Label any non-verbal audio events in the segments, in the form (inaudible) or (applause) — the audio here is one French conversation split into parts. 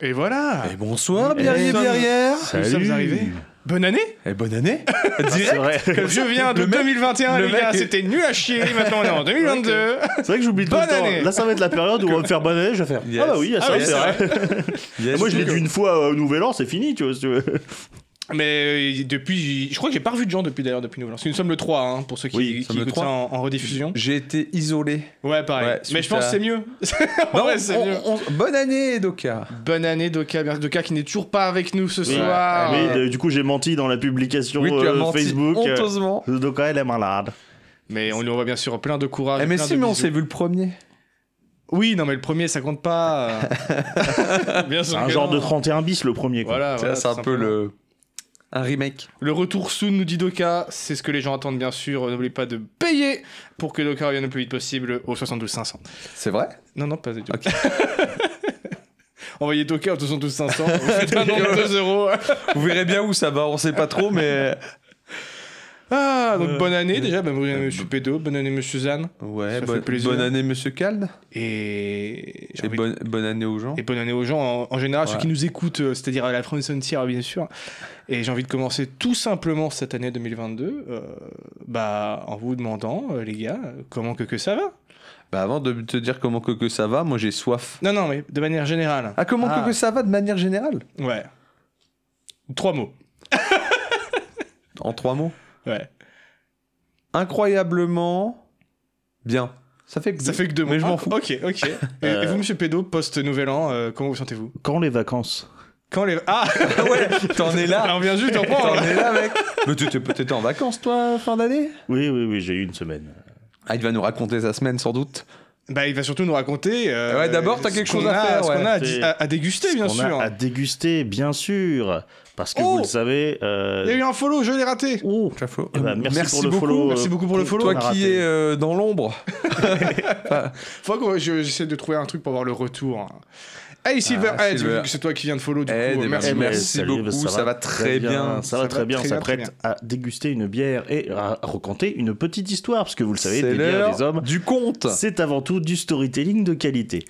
Et voilà Ah. Et bonsoir, Et Biarrier, nous sommes- Biarrière. Nous sommes arrivés. Ah, Bonne (laughs) année Et Eh, (laughs) bonne année. Direct. vrai. Que je viens de Le mec- 2021, le les gars, mec est- c'était nul à chier, (laughs) maintenant on est en 2022 C'est vrai que j'oublie tout le Bonne temps. année. Là, ça va être la période où on va me faire bonne année. Je vais faire. Yes. Ah bah oui, Ah ça, oui, c'est c'est vrai. Yes, Moi, je l'ai go. dit une fois euh, au Nouvel An, c'est fini, tu vois. si tu veux. Mais euh, depuis, je crois que j'ai pas revu de gens depuis d'ailleurs, depuis Nouvel An. Parce que nous sommes le 3, hein, pour ceux qui, Oui, nous qui sommes le écoutent 3. ça en, en rediffusion. J'ai été isolé. Ouais, pareil. Ouais, Mais suite je pense à- que c'est (laughs) mieux. (laughs) Bon, ouais, c'est on- mieux. on- Bonne année, Doka. Bonne année, Doka. Merci, Doka qui n'est toujours pas avec nous ce Oui. soir. Mais euh, du coup, j'ai menti dans la publication Oui, tu as euh, menti Facebook. euh, honteusement. donc, elle est malade. Mais on lui envoie bien sûr plein de courage. Eh, et mais Ah, plein si, de mais on bisous. s'est vu le premier. Oui, non, mais le premier, ça compte (laughs) pas. bien sûr. C'est un que genre non. de 31 bis, le premier. Quoi. Voilà, Ça, Ah, voilà, c'est un tout peu simplement. le. Un remake. Le retour soon, nous dit Doka. C'est ce que les gens attendent, bien sûr. Euh, N'oubliez pas de payer pour que Doka revienne le plus vite possible au 72 500. C'est vrai Non, non, pas du tout. Ok. (laughs) Envoyez Doka au 72 (laughs) 500. Vous faites un nombre de 2 euros. Vous verrez bien où ça va, on sait pas (laughs) trop, mais. Ah, donc Euh, bonne année déjà. Bah, bonne année, monsieur Pédo. Bonne année, monsieur Zan. Ouais, Ça bon- fait plaisir. bonne année, monsieur Calne. Et. j'ai Et envie de- bonne, bonne année aux gens. Et bonne année aux gens en, en général, ceux Ouais. qui nous écoutent, euh, c'est-à-dire à la frontière bien sûr. Et j'ai envie de commencer tout simplement cette année 2022 euh, bah, en vous demandant, euh, les gars, euh, comment que, que ça va Bah, avant de te dire comment que, que ça va, moi j'ai soif. Non, non, mais de manière générale. Ah, comment Ah. que, que ça va de manière générale Ouais. Trois mots. En trois mots. Ouais. Incroyablement. Bien. Ça fait que. Ça fait que deux mots. Mais je m'en Ah, fous. Ok, ok. et, et Euh. vous, monsieur Pédo, post-nouvel an, euh, comment vous sentez-vous Quand les vacances Quand les. Ah ouais, t'en es là. (laughs) On vient juste d'en prendre. T'en es là, mec. Mais tu t'es- t'étais en vacances, toi, fin d'année Oui, oui, oui, j'ai eu une semaine. Ah, il va nous raconter sa semaine, sans doute. Bah, il va surtout nous raconter. euh, Ouais, d'abord, t'as quelque ce qu'on chose à a- faire, Ce qu'on ouais. a à, C'est- à- à déguster, bien On sûr. a à déguster, bien sûr. Parce que Oh vous le savez. euh, Il y a eu un follow, je l'ai raté. oh, eh ben, merci, pour le Euh, beaucoup. follow. merci euh, beaucoup pour le follow. Toi on a qui raté. es euh, dans l'ombre. Faut que je- j'essaie de trouver un truc pour avoir le retour. Hey Silver, Ah, eh, Silver. c'est toi qui viens de follow du Eh, coup. des Merci. Eh ben, merci salut, beaucoup, ça va très bien. Ça va très bien, ça prête à déguster une bière et à raconter une petite histoire, parce que vous le savez, C'est des bières l'heure des hommes, Du conte. c'est avant tout du storytelling de qualité.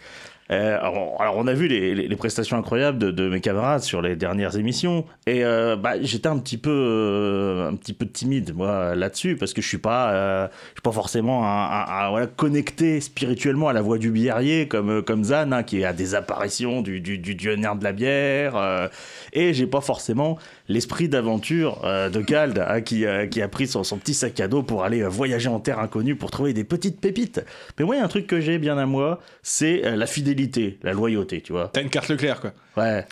Euh, alors, alors, on a vu les, les- les prestations incroyables de, de mes camarades sur les dernières émissions, et euh, bah, j'étais un petit peu, euh, un petit peu timide moi là-dessus, parce que je suis pas, euh, je suis pas forcément un, un- un- voilà, connecté spirituellement à la voix du biérier comme euh, comme Zan, hein, qui a des apparitions du du, du dionnaire de la bière, euh, et j'ai pas forcément l'esprit d'aventure euh, de Gald, hein, qui euh, qui a pris son, son petit sac à dos pour aller euh, voyager en terre inconnue pour trouver des petites pépites. Mais moi, il y a un truc que j'ai bien à moi, c'est euh, la fidélité, la loyauté, tu vois. T'as une carte Leclerc quoi. (laughs) Ouais.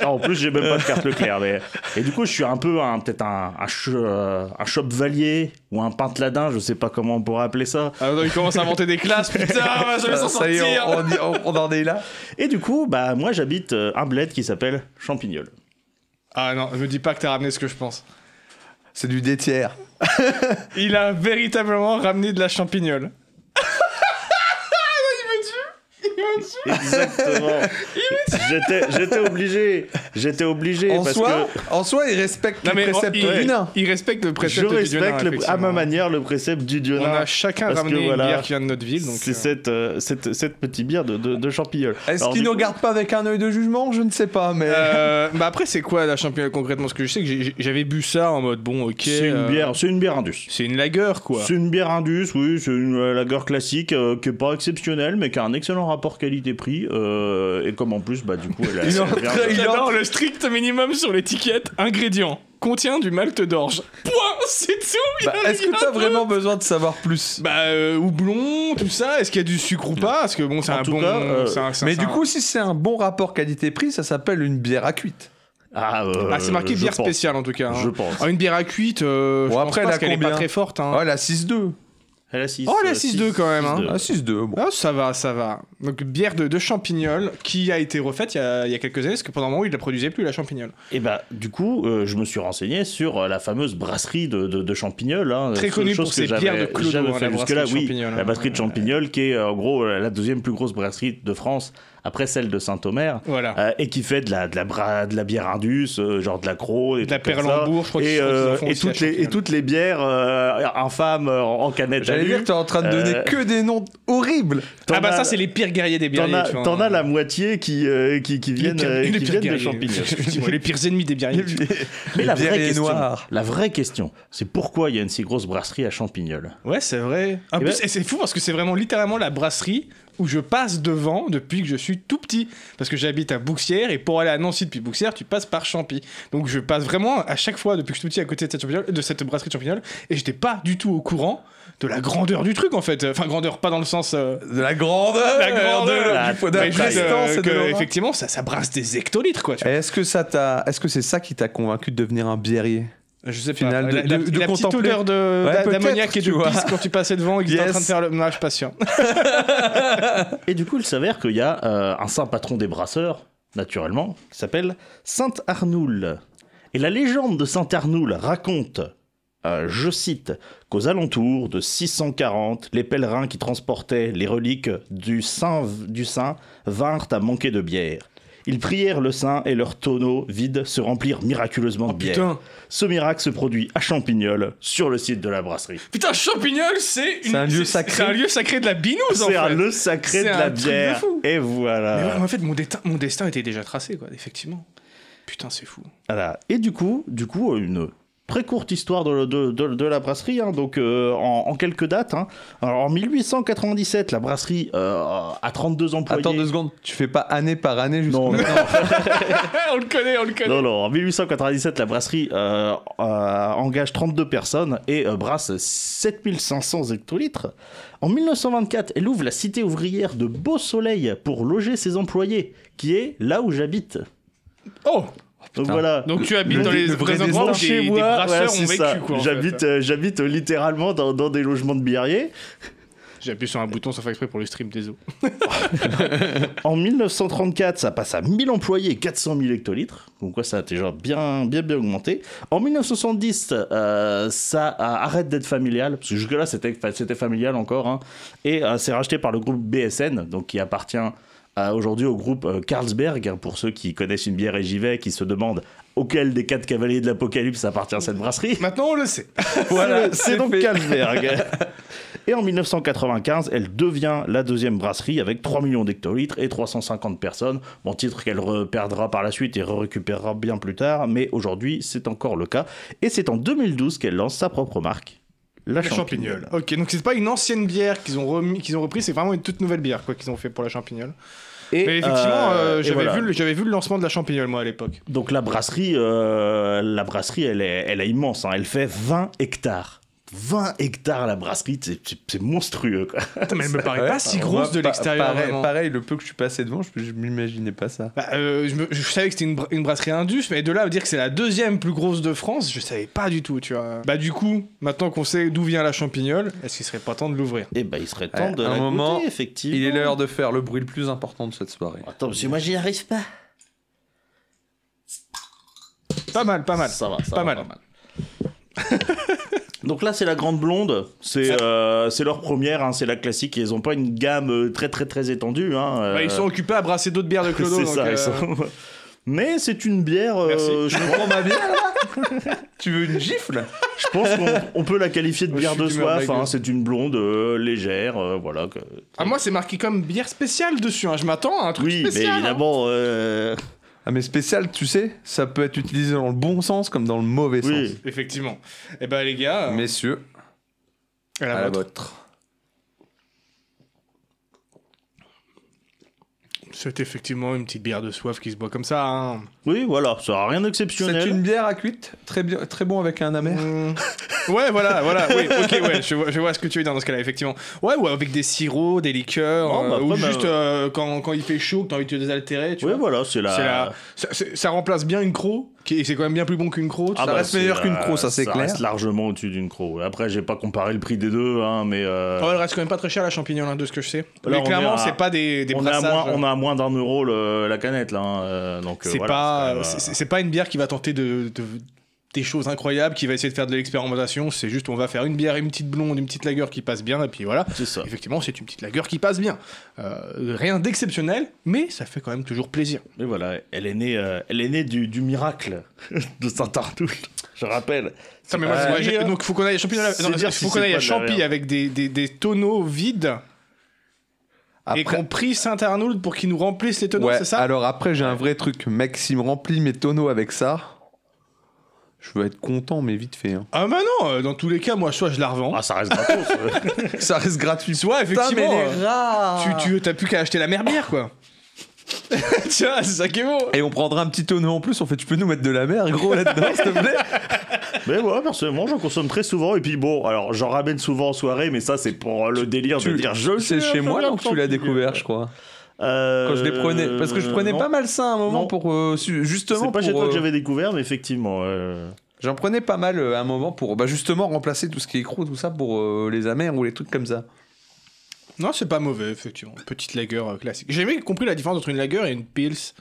Ah, en plus, j'ai même pas de carte Leclerc. Mais... Et du coup, je suis un peu un, peut-être un, un, ch- euh, un chopvalier ou un pinteladin, je sais pas comment on pourrait appeler ça. Ah, non, il commence à inventer des classes, putain, on va jamais s'en Ah, ça y sortir. est, on, on y- on- on en est là. Et du coup, bah, moi, j'habite euh, un bled qui s'appelle Champignol. Ah non, me dis pas que t'as ramené ce que je pense. C'est du détière. Il a véritablement ramené de la champignole. (laughs) Exactement. j'étais, j'étais obligé. J'étais obligé En parce soi, que. en soi, il respecte Non les mais oh, préceptes il, divins. il respecte le Je précepte du respecte Dionin, le- à ma effectivement. manière le précepte du On Dionin. a chacun parce que ramené voilà, une bière qui vient de notre ville, donc c'est euh, cette, euh, cette, cette petite bière de, de, de Champignol. Est-ce Alors, qu'il du nous coup- regarde pas avec un œil de jugement Je ne sais pas, mais. Euh, bah après c'est quoi la champignole concrètement Parce que je sais que j'ai- j'avais bu ça en mode bon ok. C'est une euh, bière, c'est une bière indus. C'est une lagueur quoi. C'est une bière indus, oui, c'est une euh, lager classique euh, qui est pas exceptionnelle, mais qui a un excellent rapport qualité-prix. euh, et comme en plus, bah du coup, elle a. Ils ont elle vient de- très- Ah, bah, J'adore le strict minimum sur l'étiquette. Ingrédients. Contient du malt d'orge. Point C'est tout il Bah, y a Est-ce rien que t'as de- vraiment besoin de savoir plus Bah, euh, houblon, tout ça. Est-ce qu'il y a du sucre ou pas Parce que bon, c'est En un tout bon. cas, euh, c'est un- c'est un- Mais c'est du un- coup, si c'est un bon rapport qualité-prix, ça s'appelle une bière à cuite. Ah, euh, Ah, c'est marqué je bière pense. spéciale en tout cas. hein. Je pense. Ah, une bière à cuite, euh, Bon, je pense pas, après, elle a parce qu'elle est pas combien très forte. hein. Ah, la 6-2. Elle a euh, 6. Oh, elle a 6-2 quand même, hein. Ah, 6-2, bon. Ah, ça va, ça va. Donc, bière de, de champignol qui a été refaite il y a, il y a quelques années, parce que pendant un moment, ils la produisaient plus, la champignol. Et bah, du coup, euh, je me suis renseigné sur euh, la fameuse brasserie de, de, de Champignol. hein, Très chose- connue pour chose ses que j'avais bières de Clodo, jamais hein, fait la jusque-là, brasserie de oui. Champignol, hein. La brasserie de Champignol, qui est euh, en gros la deuxième plus grosse brasserie de France après celle de Saint-Omer, Voilà. euh, et qui fait de la, de la, bra- de la bière Indus, euh, genre de la Croix, et de la trucs comme ça. Perlembourg, je crois qu'ils Et, sont- qu'ils en euh, font et aussi à toutes les, et Champignol. toutes les bières euh, infâmes euh, en en canette. à J'allais lu. dire, t'es en train de donner Euh, que des noms horribles. Ah bah T'en ça as- c'est les pires guerriers des T'en bières. as, t'en as la moitié qui, euh, qui, qui viennent, euh, qui viennent (laughs) de Champigny. les pires ennemis des bières. Mais la bières vraie, et question, noirs. la vraie question, c'est pourquoi il y a une si grosse brasserie à Champignol Ouais, c'est vrai. En Eh plus, ben- et c'est fou parce que c'est vraiment littéralement la brasserie où je passe devant depuis que je suis tout petit. Parce que j'habite à Bouxières et pour aller à Nancy depuis Bouxières, tu passes par Champy. Donc je passe vraiment à chaque fois depuis que je suis tout petit à côté de cette, champignole- de cette brasserie de champignol et j'étais pas du tout au courant de la grandeur du truc en fait. Enfin, grandeur, pas dans le sens. euh, De la grandeur, La grandeur, de- la- du poids la- mais juste, euh, d'Afghanistan, c'est de que, l'horreur. effectivement, ça, ça brasse des hectolitres quoi. Tu vois. Et Est-ce que ça t'a, est-ce que c'est ça qui t'a convaincu de devenir un biérier Je sais pas. Eh, Final, de- la, la- de- de la petite contempler. odeur de- Ouais, d'a- peut-être, d'ammoniac et tu de vois. pisse quand tu passais devant et que t'es en (laughs) Yes. train de faire le. Non, je suis pas sûr. Et du coup, il s'avère qu'il y a euh, un saint patron des brasseurs, naturellement, qui s'appelle Saint Arnoul. Et la légende de Saint Arnoul raconte, euh, je cite, qu'aux alentours de 640, les pèlerins qui transportaient les reliques du saint, du saint vinrent à manquer de bière. Ils prièrent le saint et leurs tonneaux vides se remplirent Oh, miraculeusement de bière. Oh, Putain. Ce miracle se produit à Champignol, sur le site de la brasserie. Putain, Champignol, c'est une- C'est un lieu sacré. C'est un lieu sacré de la binouse, en C'est fait. un le sacré C'est de un la truc de bière. fou. Et Mais ouais, voilà. en fait, mon, détin- mon destin était déjà tracé, quoi, effectivement. Putain, c'est fou. Voilà. Et du coup, du coup, une très courte histoire de, de- de- de la brasserie, hein, donc euh, en, en quelques dates. hein. Alors, en 1897, la brasserie euh, a 32 employés. Attends deux secondes, tu fais pas année par année jusqu'à Non, non. (laughs) on le connaît, on le connaît. Non, non, en 1897, la brasserie euh, euh, engage 32 personnes et euh, brasse 7500 hectolitres. En 1924, elle ouvre la cité ouvrière de Beau Soleil pour loger ses employés, qui est là où j'habite. Oh Donc voilà. Donc tu habites Le- dans les le vrai vrais destin. endroits où chez des, des moi, voilà, brasseurs c'est ont vécu, ça. quoi. en fait. (laughs) J'habite, euh, j'habite littéralement dans, dans des logements de biériers. J'ai appuyé sur un bouton sans faire exprès pour le stream, désolé. En 1934, ça passe à 1000 employés, et 400 000 hectolitres. Donc quoi, ça a déjà bien, bien, bien augmenté. En 1970, euh, ça euh, arrête d'être familial, parce que jusque-là, c'était, fa- c'était familial encore. hein. et euh, c'est racheté par le groupe BSN, donc qui appartient euh, aujourd'hui au groupe euh, Carlsberg. hein, pour ceux qui connaissent une bière et j'y vais, qui se demandent auquel des quatre cavaliers de l'Apocalypse appartient cette brasserie. Maintenant, on le sait. Voilà, c'est c'est donc fait. Carlsberg. Et en 1995, elle devient la deuxième brasserie avec 3 millions d'hectolitres et 350 personnes. Bon, titre qu'elle perdra par la suite et récupérera bien plus tard, mais aujourd'hui, c'est encore le cas. Et c'est en 2012 qu'elle lance sa propre marque, la, Champignole. Ok, donc c'est pas une ancienne bière qu'ils ont, remis, qu'ils ont repris, c'est vraiment une toute nouvelle bière, quoi, qu'ils ont fait pour la champignole. Et, Mais effectivement, euh, euh, et j'avais, voilà. vu, le- j'avais vu le lancement de la champignole, moi, à l'époque. Donc la brasserie, euh, la brasserie, elle est, elle est immense. hein. Elle fait 20 hectares. 20 hectares la brasserie, c'est- c'est c'est monstrueux. Quoi. mais elle me paraît Ouais, pas si bah, grosse moi, de pa- l'extérieur, Pareil, vraiment. pareil, le peu que je suis passé devant, je, je m'imaginais pas ça. Bah, euh, je, me- je savais que c'était une, bra- une brasserie Indus, mais de là à dire que c'est la deuxième plus grosse de France, je savais pas du tout, tu vois. Bah du coup, maintenant qu'on sait d'où vient la champignole, est-ce qu'il serait pas temps de l'ouvrir Et ben il serait temps Ouais, de un la goûter, moment, effectivement. Il est l'heure de faire le bruit le plus important de cette soirée. Attends, parce que moi j'y arrive pas. Pas mal, pas mal. Ça va, ça Pas va, mal. Donc là, c'est la grande blonde. C'est euh, c'est leur première, hein, c'est la classique. Ils ont pas une gamme euh, très très très étendue. Hein, euh, Bah, ils sont occupés à brasser d'autres bières de Clodo. (laughs) C'est donc, ça, euh, ils sont- (laughs) Mais c'est une bière. euh, Merci. je, Prends ma bière là Tu veux une gifle je pense qu'on on peut la qualifier de Je bière suis de d'humeur soif. blagueuse. hein, c'est une blonde euh, légère, euh, voilà. que- Ah, moi, c'est marqué comme bière spéciale dessus, hein. je m'attends à un truc oui, spécial. mais hein. évidemment. euh, Ah mais spécial, tu sais, ça peut être utilisé dans le bon sens comme dans le mauvais Oui. Ah. sens. Effectivement. Eh bah les gars, euh, mais... Messieurs, à la vôtre. c'est effectivement une petite bière de soif qui se boit comme ça. hein. oui, voilà, ça n'a rien C'est d'exceptionnel. une bière à cuite, très, bien, très bon avec un amer. Mm. (laughs) Ouais, voilà, voilà, oui, ok, ouais, je vois, je vois ce que tu veux dire dans ce cas-là, effectivement. Ouais, ou avec des sirops, des liqueurs, Oh, bah, euh, après, ou bah, juste euh, quand, quand il fait chaud, que t'as envie de te désaltérer, tu Oui, vois. voilà, c'est la. C'est la- ça, c'est- ça remplace bien une croc, qui c'est quand même bien plus bon qu'une croc. tu Ah sais. bah, reste c'est meilleur la- qu'une croc, ça, c'est clair. reste largement au-dessus d'une croc. Après, j'ai pas comparé le prix des deux, hein, mais. euh, Oh, elle reste quand même pas très chère la champignon, hein, de ce que je sais. Là, on Mais clairement, est à- c'est pas des, des on, est à brassages. moins, on est à moins d'un euro le- la canette là. hein, euh, donc euh, C'est voilà, pas, c'est quand même, euh, c'est- c'est pas une bière qui va tenter de, de des choses incroyables, qui va essayer de faire de l'expérimentation. C'est juste, on va faire une bière, une petite blonde, une petite lagueur qui passe bien, et puis voilà. euh, C'est ça. Effectivement, c'est une petite lagueur qui passe bien. Euh, rien d'exceptionnel, mais ça fait quand même toujours plaisir. Mais voilà, elle est née, euh, elle est née du, du miracle (laughs) de Saint-Arnoul. Je rappelle. Ça, mais moi, c'est- Euh, ouais, j'ai- euh, donc, faut qu'on aille à Champy, c'est non, dire faut si qu'on c'est aille à pas de la Champy merde. avec des, des- des tonneaux vides et Après- qu'on prie Saint-Arnould pour qu'il nous remplisse les tonneaux, Ouais, c'est ça alors après, j'ai un vrai truc. Mec, s'il me remplit mes tonneaux avec ça, je vais être content, mais vite fait. hein. Ah bah non, euh, dans tous les cas, moi, soit je la revends, Ah, ça reste gratos. euh. (laughs) ça reste gratuit. soit effectivement, mais euh, tu, tu t'as plus qu'à acheter la mère bière, quoi. tu vois, c'est ça qui est beau. Et on prendra un petit tonneau en plus. En fait, tu peux nous mettre de la mer, gros, là-dedans, s'il (laughs) te plaît mais moi, personnellement, j'en consomme très souvent. Et puis bon, alors j'en ramène souvent en soirée, mais ça, c'est pour euh, le délire de Tu- dire je C'est suis un chez moi fabricant donc tu l'as de découvert, figures. je crois. Euh, Quand je les prenais. Parce que je prenais non. pas mal ça à un moment Non. pour. euh, su- justement. C'est pas chez pour, toi que euh, j'avais découvert, mais effectivement. euh, J'en prenais pas mal euh, à un moment pour bah, justement remplacer tout ce qui est écrou, tout ça pour euh, les amers ou les trucs comme ça. Non, c'est pas mauvais, effectivement. Petite lagueur euh, classique. J'ai jamais compris la différence entre une lagueur et une pils.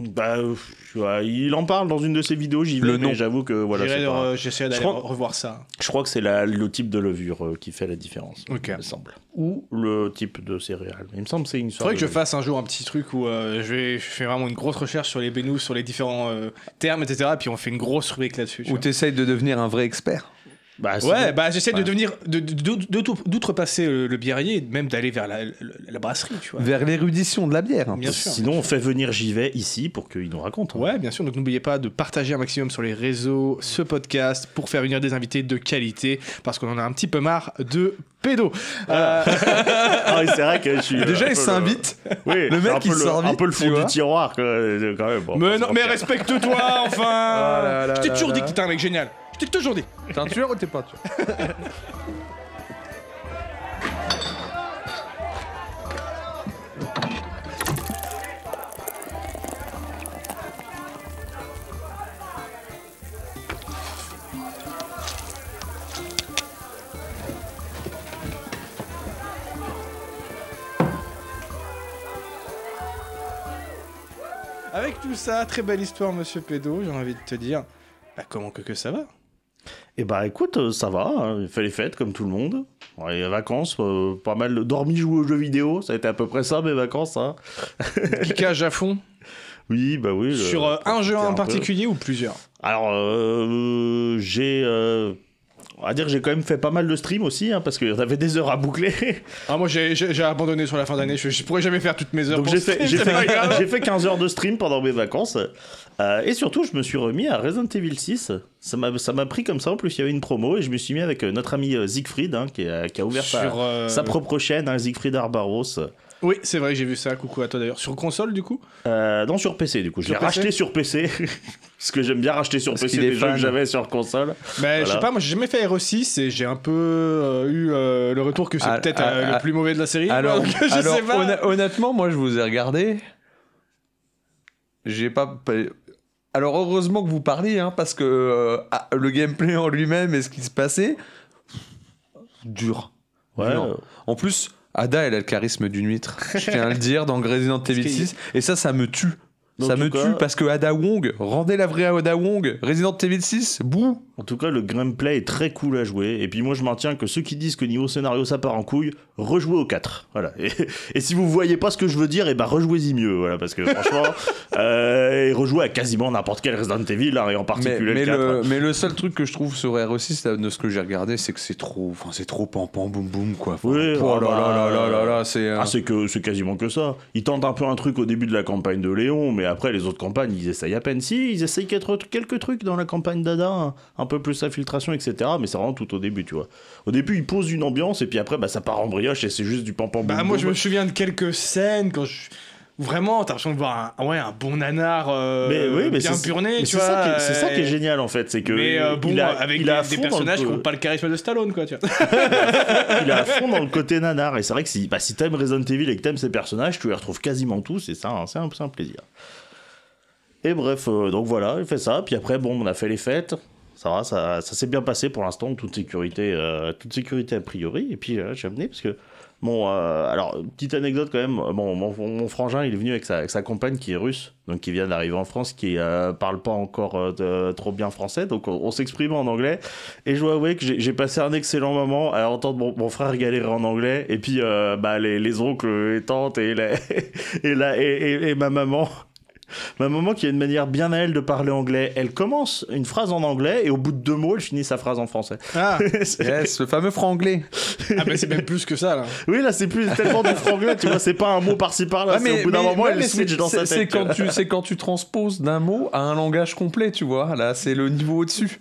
Bah, pff, ouais, il en parle dans une de ses vidéos, j'y vais, Le nom. mais j'avoue que voilà. J'irai c'est leur- pas- euh, J'essaierai d'aller Je crois- re- revoir ça. Je crois que c'est la- le type de levure euh, qui fait la différence, Ok. il me semble. Ou le type de céréales. Il me semble que c'est une Il sorte. faudrait que je de levure. fasse un jour un petit truc où euh, je, vais, je fais vraiment une grosse recherche sur les bénous, sur les différents euh, termes, etc. Puis on fait une grosse rubrique là-dessus. tu Ou vois. t'essayes de devenir un vrai expert. Bah, c'est Ouais, bon. bah j'essaie de Ouais. devenir, de- de- de- de- d'outrepasser le, le biérier et même d'aller vers la, la- la brasserie, tu vois. Vers l'érudition de la bière. un peu. Bien sûr. Sinon, on fait venir J'y vais ici pour qu'il nous raconte. hein. Ouais, bien sûr. Donc n'oubliez pas de partager un maximum sur les réseaux ce podcast pour faire venir des invités de qualité parce qu'on en a un petit peu marre de pédos. Euh, Ah, oui, c'est vrai que je suis. euh, un Déjà, peu il s'invite. Oui, Le mec, un peu il s'invite, Un peu le tu fond du vois. tiroir, quoi, euh, quand même. Bon, mais c'est non, pas mais (laughs) pire. respecte-toi enfin. là là je t'ai là toujours là. dit que t'étais un mec génial. Je t'ai toujours dit. T'es un tueur ou t'es pas un tueur Avec tout ça, très belle histoire, monsieur Pédo. J'ai envie de te dire, bah comment que que ça (laughs) va Eh bah, écoute, euh, ça va. hein, Il fait les fêtes comme tout le monde. Ouais, les vacances, euh, pas mal. de- Dormi, jouer aux jeux vidéo. Ça a été à peu près ça, mes vacances. Hein. Geekage à fond Oui, bah oui. je- sur euh, un jeu profiter en peu. particulier ou plusieurs Alors, euh, j'ai. euh, on va dire que j'ai quand même fait pas mal de streams aussi, hein, parce que j'avais des heures à boucler. Ah moi j'ai- j'ai j'ai abandonné sur la fin d'année. Je, je pourrais jamais faire toutes mes heures. Donc pour j'ai stream, (laughs) fait, j'ai c'est fait, pas grave. j'ai fait 15 heures de stream pendant mes vacances. Euh, et surtout, je me suis remis à Resident Evil 6. Ça m'a ça m'a pris comme ça. En plus, il y avait une promo et je me suis mis avec euh, notre ami euh, Siegfried, hein, qui, a, qui a ouvert sa, Sur, euh, sa propre chaîne, hein, Siegfried Arbaros. Oui, c'est vrai, j'ai vu ça. Coucou à toi d'ailleurs. Sur console du coup Euh, non, sur PC, du coup. Je Sur l'ai PC? racheté sur PC. (laughs) parce que j'aime bien racheter sur Parce PC qu'il est des jeux fan. que j'avais sur console. Mais je Voilà. sais pas, moi j'ai jamais fait RE6 et j'ai un peu euh, eu euh, le retour que c'est Ah, peut-être ah, euh, le ah, plus mauvais de la série. (laughs) Alors, Donc, (laughs) je alors, sais pas. honn- honnêtement, moi, je vous ai regardé. J'ai pas. pas- Alors, heureusement que vous parliez, hein, parce que euh, ah, le gameplay en lui-même et ce qui se passait. Dur. Ouais, Dur. euh, En plus, Ada, elle a le charisme d'une (laughs) huître. Je tiens à le dire dans Resident Evil qu'il- 6. Et ça, ça me tue. Dans ça tout me cas- tue parce que Ada Wong, rendez la vraie Ada Wong, Resident Evil 6, bouh En tout cas, le gameplay est très cool à jouer. Et puis moi, je maintiens que ceux qui disent que niveau scénario ça part en couille, rejouez au 4. Voilà. (laughs) Et, et si vous voyez pas ce que je veux dire, et ben rejouez-y mieux. Voilà, parce que (laughs) franchement, euh, et rejouez à quasiment n'importe quel Resident Evil, hein, et en mais, particulier mais le 4. le, mais le seul truc que je trouve sur RE6 là, de ce que j'ai regardé, c'est que c'est trop, enfin c'est trop pam pam boum boum quoi. Enfin, Oui, oh ah là bah, là là là là là, c'est. euh, Ah, c'est que c'est quasiment que ça. Ils tentent un peu un truc au début de la campagne de Léon, mais après les autres campagnes, ils essayent à peine. Si, ils essayent quelques, quelques trucs dans la campagne d'Ada, un, un peu plus infiltration, etc. Mais c'est vraiment tout au début, tu vois. Au début, ils posent une ambiance, et puis après, bah, ça part en brioche, et c'est juste du pam pam Bah boum, moi boum. je me souviens de quelques scènes quand je... où Vraiment, t'as l'impression de voir un, ouais, un bon nanar euh, mais oui, mais bien c'est- burné, mais tu c'est vois. ça qui est- C'est ça qui est euh, génial en fait, c'est que Mais euh, bon, il a, avec il des, a à des fond dans le personnages qui co- n'ont pas le charisme de Stallone, quoi, tu (laughs) vois. il a à fond dans le côté nanar. Et c'est vrai que si, bah, si t'aimes Resident Evil et que t'aimes ces personnages, tu les retrouves quasiment tous. Et ça, hein, c'est un, c'est un plaisir. Et bref, euh, donc voilà, il fait ça. Puis après, bon, on a fait les fêtes. Ça va, ça, ça s'est bien passé pour l'instant, toute sécurité, euh, toute sécurité a priori. Et puis euh, j'ai amené parce que Bon, euh, alors, petite anecdote quand même. Bon, mon, mon frangin, il est venu avec sa, avec sa compagne qui est russe, donc qui vient d'arriver en France, qui euh, parle pas encore euh, de- trop bien français, donc on, on s'exprime en anglais. Et je dois avouer que j'ai- j'ai passé un excellent moment à entendre mon, mon frère galérer en anglais, et puis euh, bah, les, les oncles et tantes et, la- (laughs) et, la- et, et- et ma maman. Ma maman qui a une manière bien à elle de parler anglais, elle commence une phrase en anglais et au bout de deux mots, elle finit sa phrase (laughs) en français. Ah, C'est- Yes, le fameux franglais. ah bah c'est même plus que ça là. Oui, là, c'est plus tellement du franglais, tu vois, c'est pas un mot par-ci par-là, Ouais, c'est au bout d'un moment, ouais, elle mais switch c'est- dans sa c'est- tête. C'est tu vois. quand, tu- c'est quand tu transposes d'un mot à un langage complet, tu vois. Là, c'est le niveau au-dessus.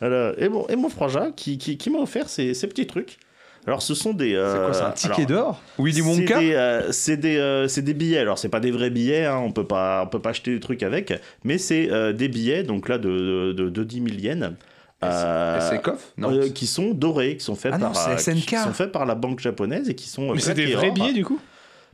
Voilà. Et, bon, et mon frangin qui, qui, qui m'a offert ces, ces petits trucs. Alors, ce sont des. C'est quoi, c'est un euh, ticket alors, d'or Willy C'est Wonka des, euh, c'est des, euh, c'est des billets. Alors, c'est pas des vrais billets, hein, on, peut pas, on peut pas acheter des trucs avec, mais c'est euh, des billets, donc là, de, de, de, de 10 000 yens. euh, SNCF Non. euh, qui sont dorés, qui sont faits Ah non, par c'est euh, qui- SNK. qui sont faits par la banque japonaise et qui sont euh, Mais c'est des claqués vrais or. billets du coup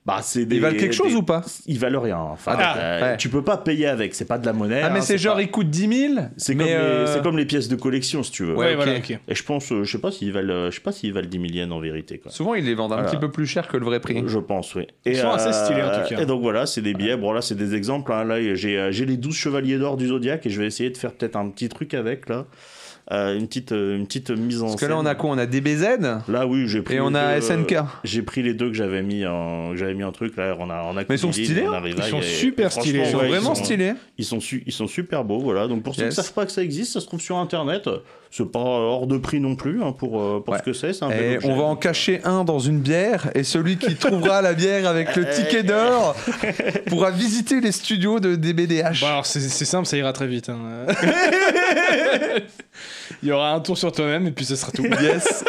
Bah c'est des Ils valent quelque chose des- ou pas ils valent rien. Enfin, Ah, euh, ouais. tu peux pas payer avec, c'est pas de la monnaie. Eh, Ah, mais hein, c'est genre, pas- il coûte 10 000 c'est mais comme, euh, les... c'est comme les pièces de collection si tu veux. Ouais, Ouais, ok. voilà, ok. Et je pense, euh, je sais pas s'ils valent, euh, je sais pas s'ils valent 10 000 yens en vérité Bah. quoi. Souvent, ils les vendent un Voilà. petit peu plus cher que le vrai Euh, prix. Je pense, oui. euh, Ils sont assez stylés, en tout cas. Et donc voilà, c'est des billets. Bon, là, c'est des exemples. hein. Là, j'ai euh, j'ai les 12 chevaliers d'or du Zodiac et je vais essayer de faire peut-être un petit truc avec, là. Euh, une, petite, euh, une petite mise en Parce que scène. là, on a quoi On a DBZ Là, oui, j'ai pris. et les on a deux, euh, SNK. J'ai pris les deux que j'avais mis en que j'avais mis en truc là, on a on a Mais ils sont Kundalini, stylés, on a hein. Revive, Ils sont et- super et franchement, stylés, Ils sont ouais, vraiment stylés. Ils sont su- ils sont super beaux voilà. Donc pour ceux Yes. qui ne savent pas que ça existe, ça se trouve sur internet, c'est pas hors de prix non plus hein, pour euh, pour Ouais. ce que Ah, c'est, c'est un bel Et objet. on va en cacher un dans une bière et celui qui trouvera la bière avec Eh. le ticket (laughs) d'or pourra visiter les studios de DBDH. Bon, alors c'est c'est simple, ça ira très vite. (laughs) hein. Il y aura un tour sur toi-même et puis ce (laughs) sera tout. Yes.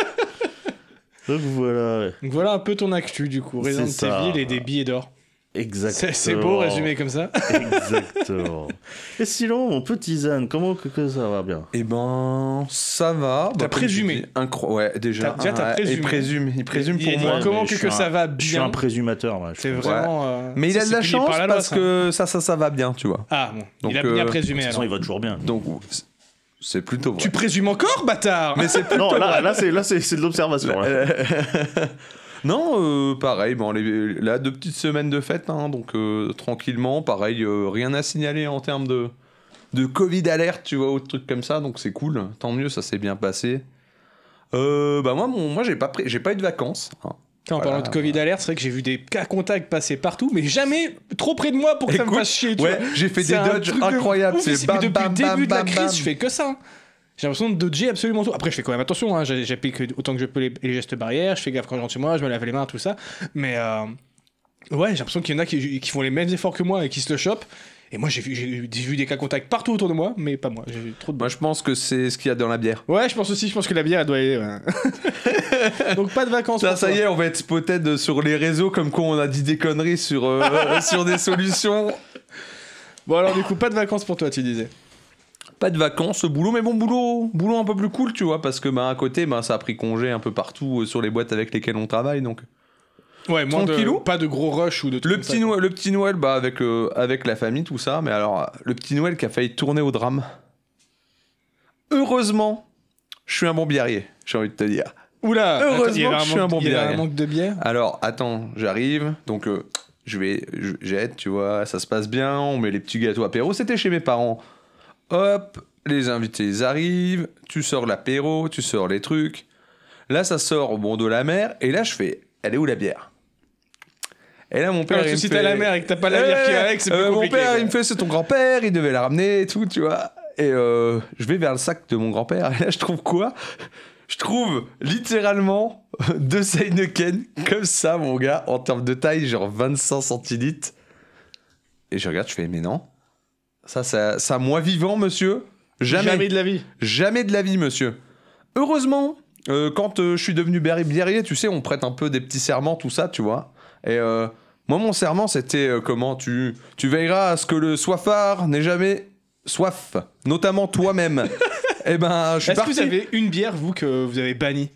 Donc Euh, voilà. Donc voilà un peu ton actu du coup, Resident C'est ça. Evil et des billets d'or. Exactement. C'est c'est beau résumé comme ça. Exactement. (laughs) Et sinon, mon petit Zan, comment que, que ça va bien Eh ben, ça va. Bah, T'as comme tu présumé. dis, incro- Ouais, déjà. T'as- déjà, t'as présumé. Ouais, Il présume. Il présume Il pour a dit moi. Ouais, comment mais que, je que suis ça un- va Je suis un bien présumateur, moi. je C'est suis- vrai. vraiment. euh, Mais il ça, a de c'est la puni par chance la hein. loi, parce ça. que ça, ça, ça va bien, tu vois. Ah bon. Donc, il a bien euh, présumé De toute alors. façon, il va toujours bien. Donc, c'est- c'est plutôt vrai. Tu présumes encore, bâtard Mais c'est Non, là, là, c'est, là, c'est, c'est de l'observation. là. (laughs) non, euh, pareil. Bon, les- là, deux petites semaines de fête, hein, donc euh, tranquillement, pareil, euh, rien à signaler en termes de de Covid alerte, tu vois, ou de trucs comme ça. Donc c'est cool. Tant mieux, ça s'est bien passé. Euh, bah moi, mon- moi, j'ai pas pris- j'ai pas eu de vacances. hein. Tiens, en Voilà, parlant de Covid alerte, c'est vrai que j'ai vu des cas contacts passer partout, mais jamais trop près de moi pour que ça me Écoute, fasse chier. tu Ouais, vois. j'ai fait C'est des un dodges truc de incroyables. ouf, C'est mais bam, depuis bam, le début bam, de la bam, crise, bam. je fais que ça. hein. J'ai l'impression de dodger absolument tout. Après, je fais quand même attention, hein. j'ai- j'applique autant que je peux les, les gestes barrières, je fais gaffe quand je rentre chez moi, je me lave les mains, tout ça. Mais euh, ouais, j'ai l'impression qu'il y en a qui, qui font les mêmes efforts que moi et qui se le chopent. Et moi, j'ai vu, j'ai eu- j'ai vu des cas contacts partout autour de moi, mais pas moi. J'ai eu trop de Moi, je pense que c'est ce qu'il y a dans la bière. Ouais, je pense aussi, je pense que la bière, elle doit aller. (laughs) Donc pas de vacances. Ça, pour ça toi. y est, on va être spotted sur les réseaux comme quoi on a dit des conneries sur, euh, (laughs) sur des solutions. Bon, alors du coup, pas de vacances pour toi, tu disais. Pas de vacances, boulot, mais bon, boulot, boulot un peu plus cool, tu vois, parce que bah, à côté, bah, ça a pris congé un peu partout euh, sur les boîtes avec lesquelles on travaille. Donc. Ouais, moins de- Tranquillou. pas de gros rush ou de trucs Le, comme petit ça. Noël, le petit Noël bah, avec, euh, avec la famille, tout ça, mais alors, euh, le petit Noël qui a failli tourner au drame. Heureusement, je suis un bon biarrier, j'ai envie de te dire. Oula, attends, Heureusement il y avait que un je suis manque- un bon Il y avait un bière. manque de bière. hein. Alors, attends, j'arrive. Donc, euh, je vais, je- j'aide, tu vois, ça se passe bien. On met les petits gâteaux apéro. C'était chez mes parents. Hop, les invités ils arrivent. Tu sors l'apéro, tu sors les trucs. Là, ça sort au bon de la mer. Et là, je fais, elle est où la bière Et là, mon père. Parce que il me si fait- t'as la mère et que t'as pas la bière qui est Ouais, avec, c'est euh, plus Mon compliqué. père, quoi. il me fait, c'est ton grand-père, il devait la ramener et tout, tu vois. Et euh, je vais vers le sac de mon grand-père, et là, je trouve quoi Je trouve littéralement euh, deux Heineken, comme ça, mon gars, en termes de taille, genre 25 centilitres. Et je regarde, je fais, mais non. Ça, ça, ça moi vivant, monsieur Jamais. de la vie. Jamais de la vie, monsieur. Heureusement, euh, quand euh, je suis devenu Barry Biarrier, tu sais, on prête un peu des petits serments, tout ça, tu vois. Et euh, moi, mon serment, c'était euh, comment tu, tu veilleras à ce que le soifard n'ait jamais soif, (laughs) notamment toi-même. Eh ben, je suis Est-ce que parti. vous avez une bière, vous, que vous avez bannie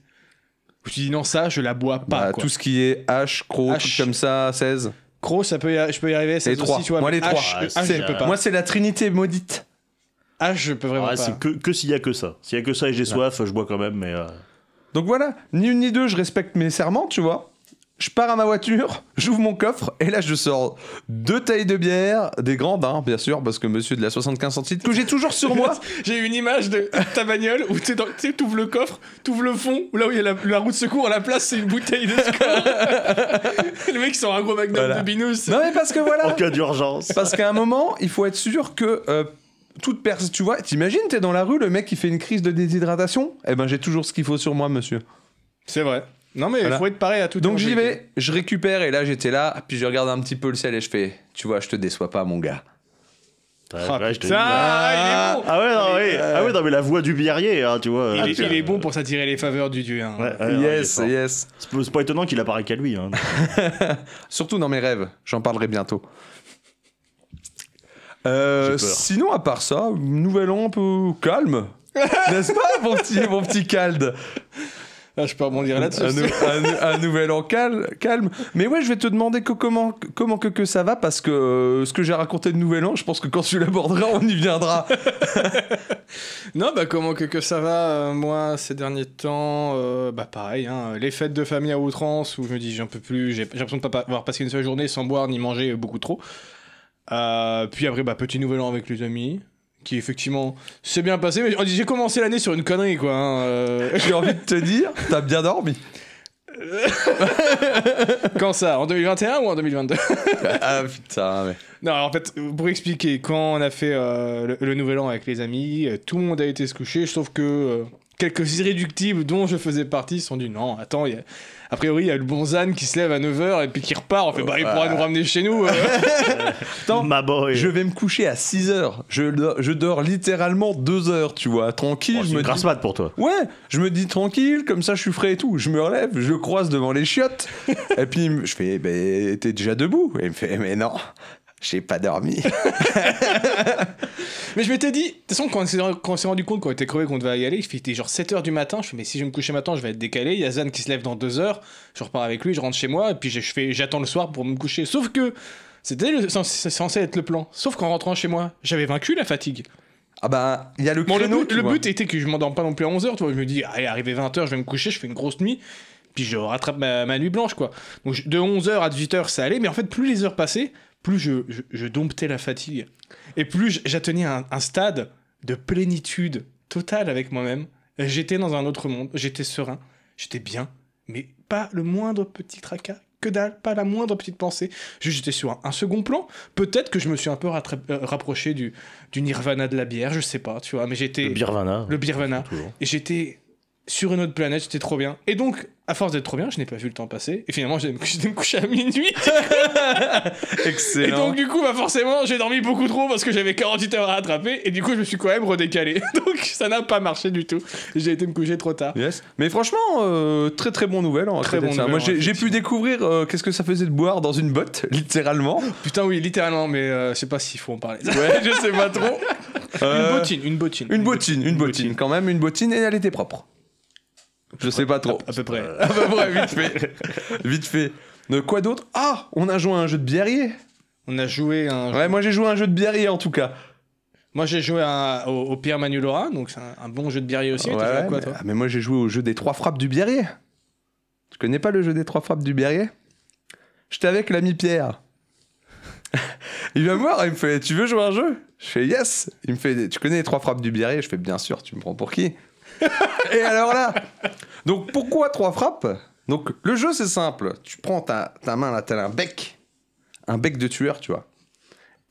Je dis non, ça, je la bois pas. Bah, quoi. tout ce qui est H, croc, H. trucs comme ça, 16. Gros, ça peut y a- je peux y arriver. C'est Les trois. tu vois, Moi, mais les trois. H, Ah, euh, H, c'est- je peux pas. Moi, c'est la trinité maudite. H, je peux vraiment Ah, pas. c'est que, que s'il y a que ça. S'il y a que ça et j'ai soif, je bois quand même, mais. euh, Donc voilà, ni une ni deux, je respecte mes serments, tu vois. je pars à ma voiture, (laughs) j'ouvre mon coffre, et là je sors deux tailles de bière, des grandes, hein, bien sûr, parce que monsieur de la 75 centilitres, que j'ai toujours sur (laughs) moi. (laughs) J'ai une image de ta bagnole où tu ouvres le coffre, t'ouvres le fond, où là où il y a la, la roue de secours, à la place c'est une bouteille de (laughs) score. le mec sort un gros magnum Voilà. de binous. Non mais parce que voilà, En cas d'urgence. Parce qu'à un moment, il faut être sûr que euh, toute personne. Tu vois, t'imagines, t'es dans la rue, le mec qui fait une crise de déshydratation Eh ben, j'ai toujours ce qu'il faut sur moi, monsieur. C'est vrai. Non mais il Voilà. faut être pareil à tout. Donc éventualité. j'y vais, je récupère, et là j'étais là, puis je regarde un petit peu le ciel et je fais Tu vois, je te déçois pas, mon gars. Ah, Ouais, je te putain, il dis. est bon. Ah ouais, non, oui. ah ouais, non, mais la voix du biarrier, hein, tu vois. Il, est, Putain. il est bon pour s'attirer les faveurs du dieu. hein. Ouais, ouais, ouais, yes, Ah, il est fort. yes. C'est pas- c'est pas étonnant qu'il apparaît qu'à lui. Hein. Surtout dans mes rêves, j'en parlerai bientôt. Euh, J'ai peur. sinon, à part ça, nouvel an un peu (laughs) calme. N'est-ce pas, mon petit, mon petit calde Là, Ah, je peux rebondir là-dessus. un, nou- un nou- un nouvel an cal- calme. Mais ouais, je vais te demander que- comment, que- comment que, que ça va parce que euh, ce que j'ai raconté de nouvel an, je pense que quand tu l'aborderas, on y viendra. Non, bah comment que, que ça va euh, Moi, ces derniers temps, euh, bah pareil, hein, les fêtes de famille à outrance où je me dis j'en peux plus, j'ai j'ai l'impression de pas pa- avoir passé une seule journée sans boire ni manger euh, beaucoup trop. Euh, puis après, bah petit nouvel an avec les amis, qui effectivement s'est bien passé, mais on dit, j'ai commencé l'année sur une connerie quoi. hein, euh. j'ai envie de te dire, t'as bien dormi. quand ça En 2021 ou en 2022 Ah putain, mais. Non, alors, en fait, pour expliquer, quand on a fait euh, le, le nouvel an avec les amis, euh, tout le monde a été se coucher, sauf que euh, quelques irréductibles dont je faisais partie se sont dit non, attends, il y a... a priori, il y a le bon Zan qui se lève à 9h et puis qui repart. On fait bah, il pourra nous ramener chez nous. euh. Attends, (laughs) Ma boy. Je vais me coucher à 6 heures. Je, do- je dors littéralement 2 heures, tu vois, tranquille. Oh, je c'est me une dis- grasse mat pour toi. Ouais, je me dis tranquille, comme ça je suis frais et tout. Je me relève, je le croise devant (laughs) les chiottes. et puis il me- je fais, eh ben, t'es déjà debout. Et il me fait, mais non, j'ai pas dormi. Mais je m'étais dit, de toute façon, quand on s'est- quand on s'est rendu compte qu'on était crevé, qu'on devait y aller, il était genre 7h du matin. Je fais, mais si je me couchais maintenant, je vais être décalé. Il y a Zan qui se lève dans 2h. Je repars avec lui, je rentre chez moi, et puis je je fais, j'attends le soir pour me coucher. Sauf que c'était le- c'est censé être le plan. Sauf qu'en rentrant chez moi, j'avais vaincu la fatigue. Ah bah, il y a le Bon, le créneau, but, tu le vois. but était que je m'endorme pas non plus à 11h, tu vois. Je me dis, allez, arrivé 20h, je vais me coucher, je fais une grosse nuit, puis je rattrape ma, ma nuit blanche, quoi. Donc je- de 11h à 18h, ça allait, mais en fait, plus les heures passaient, plus je, je, je domptais la fatigue. Et plus j- j'atteignais un, un stade de plénitude totale avec moi-même. J'étais dans un autre monde, j'étais serein, j'étais bien, mais pas le moindre petit tracas. Que dalle, pas la moindre petite pensée. Juste, J'étais sur un, un second plan. Peut-être que je me suis un peu rattra- euh, rapproché du, du nirvana de la bière, je sais pas, tu vois. Mais j'étais Le Birvana. le Birvana. Toujours. Et j'étais sur une autre planète, j'étais trop bien. Et donc, à force d'être trop bien, je n'ai pas vu le temps passer. Et finalement, j'allais me coucher, j'allais me coucher à minuit. Excellent. Et donc, du coup, bah forcément, j'ai dormi beaucoup trop parce que j'avais 48 heures à rattraper. Et du coup, je me suis quand même redécalé. (laughs) Donc, ça n'a pas marché du tout. J'ai été me coucher trop tard. Yes. Mais franchement, euh, très très bon nouvelle. hein, à Très côté de bon ça. nouvel Moi an, j'ai j'ai pu découvrir euh, qu'est-ce que ça faisait de boire dans une botte, (laughs) littéralement. Putain, oui, littéralement, mais euh, je sais pas s'il faut en parler. Ouais, (laughs) je sais pas trop. Euh, Une bottine, une bottine. Une bottine, une bottine, quand même, une bottine, et elle était propre. Je sais (laughs) pas trop. À peu près. Ah bah ouais, vite fait. Vite fait. De quoi d'autre Ah, on a joué à un jeu de biérier. On a joué un. Ouais, moi j'ai joué à un jeu de biérier en tout cas. Moi, j'ai joué à- au, au Pierre Manu Laura, donc c'est un, un bon jeu de birrier aussi. Ouais, T'as joué à ouais, quoi, mais, toi ah, mais moi j'ai joué au jeu des trois frappes du Biérier. Tu connais pas le jeu des trois frappes du Biérier J'étais avec l'ami Pierre. (laughs) il vient me voir, il me fait Tu veux jouer à un jeu Je fais Yes Il me fait Tu connais les trois frappes du Biérier Je fais Bien sûr, tu me prends (laughs) pour qui Et alors là Donc pourquoi trois frappes Donc le jeu c'est simple. Tu prends ta, ta main là, t'as un bec. Un bec de tueur, tu vois.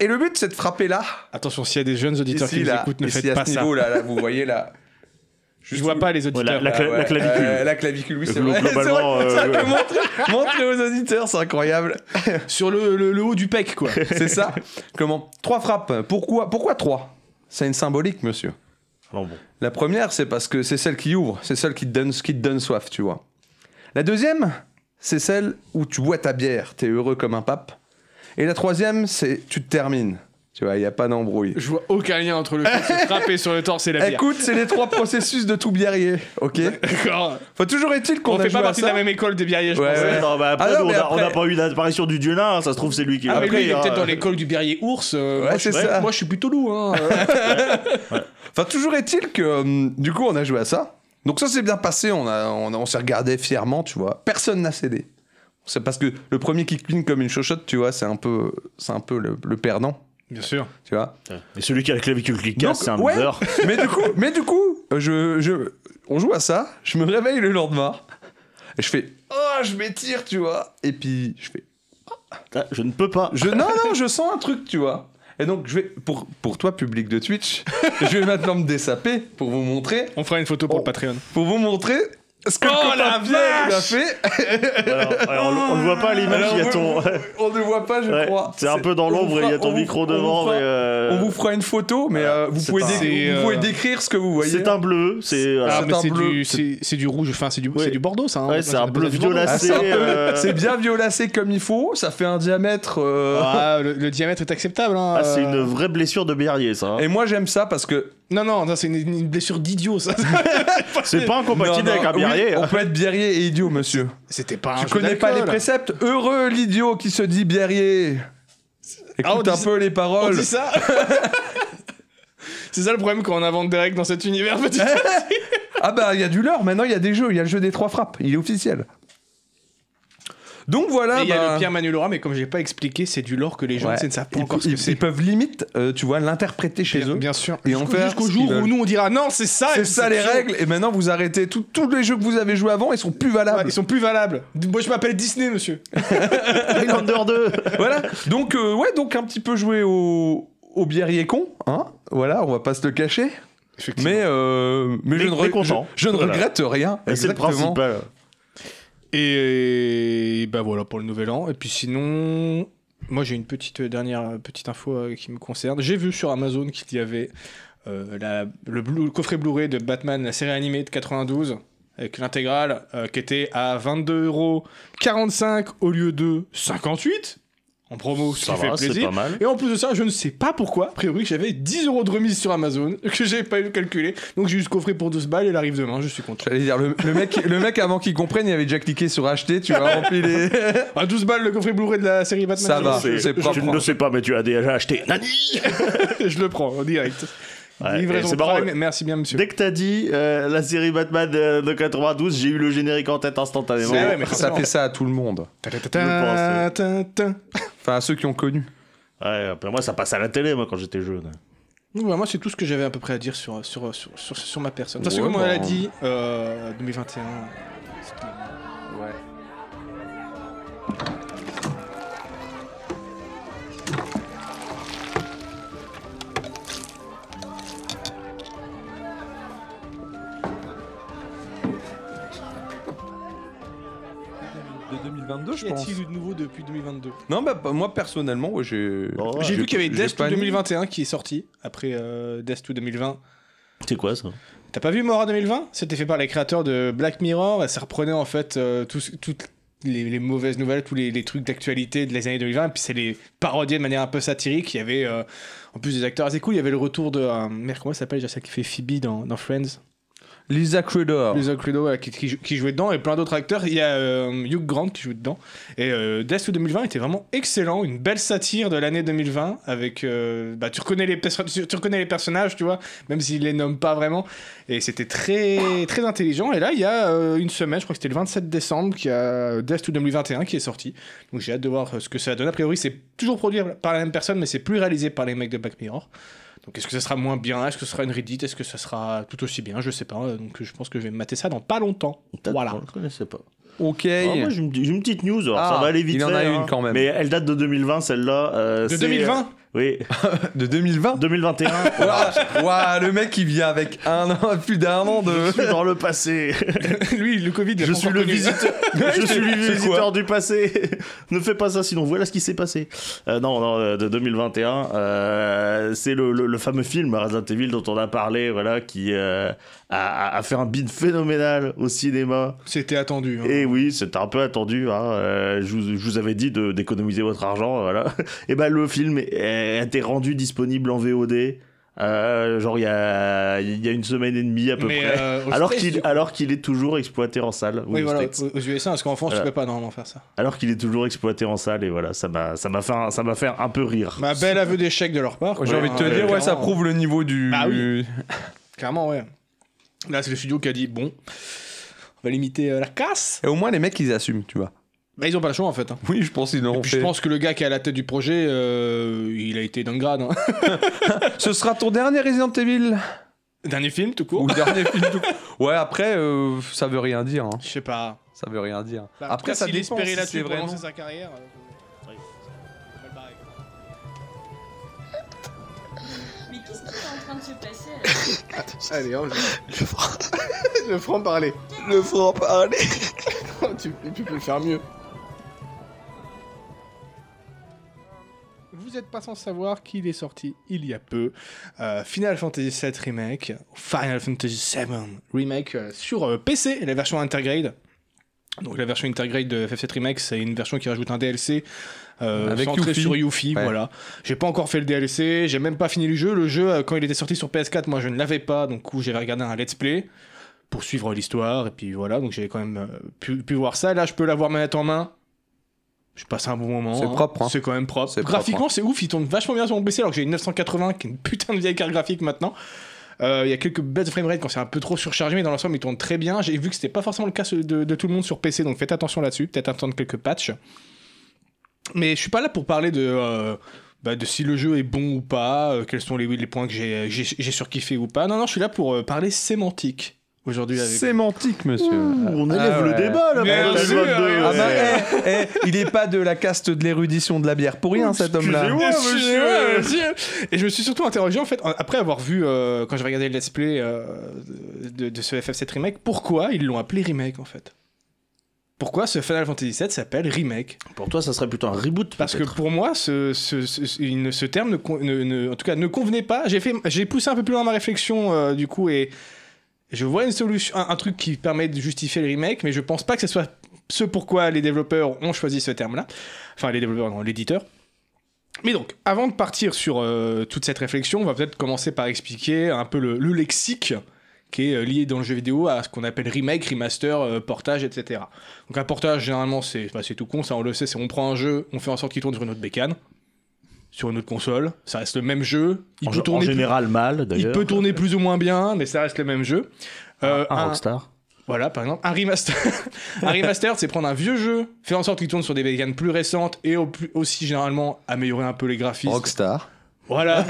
Et le but c'est de frapper là. Attention, s'il y a des jeunes auditeurs Ici, qui nous là, écoutent, ne ici, faites à pas ce ça. niveau, là, là, vous voyez là. (laughs) Je Juste vois où- pas les auditeurs. la- cla- ah ouais, clavicule. euh, la clavicule, oui, c'est Glo- vrai. globalement, C'est vrai. euh, Ça, montrer, montrer aux auditeurs, c'est incroyable. Sur le, le- le haut du pec, quoi. (laughs) C'est ça. Comment Trois frappes. Pourquoi Pourquoi trois C'est une symbolique, monsieur. Alors bon. La première, c'est parce que c'est celle qui ouvre, c'est celle qui te donne, qui te donne soif, tu vois. La deuxième, c'est celle où tu bois ta bière, t'es heureux comme un pape. Et la troisième, c'est tu te termines. Tu vois, il n'y a pas d'embrouille. Je vois aucun lien entre le fait de se frapper sur le torse et la bière. Écoute, c'est (laughs) les trois processus de tout biérier, ok D'accord. Faut toujours est-il qu'on On a fait joué pas à partie de la ça. même école des biériers, je Ouais, pense. ouais. Ouais, non, bah, après, Ah non, nous, mais on a- on n'a après- pas eu d'apparition du dieu là, hein, ça se trouve, c'est lui qui l'a Ah, mais lui, pris, il est hein. peut-être dans l'école du biérier ours. euh, euh, Ouais, moi, je, c'est suis- ça. moi, je suis plutôt loup. Hein. euh. (laughs) Enfin, toujours est-il que, hum, du coup, on a joué à ça. Donc ça s'est bien passé, on, a, on, a- on s'est regardé fièrement, tu vois. Personne n'a cédé. C'est parce que le premier qui cligne comme une chochotte, tu vois, c'est un peu, c'est un peu le, le perdant, Bien sûr. tu vois. Et celui qui a la clavicule qui casse, Donc, c'est un ouais. loser. mais du coup, mais du coup, euh, je, je, on joue à ça. Je me réveille le lendemain. Et je fais, oh, je m'étire, tu vois. Et puis, je fais, Ah, je ne peux pas. je, non, non, je sens un truc, tu vois. Et donc, je vais, pour, pour toi, public de Twitch, (laughs) je vais maintenant me dessaper pour vous montrer, On fera une photo pour Oh. le Patreon. pour vous montrer ce que Oh, le copain la Pierre, il a vache fait. (laughs) Alors, alors, on, on le voit pas à l'image, Alors, il y a on- ton. On ne voit pas, je Ouais, crois. c'est un peu dans on vous l'ombre et il fera- y a ton on vous micro fera- on vous devant. fera- mais, euh, On vous fera une photo, mais Voilà. euh, vous, C'est pouvez pas- dé- c'est, vous pouvez euh, décrire ce que vous voyez. C'est un bleu, c'est. Ah, c'est mais un c'est bleu. du, c'est, c'est du rouge, enfin c'est du, Ouais. c'est du Bordeaux ça. hein. Ouais, c'est un Ça bleu s'appelle du Bordeaux. violacé. Ah, c'est un peu- euh, c'est bien violacé comme il faut, ça fait un diamètre. euh, Ah, le, le diamètre est acceptable. hein, Ah, c'est euh. une vraie blessure de Berrier, ça. hein. Et moi j'aime ça parce que. Non, non, ça, c'est une, une blessure d'idiot (laughs) ça. C'est pas incompatible Non, avec non, un Berrier. oui, hein. on peut être biérier et idiot, monsieur. C'était pas un Tu jeu connais pas les d'alcool. préceptes Heureux l'idiot qui se dit biérier. Ah, on Écoute dit un ça- peu les On paroles. dit ça (laughs) C'est ça le problème quand on invente des règles dans cet univers petit. Eh Ah bah il y a du leurre, maintenant il y a des jeux, il y a le jeu des trois frappes, il est officiel. Donc voilà. Et Il y a bah, le Pierre Manu Laura, mais comme j'ai pas expliqué, c'est du lore que les gens ouais. ne savent pas Ils- encore ce que ils, ils c'est. peuvent limite, euh, tu vois, l'interpréter chez eux. Bien sûr. Et en Jusqu'au faire jusqu'au ce jour qu'ils où veulent. nous on dira non, c'est ça. C'est ça les sûr. règles, et maintenant vous arrêtez. Tous- Tous les jeux que vous avez joués avant, ils sont plus Ouais, valables. ils sont plus valables. Moi je m'appelle Disney, monsieur. Highlander 2. voilà. Donc, euh, ouais, donc un petit peu jouer au, au biérier con, hein. Voilà, on va pas se le cacher. Mais, euh, mais, je ne, mais re- content. je, je ne Voilà. regrette rien. Et (laughs) C'est le Exactement. principal. Et bah voilà pour le nouvel an. Et puis sinon, moi j'ai une petite euh, dernière euh, petite info euh, qui me concerne. J'ai vu sur Amazon qu'il y avait euh, la- le, Blu- le coffret Blu-ray de Batman, la série animée de 92, avec l'intégrale euh, qui était à 22,45€ au lieu de 58 en promo, ce Ça qui fait va, c'est plaisir. pas mal. Et en plus de ça, je ne sais pas pourquoi, a priori, j'avais 10 euros de remise sur Amazon, (laughs) que j'avais pas eu calculé. Donc j'ai eu ce coffret pour 12 balles, il arrive demain, je suis content. J'allais dire, le, le mec, le mec, avant qu'il comprenne, il avait déjà cliqué sur acheter, tu vas rempli les. À 12 balles, le coffret Blu-ray de la série Batman. Ça je va. le C'est- c'est Tu propre. ne le sais pas, mais tu as déjà acheté. Nani (laughs) je le prends en direct. Ouais, Livraison et c'est marrant. Prime, merci bien monsieur. Dès que t'as dit euh, la série Batman euh, de, de 92, j'ai eu le générique en tête instantanément. C'est- Ah ouais, mais ça fait ça à tout le monde. Ta-ta-ta-ta, ta-ta. Enfin, à ceux qui ont connu. Ouais, après, moi, ça passe à la télé, moi, quand j'étais jeune. Donc, bah, moi c'est tout ce que j'avais à peu près à dire sur, sur, sur, sur, sur ma personne. Parce que Ouais, comme on l'a bah. dit, euh, 2021... c'était- De 2022, Qu'y a-t-il eu de nouveau depuis 2022 Non, bah, bah, moi personnellement, ouais, j'ai. Oh, ouais. J'ai vu qu'il y avait j'ai Death pas to mis. 2021 qui est sorti, après euh, Death to 2020. C'est quoi ça T'as pas vu Mora 2020 C'était fait par les créateurs de Black Mirror et ça reprenait en fait euh, tous- toutes les, les mauvaises nouvelles, tous les, les trucs d'actualité de les années 2020 et puis c'est les parodier de manière un peu satirique. Il y avait euh, en plus des acteurs assez cool. Il y avait le retour de. euh, merde, comment ça s'appelle déjà celle qui fait Phoebe dans, dans Friends Lisa Credor. Lisa Cluedo voilà, qui, qui jou- qui jouait dedans et plein d'autres acteurs. Il y a euh, Hugh Grant qui joue dedans. Et euh, Death to 2020 était vraiment excellent, une belle satire de l'année 2020 avec euh, bah, tu reconnais les perso- tu, tu reconnais les personnages, tu vois, même s'ils les nomment pas vraiment. Et c'était très très intelligent. Et là, il y a euh, une semaine, je crois que c'était le 27 décembre, qu'il y a euh, Death to 2021 qui est sorti. Donc j'ai hâte de voir euh, ce que ça donne. A priori, c'est toujours produit par la même personne, mais c'est plus réalisé par les mecs de Black Mirror. Donc est-ce que ça sera moins bien Est-ce que ce sera une redite Est-ce que ça sera tout aussi bien Je sais pas. euh, Donc je pense que je vais mater ça dans pas longtemps. Voilà. Je ne connaissais pas. Ok. Ah, moi, j'ai une, j'ai une petite news, alors Ah, ça va aller vite. il en a fait, une hein. quand même. Mais elle date de 2020, celle-là. euh, De c'est- 2020 Oui, (laughs) De 2020. 2021. (laughs) Ouah, ouah, le mec il vient avec un an, plus d'un an de. Je suis dans le passé. (laughs) Lui, le Covid, il a Je pas suis encore le connu. visiteur. je suis le C'est visiteur du passé. (laughs) ne fais pas ça, sinon voilà ce qui s'est passé. Euh, non, non, euh, de 2021, euh, c'est le, le- le fameux film Resident Evil dont on a parlé, voilà, qui euh, a, a- a fait un bid phénoménal au cinéma. (laughs) C'était attendu. hein. Et oui, c'était un peu attendu. hein. Euh, je, vous, je vous avais dit de- d'économiser votre argent, voilà. (laughs) Et ben le film a été rendu disponible en VOD. euh, genre il y a, il y a une semaine et demie à peu Mais, près. euh, aux alors States, qu'il du coup. alors qu'il est toujours exploité en salle. ou Oui, aux voilà, States. aux aux USA, parce qu'en France, Voilà. tu peux pas normalement faire ça. Alors qu'il est toujours exploité en salle et voilà, ça m'a ça m'a fait un- ça m'a fait un peu rire. Ma belle aveu d'échec de leur part. quoi. J'ai envie de te Euh, dire, ouais, ça clairement, prouve le niveau du. Bah oui. Clairement, ouais. Là, c'est le studio qui a dit bon, on va limiter euh, la casse. Et au moins les mecs ils assument, tu vois. Bah, ils ont pas le choix en fait. hein. Oui, je pense qu'ils Et n'auront puis, je fait. pense que le gars qui est à la tête du projet, euh, il a été d'un grade. hein. (laughs) Ce sera ton dernier Resident Evil Dernier film, tout court. Ou dernier film tout- Ouais, après, euh, ça veut rien dire. hein. Je sais pas. Ça veut rien dire. Bah, en tout après, cas, ça s'il dépend espérait si là-dessus c'est pour vraiment... lancer sa carrière. euh, Oui. mal barré. Mais qu'est-ce qui est en train de se passer là Allez, on le franc. le franc parler. Le franc parler. (laughs) tu, tu peux faire mieux. Vous n'êtes pas sans savoir qu'il est sorti il y a peu. Euh, Final Fantasy VII Remake, Final Fantasy VII Remake euh, sur euh, PC, la version Intergrade. Donc la version Intergrade de FF7 Remake, c'est une version qui rajoute un DLC euh, Avec centré Yuffie. sur Yuffie. Ouais. Voilà. J'ai pas encore fait le DLC, j'ai même pas fini le jeu. Le jeu, euh, quand il était sorti sur PS4, moi je ne l'avais pas, donc du coup j'avais regardé un let's play pour suivre l'histoire, et puis voilà, donc j'avais quand même euh, pu, pu voir ça. Là, je peux l'avoir manette en main. Je passe un bon moment. C'est hein. propre, hein. C'est quand même propre. C'est propre, hein. Graphiquement, c'est ouf. Il tourne vachement bien sur mon PC alors que j'ai une 980 qui est une putain de vieille carte graphique maintenant. Euh, Il y a quelques bêtes framerate quand c'est un peu trop surchargé, mais dans l'ensemble, il tourne très bien. J'ai vu que c'était pas forcément le cas de, de tout le monde sur PC, donc faites attention là-dessus. Peut-être attendre quelques patchs. Mais je suis pas là pour parler de, euh, bah, de si le jeu est bon ou pas, euh, quels sont les, les points que j'ai- j'ai j'ai surkiffé ou pas. Non, non, je suis là pour euh, parler sémantique aujourd'hui avec vous. Sémantique, monsieur. On Ah élève le ouais. débat là. Bien bordel, sûr, votre de- Ah bah, Ouais. Ouais. eh, eh, il est pas de la caste de l'érudition de la bière pour rien, cet homme-là. Excusez-moi. Ouais, Excusez-moi, monsieur. monsieur. Et je me suis surtout interrogé, en fait, en- après avoir vu, euh, quand j'ai regardé le let's play euh, de, de ce FF7 Remake, pourquoi ils l'ont appelé Remake, en fait Pourquoi ce Final Fantasy VII s'appelle Remake Pour toi, ça serait plutôt un reboot. eh. Parce que peut-être. pour moi, ce, ce- ce- il ne- ce terme, ne con- ne- ne- en tout cas, ne convenait pas. J'ai fait- j'ai poussé un peu plus loin ma réflexion, euh, du coup, et je vois une solution, un, un truc qui permet de justifier le remake, mais je pense pas que ce soit ce pourquoi les développeurs ont choisi ce terme-là. Enfin, les développeurs, non, l'éditeur. Mais donc, avant de partir sur euh, toute cette réflexion, on va peut-être commencer par expliquer un peu le, le lexique qui est euh, lié dans le jeu vidéo à ce qu'on appelle remake, remaster, euh, portage, etc. Donc un portage, généralement, c'est bah, c'est tout con, ça on le sait, c'est on prend un jeu, on fait en sorte qu'il tourne sur une autre bécane, sur une autre console, ça reste le même jeu, il En peut gé- en tourner plus- général mal il d'ailleurs. Ah, peut tourner plus ou moins bien, mais ça reste le même jeu. Euh, un un- rockstar. voilà, par exemple, un remaster. (laughs) un remaster, c'est prendre un vieux jeu, faire en sorte qu'il tourne sur des bécanes plus récentes et au plus- aussi généralement améliorer un peu les graphismes. Rockstar. Voilà.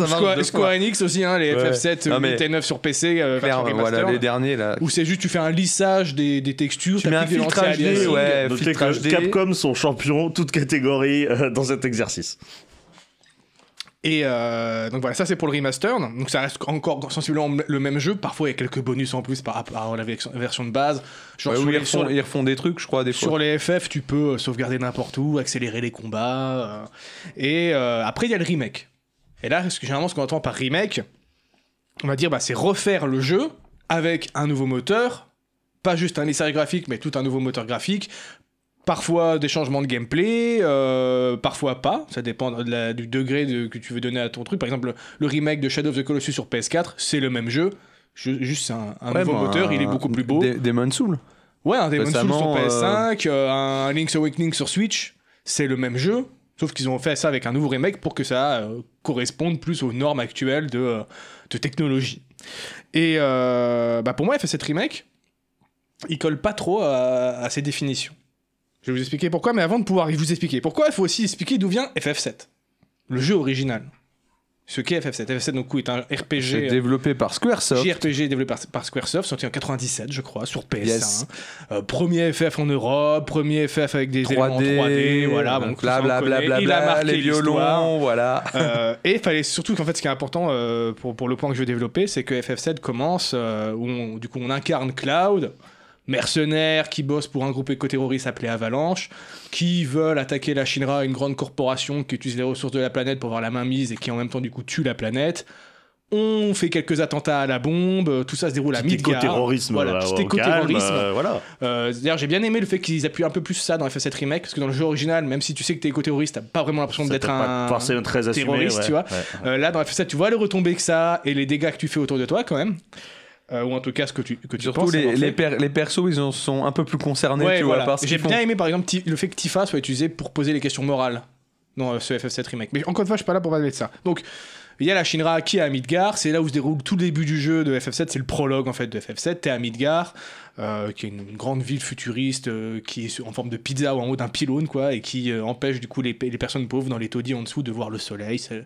Ou marche Square, deux Square fois. Enix aussi, hein, les Ouais. FF7, Non, mais- 8 et 9 sur PC, euh, version Claire, remaster, voilà, les là. derniers, là. Où c'est juste, tu fais un lissage des, des textures, Tu mets un t'appliques des filtre lentilles HD, aliasing. ouais, Notez filtre que HD. Capcom sont champions, toute catégorie, euh, dans cet exercice. Et euh, donc voilà, ça c'est pour le remaster. Donc ça reste encore sensiblement le même jeu. Parfois il y a quelques bonus en plus par rapport à la vex- version de base. Genre Ouais, sur où les- ils refont, sur- ils refont des trucs, je crois, des Sur fois. les FF, tu peux euh, sauvegarder n'importe où, accélérer les combats. euh, et euh, après, il y a le remake. Et là, ce que- généralement, ce qu'on entend par remake, on va dire, bah, c'est refaire le jeu avec un nouveau moteur. Pas juste un lissage graphique, mais tout un nouveau moteur graphique. Parfois des changements de gameplay, euh, parfois pas. Ça dépend de la- du degré de- que tu veux donner à ton truc. Par exemple, le remake de Shadow of the Colossus sur PS4, c'est le même jeu. ju- Juste c'est un, un Ouais, nouveau bon, moteur, un- il est beaucoup plus beau. Des- Demon Soul. Ouais, un Demon's Souls sur Récemment, PS5, euh, un Link's Awakening sur Switch, c'est le même jeu, sauf qu'ils ont fait ça avec un nouveau remake pour que ça euh, corresponde plus aux normes actuelles de, euh, de technologie. Et euh, bah pour moi, cette remake, il colle pas trop à, à ces définitions. Je vais vous expliquer pourquoi, mais avant de pouvoir vous expliquer pourquoi, il faut aussi expliquer d'où vient FF7, le jeu original. Ce qu'est FF7. FF7, donc, coup, est un C'est RPG. euh, développé par Squaresoft. JRPG développé par, par Squaresoft, sorti en 97, je crois, sur PS1. Yes. Euh, premier FF en Europe, premier FF avec des éléments 3D, 3D, voilà. Bon, tout ça, on connaît. blablabla, il a marqué les l'histoire. violons, voilà. Euh, et il fallait surtout qu'en fait, ce qui est important euh, pour, pour le point que je vais développer, c'est que FF7 commence euh, où on- du coup on incarne Cloud, mercenaire qui bosse pour un groupe éco-terroriste appelé Avalanche, qui veulent attaquer la Shinra, une grande corporation qui utilise les ressources de la planète pour avoir la main mise et qui en même temps du coup tue la planète. On fait quelques attentats à la bombe, euh, tout ça se déroule à Petit Midgar. éco-terrorisme. Voilà, là, petit au calme, éco-terrorisme. euh, voilà. Euh, D'ailleurs, j'ai bien aimé le fait qu'ils appuient un peu plus ça dans FF7 Remake, parce que dans le jeu original, même si tu sais que t'es éco-terroriste, t'as pas vraiment l'impression Ça d'être t'a pas un forcément très assumé, terroriste, ouais. tu vois. Ouais. euh, là, dans FF7, tu vois les retombées que ça a et les dégâts que tu fais autour de toi, quand même. Euh, ou en tout cas, ce que tu, que tu Surtout penses les, avoir les, fait. per- les persos, ils en sont un peu plus concernés, Ouais, tu vois, voilà. par ce J'ai qu'ils font. bien aimé, par exemple, Ti- le fait que Tifa soit utilisée pour poser les questions morales dans euh, ce FF7 Remake. Mais encore une fois, je suis pas là pour parler de ça. Donc, Il y a la Shinra Aki à Midgar, c'est là où se déroule tout le début du jeu de FF7, c'est le prologue en fait de FF7, t'es à Midgar, euh, qui est une grande ville futuriste euh, qui est en forme de pizza ou en haut d'un pylône quoi, et qui euh, empêche du coup les, les personnes pauvres dans les taudis en dessous de voir le soleil, c'est un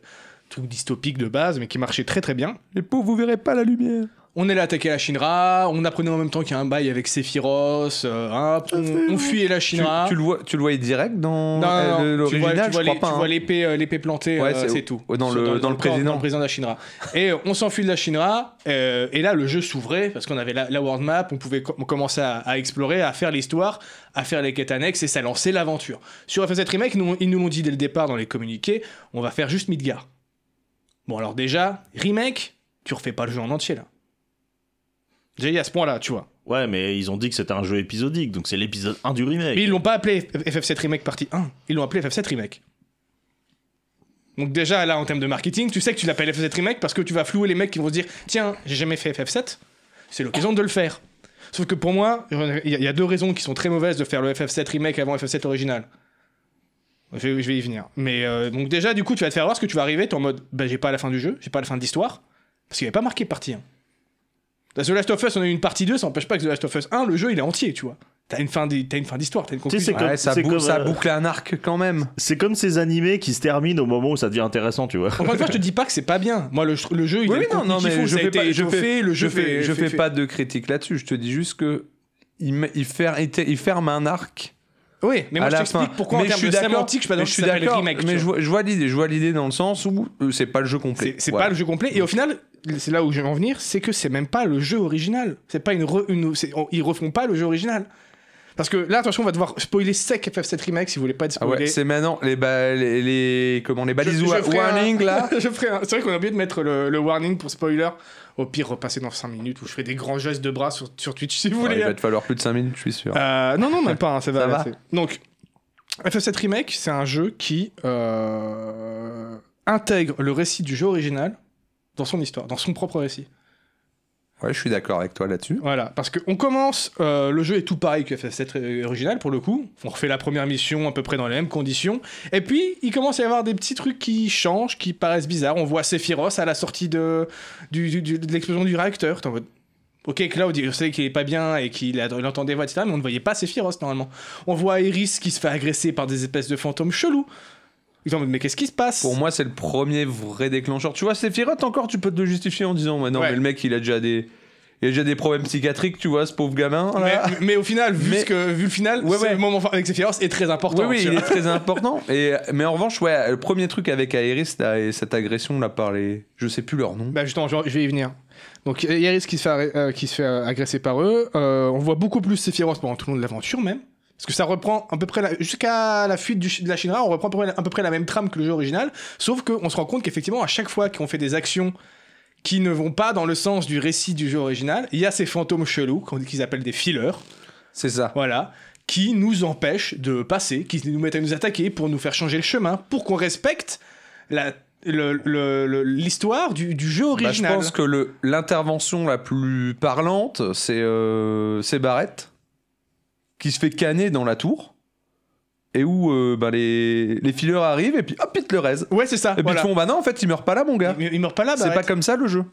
truc dystopique de base mais qui marchait très très bien. Les pauvres, vous verrez pas la lumière. On est là attaqué à la Shinra, on apprenait en même temps qu'il y a un bail avec Sephiroth, euh, hein, on, on fuyait la Tu, Shinra. tu le vois, tu le voyais direct dans Non, non, non, euh, tu vois, l'original, tu je vois crois les- pas. tu hein. vois l'épée, euh, l'épée plantée, Ouais, euh, c'est- c'est tout. dans le- dans corps- le président. Dans le président de la Shinra. Et euh, on s'enfuit de la Shinra, euh, et là le jeu s'ouvrait, parce qu'on avait la, la world map, on pouvait co- commencer à, à explorer, à faire l'histoire, à faire les quêtes annexes, et ça lançait l'aventure. Sur FF7 Remake, nous- ils nous l'ont dit dès le départ dans les communiqués, on va faire juste Midgar. Bon alors déjà, Remake, tu refais pas le jeu en entier là. Déjà il y a ce point là, tu vois. Ouais, mais ils ont dit que c'était un jeu épisodique, donc c'est l'épisode 1 du remake. Mais ils l'ont pas appelé FF7 Remake partie 1, ils l'ont appelé FF7 Remake. Donc déjà là en termes de marketing, tu sais que tu l'appelles FF7 Remake parce que tu vas flouer les mecs qui vont se dire tiens j'ai jamais fait FF7, c'est l'occasion de le faire. Sauf que pour moi, il y a- il y a deux raisons qui sont très mauvaises de faire le FF7 Remake avant FF7 original. Je vais, je vais y venir. Mais euh, donc déjà du coup tu vas te faire voir ce que tu vas arriver, t'es en mode bah j'ai pas la fin du jeu, j'ai pas la fin de l'histoire, parce qu'il n'y avait pas marqué partie 1. Parce que The Last of Us, on a eu une partie 2, ça n'empêche pas que The Last of Us 1, le jeu, il est entier, tu vois. T'as une fin d'hi- t'as une fin d'histoire, t'as une sais, conclusion. c'est Ouais, ça, C'est bou- comme, ça euh, boucle un arc quand même. C'est comme ces animés qui se terminent au moment où ça devient intéressant, tu vois. Encore une fois, je te dis pas que c'est pas bien. Moi, le, le jeu, il Oui, est oui, non, non, mais je fais pas, je fais, le jeu je fais, fait- je fait- fais pas de critique là-dessus. Je te dis juste que il, me- il, fer- il te- il ferme un arc. Oui, mais moi, à je la t'explique fin. pourquoi Mais en je termes suis de d'accord, sémantique, je suis pas mais d'accord je que suis ça s'appelle d'accord, remake. tu Mais vois. je vois, je vois l'idée, je vois l'idée dans le sens où euh, c'est pas le jeu complet. C'est c'est Voilà. pas le jeu complet. Et au final, c'est là où je vais en venir, c'est que c'est même pas le jeu original. C'est pas une, re- une- c'est- on- ils refont pas le jeu original. Parce que là, attention, on va devoir spoiler sec FF7 remake si vous voulez pas être Ah spoilé. ouais, c'est maintenant les, ba- les, les- comment les balises Je- je wa- ferai un- warning là. (laughs) je ferai un- C'est vrai qu'on a oublié de mettre le, le warning pour spoiler. Au pire, repasser dans 5 minutes où je ferai des grands gestes de bras sur, sur Twitch si vous Ouais, voulez. il va te falloir plus de 5 minutes, je suis sûr. Euh, non, non, même pas, hein, ça va. (laughs) Ça là, va. c'est- Donc, FF7 Remake, c'est un jeu qui euh, intègre le récit du jeu original dans son histoire, dans son propre récit. Ouais, je suis d'accord avec toi là-dessus. Voilà, parce qu'on commence, euh, le jeu est tout pareil que FF7 euh, original pour le coup. On refait la première mission à peu près dans les mêmes conditions. Et puis, il commence à y avoir des petits trucs qui changent, qui paraissent bizarres. On voit Sephiroth à la sortie de, du- du- du- de l'explosion du réacteur. T'es en mode, Ok, Cloud, il sait qu'il est pas bien et qu'il a- il entend des voix, etc. Mais on ne voyait pas Sephiroth normalement. On voit Iris qui se fait agresser par des espèces de fantômes chelous. Ils sont en mode, mais qu'est-ce qui se passe Pour moi, c'est le premier vrai déclencheur. Tu vois, Sephiroth, encore, tu peux te le justifier en disant Ouais, non, Ouais. mais le mec, il a déjà des. Il a déjà des problèmes psychiatriques, tu vois, ce pauvre gamin. mais, Là. mais au final, vu, Mais- ce que, vu le final, Ouais, c'est ouais. le moment avec Sephiroth est très important. oui, oui, tu il vois. est très important. Et, mais en revanche, ouais, le premier truc avec Aeris, là, et cette agression là par les. Je sais plus leur nom. Bah justement, je, je vais y venir. Donc il y a Iris qui se fait, arrê- euh, qui se fait euh, agresser par eux. Euh, on voit beaucoup plus Sephiroth pendant tout le long de l'aventure même. Parce que ça reprend à peu près la- jusqu'à la fuite du chi- de la Shinra, on reprend à peu près la, à peu près la même trame que le jeu original, sauf qu'on se rend compte qu'effectivement à chaque fois qu'on fait des actions qui ne vont pas dans le sens du récit du jeu original, il y a ces fantômes chelous qu'on- qu'ils appellent des fillers, C'est ça. voilà, qui nous empêchent de passer, qui nous mettent à nous attaquer pour nous faire changer le chemin, pour qu'on respecte la- le- le- le- l'histoire du, du jeu Bah, je original. pense que le- l'intervention la plus parlante, c'est euh, c'est Barrett, qui se fait canner dans la tour, et où euh, bah, les, les fileurs arrivent, et puis hop, ils te le raisent. Ouais, c'est ça. Et puis voilà. bah, ils te font Bah non, en fait, il meurt pas là, mon gars. Il, il meurt pas là, C'est Barrett. pas comme ça le jeu.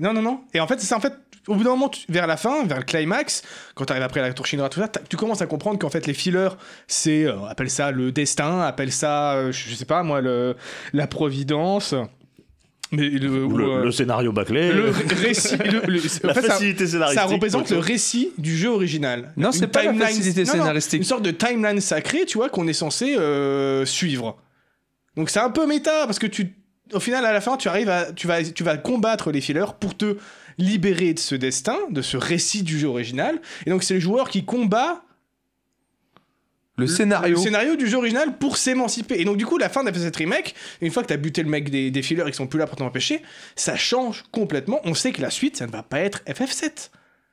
Non, non, non. Et en fait, c'est ça, en fait, au bout d'un moment, tu- vers la fin, vers le climax, quand t'arrives après la tour Shinra, tout ça, t'as- tu commences à comprendre qu'en fait, les fillers, c'est, euh, appelle ça le destin, appelle ça, euh, je je sais pas, moi, le, la providence. Mais le, Ou ou, le, euh, le scénario bâclé. le ré- récit. le- (laughs) le- en la fait, ça, facilité ça scénaristique. représente le plutôt. récit du jeu original. Non, Une c'est pas la timeline- facilité Non, non, scénaristique. une sorte de timeline sacrée, tu vois, qu'on est censé euh, suivre. Donc c'est un peu méta parce que tu, au final, à la fin, tu arrives à, tu vas, tu vas combattre les fillers pour te libérer de ce destin, de ce récit du jeu original. Et donc c'est le joueur qui combat Le scénario. le scénario du jeu original pour s'émanciper. Et donc, du coup, la fin de cette remake, une fois que t'as buté le mec des, des fillers et qu'ils sont plus là pour t'empêcher, ça change complètement. On sait que la suite, ça ne va pas être FF7.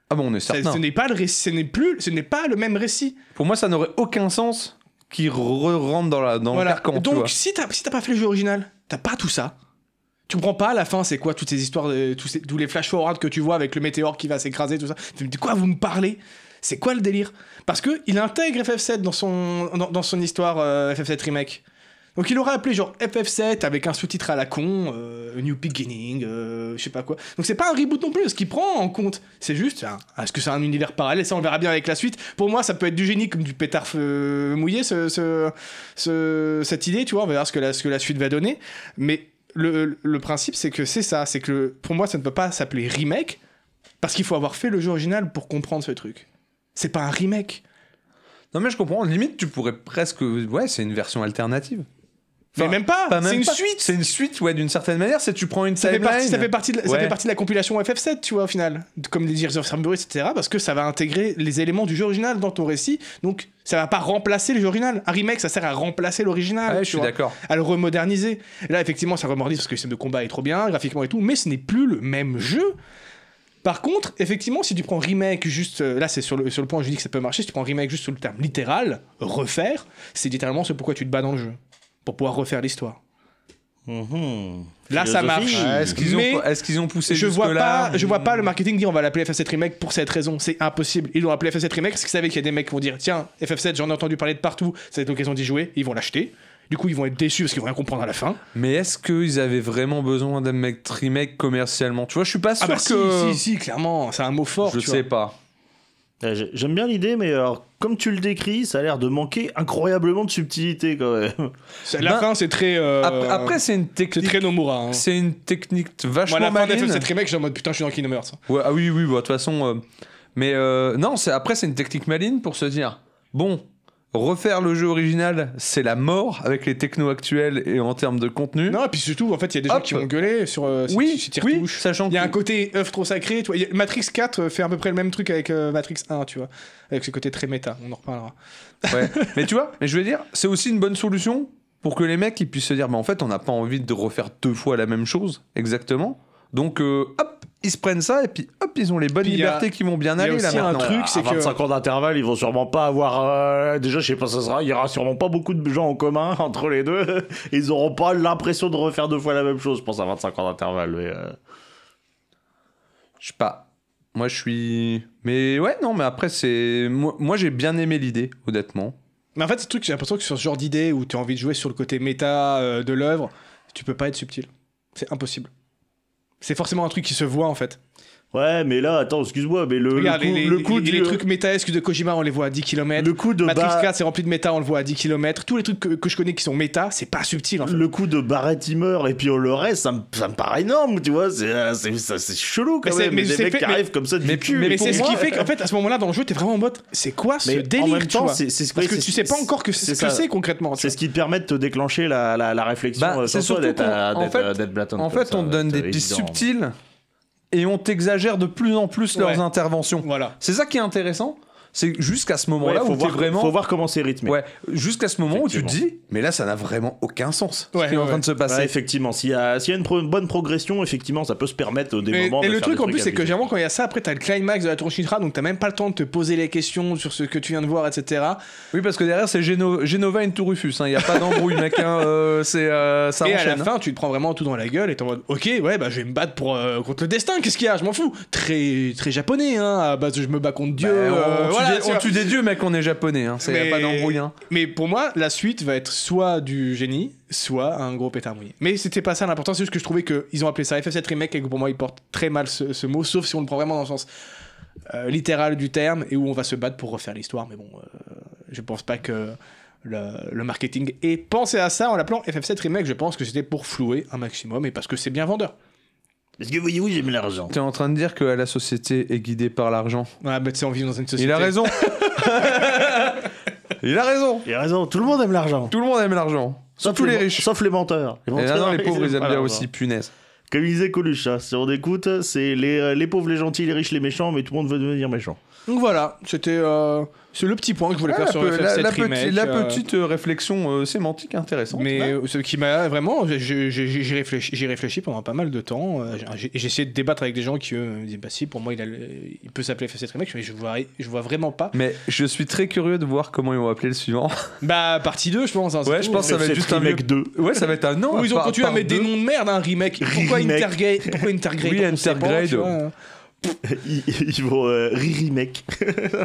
Ah bon, on est Ça- certain. ce n'est pas le récit, ce n'est plus, ce n'est pas le même récit. Pour moi, ça n'aurait aucun sens qu'il rentre dans, la, dans le voilà. carcan. tu vois. donc, si t'as si t'as pas fait le jeu original, t'as pas tout ça. Tu comprends pas à la fin, c'est quoi toutes ces histoires, de, tous, ces- tous les flash forward que tu vois avec le météore qui va s'écraser, tout ça. Tu me dis quoi, vous me parlez C'est quoi le délire Parce que il intègre FF7 dans son, dans, dans son histoire euh, FF7 Remake. Donc il aurait appelé genre FF7 avec un sous-titre à la con, euh, New Beginning, euh, je sais pas quoi. Donc c'est pas un reboot non plus, ce qu'il prend en compte, c'est juste, un- est-ce que c'est un univers parallèle Ça on verra bien avec la suite. Pour moi, ça peut être du génie comme du pétard feu mouillé, ce, ce- ce- cette idée, tu vois, on verra ce que la, ce que la suite va donner. Mais le, le principe, c'est que c'est ça, c'est que le- pour moi, ça ne peut pas s'appeler remake, parce qu'il faut avoir fait le jeu original pour comprendre ce truc. C'est pas un remake. Non, mais je comprends. Limite, tu pourrais presque. Ouais, c'est une version alternative. Mais Enfin, même pas, Pas même Ah, c'est une pas. suite C'est une suite, ouais, d'une certaine manière. C'est tu prends une ça fait, timeline. partie, ça, fait partie de, la- ça Ouais. fait partie de la compilation FF7, tu vois, au final. Comme les Gears of Samurai, etc. Parce que ça va intégrer les éléments du jeu original dans ton récit. Donc, ça va pas remplacer le jeu original. Un remake, ça sert à remplacer l'original. Ouais, je Ah, tu suis vois, d'accord. à le remoderniser. Là, effectivement, ça remordit parce que le système de combat est trop bien, graphiquement et tout. Mais ce n'est plus le même jeu. Par contre, effectivement, si tu prends remake juste. euh, Là, c'est sur le, sur le point où je dis que ça peut marcher. Si tu prends remake juste sous le terme littéral, refaire, c'est littéralement ce pourquoi tu te bats dans le jeu. Pour pouvoir refaire l'histoire. Mhm. Là, ça Philosophie. marche. Ah, Est-ce qu'ils ont, Mais- est-ce qu'ils ont poussé je vois jusque-là Hmm. pas je vois pas le marketing dire on va l'appeler FF7 remake pour cette raison c'est impossible ils l'ont appelé FF7 remake parce qu'ils savaient qu'il y a des mecs qui vont dire tiens FF7 j'en ai entendu parler de partout ça va être l'occasion d'y jouer ils vont l'acheter du coup ils vont être déçus parce qu'ils vont rien comprendre à la fin Mais est-ce qu'ils avaient vraiment besoin d'un mec remake commercialement Tu vois, je suis pas sûr ah bah que. si si si clairement c'est un mot fort je tu sais vois. pas. Ouais, Eh, j'ai- J'aime bien l'idée, mais alors, comme tu le décris, ça a l'air de manquer incroyablement de subtilité quand même. C'est- la Ben, fin c'est très euh, Ap- Après, c'est une c'est technique. très Nomura hein. C'est une technique vachement moi la fin maline. d'FF7 remake je suis en mode putain je suis dans Kingdom Hearts Ouais, ah oui, oui, bah, de toute façon. euh, Mais euh, non, c'est après, c'est une technique maline pour se dire bon, refaire le jeu original, c'est la mort avec les technos actuels et en termes de contenu. non et puis surtout en fait il y a des gens Hop. qui ont gueulé sur euh, si tu- oui, si tu y oui, retouches. sachant Il y a que- un côté œuvre trop sacrée. Tu vois. Il y a- Matrix 4 euh, fait à peu près le même truc avec euh, Matrix 1, tu vois. Avec ce côté très méta, on en reparlera. Ouais. mais tu vois, mais je veux dire, c'est aussi une bonne solution pour que les mecs ils puissent se dire, bah en fait, on n'a pas envie de refaire deux fois la même chose, exactement. Donc, euh, hop, ils se prennent ça et puis hop, ils ont les bonnes Puis il y a- libertés qui vont bien il y a aller là aussi un maintenant. truc, à c'est que- 25 ans d'intervalle, ils vont sûrement pas avoir. euh, déjà, je sais pas, ça sera. Il y aura sûrement pas beaucoup de gens en commun (laughs) entre les deux. Ils auront pas l'impression de refaire deux fois la même chose, je pense, à 25 ans d'intervalle. mais, euh, Je sais pas. Moi, je suis. Mais ouais, non, mais après, c'est. Moi, moi, j'ai bien aimé l'idée, honnêtement. Mais en fait, ce truc, j'ai l'impression que sur ce genre d'idée où tu as envie de jouer sur le côté méta euh, de l'œuvre, tu peux pas être subtil. C'est impossible. C'est forcément un truc qui se voit en fait. Ouais, mais là, attends, excuse-moi, mais Euh, le, le Regarde, coup, les, les- le coup les- du- les trucs métaesques de Kojima, on les voit à 10 km. le coup de Matrix ba- 4, c'est rempli de méta, on le voit à 10 km. Tous les trucs que, que je connais qui sont méta, c'est pas subtil en fait. Le coup de Barrett il meurt et puis on le reste, ça me, ça me paraît énorme, tu vois, c'est euh, c'est- ça- c'est chelou quand Mais c'est- même. mais des c'est mecs fait- qui mais- arrivent comme ça du mais- cul. mais mais c'est pour ce moi- qui fait qu'en fait, à ce moment-là, dans le jeu, t'es vraiment en mode c'est quoi ce euh, Mais délire en même tu temps, vois c'est c'est ce Parce que c'est- tu sais pas c'est- encore que c'est ce ça. que c'est concrètement. tu C'est vois. ce qui te permet de te déclencher la, la, la réflexion Bah, euh, c'est sans surtout toi d'être qu'on- à- en d'être, fait- euh, d'être blatant En comme fait, ça, on te donne d'être des pistes évident. hein. subtiles et on t'exagère de plus en plus Ouais. leurs interventions. Voilà. C'est ça qui est intéressant. C'est jusqu'à ce Ouais, moment-là où faut, t'es voir, vraiment. faut voir comment c'est rythmé. Ouais, jusqu'à ce moment où tu te Effectivement. dis, mais là, ça n'a vraiment aucun sens Ouais, ce qui est en ouais, train de se Ouais, passer. effectivement, s'il y a, s'il y a une pro- bonne progression, effectivement, ça peut se permettre euh, des Et, moments. et de le faire truc des en plus, c'est que abusifs. généralement, quand il y a ça, après, t'as le climax de la tour Shinra, donc t'as même pas le temps de te poser les questions sur ce que tu viens de voir, etc. Oui, parce que derrière, c'est Geno- Genova et Tourufus. Il n'y a pas (laughs) d'embrouille, mec. hein, euh, c'est, euh, ça et enchaîne. à la hein. fin, tu te prends vraiment tout dans la gueule et t'es en mode, ok, ouais, bah je vais me battre pour, euh, contre le destin, qu'est-ce qu'il y a, je m'en fous. Très, très japonais, hein, à base de je me bats contre Bah, Dieu. on, euh, on voilà, tue des- tu on vois. tue des dieux, mec. On est japonais. Hein. C'est y a Mais- pas d'embrouille. hein. Mais pour moi, la suite va être soit du génie, soit un gros pétard mouillé. Mais c'était pas ça l'important, c'est juste que je trouvais qu'ils ont appelé ça FF7 Remake et que pour moi, ils portent très mal ce, ce mot, sauf si on le prend vraiment dans le sens euh, littéral du terme et où on va se battre pour refaire l'histoire. Mais bon, euh, je pense pas que le, le marketing ait pensé à ça en l'appelant FF7 Remake. Je pense que c'était pour flouer un maximum et parce que c'est bien vendeur. Parce que voyez-vous, j'aime l'argent. T'es en train de dire que la société est guidée par l'argent. Ouais, bah tu sais, on vit dans une société. Il a raison. (laughs) Il a raison. Il a raison, tout le monde aime l'argent. Tout le monde aime l'argent. Sauf Surtout les men- riches. Sauf les menteurs. Et (laughs) là, non, menteurs, les pauvres, ils aiment pas bien l'argent. aussi, punaise. Comme il disait Coluche, hein, si on écoute, c'est les, euh, les pauvres, les gentils, les riches, les méchants, mais tout le monde veut devenir méchant. Donc voilà, c'était euh, c'est le petit point que je voulais faire Ah, la, sur pe- FF7 la- la Remake. petit- la euh, petite euh, réflexion euh, sémantique intéressante. Mais là. euh, ce qui m'a vraiment, j'ai- j'ai j'ai- j'ai réfléchi, j'ai réfléchi pendant pas mal de temps. euh, J'ai j'ai essayé de débattre avec des gens qui eux, me disaient bah si, pour moi il, a le- il peut s'appeler FF7 remake, mais je vois, je vois vraiment pas. Mais je suis très curieux de voir comment ils vont appeler le suivant. Bah partie 2 je pense. hein, c'est Ouais, je tout. pense que ça va être C'est juste un remake vieux- 2. Ouais, ça va être un nom. Ou ils ont par- continué à par mettre des deux. noms de merde, un hein, remake. Pourquoi Remake. Intergrade Pourquoi Intergrade Oui, On sait pas, Intergrade. tu vois. hein. ils, (laughs) ils vont euh, riri mec.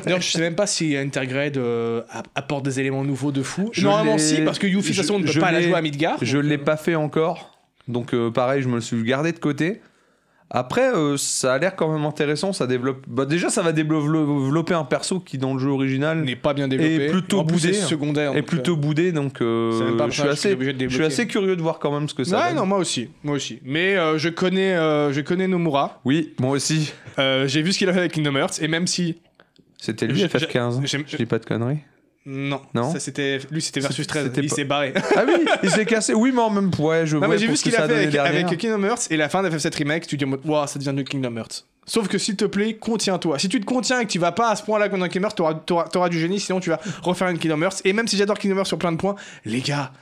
D'ailleurs, je sais même pas si Intergrade euh, app- apporte des éléments nouveaux de fou. Je Normalement, l'ai- si, parce que Yuffie, de toute je- façon, on ne je peut pas la l'ai- jouer à Midgar. Je donc, l'ai euh, pas fait encore. Donc euh, pareil, je me le suis gardé de côté. Après, euh, ça a l'air quand même intéressant. Ça développe. Bah, déjà, ça va développer un perso qui dans le jeu original N'est pas bien développé. Et plutôt En plus, c'est boudé. secondaire. est donc, plutôt boudé. Donc euh, C'est même pas un je suis personnage que t'es assez, obligé de je suis débloquer. assez curieux de voir quand même ce que euh. ça. Ouais, donne. non, moi aussi. Moi aussi. Mais euh, je, connais, euh, je connais Nomura. Oui, moi aussi. Euh, J'ai vu ce qu'il a fait avec Kingdom Hearts. Et même si. C'était lui Je- FF15. j'aime- hein. Je dis pas (laughs) de conneries. Non. Non. Ça, c'était. Lui, c'était Versus C'était- 13. c'était Il pas- s'est barré. Ah oui, il s'est cassé. Oui, mais en même ouais, je. Non, vois mais j'ai pour vu ce ce qu'il que a ça fait donnait avec, derrière. avec Kingdom Hearts et la fin d'FF7 Remake, tu te dis en mode, Ouah, ça devient du Kingdom Hearts. Sauf que s'il te plaît, contiens-toi. Si tu te contiens et que tu vas pas à ce point-là comme dans Kingdom Hearts, t'auras, t'auras- t'auras du génie, sinon tu vas refaire une Kingdom Hearts. Et même si j'adore Kingdom Hearts sur plein de points, les gars,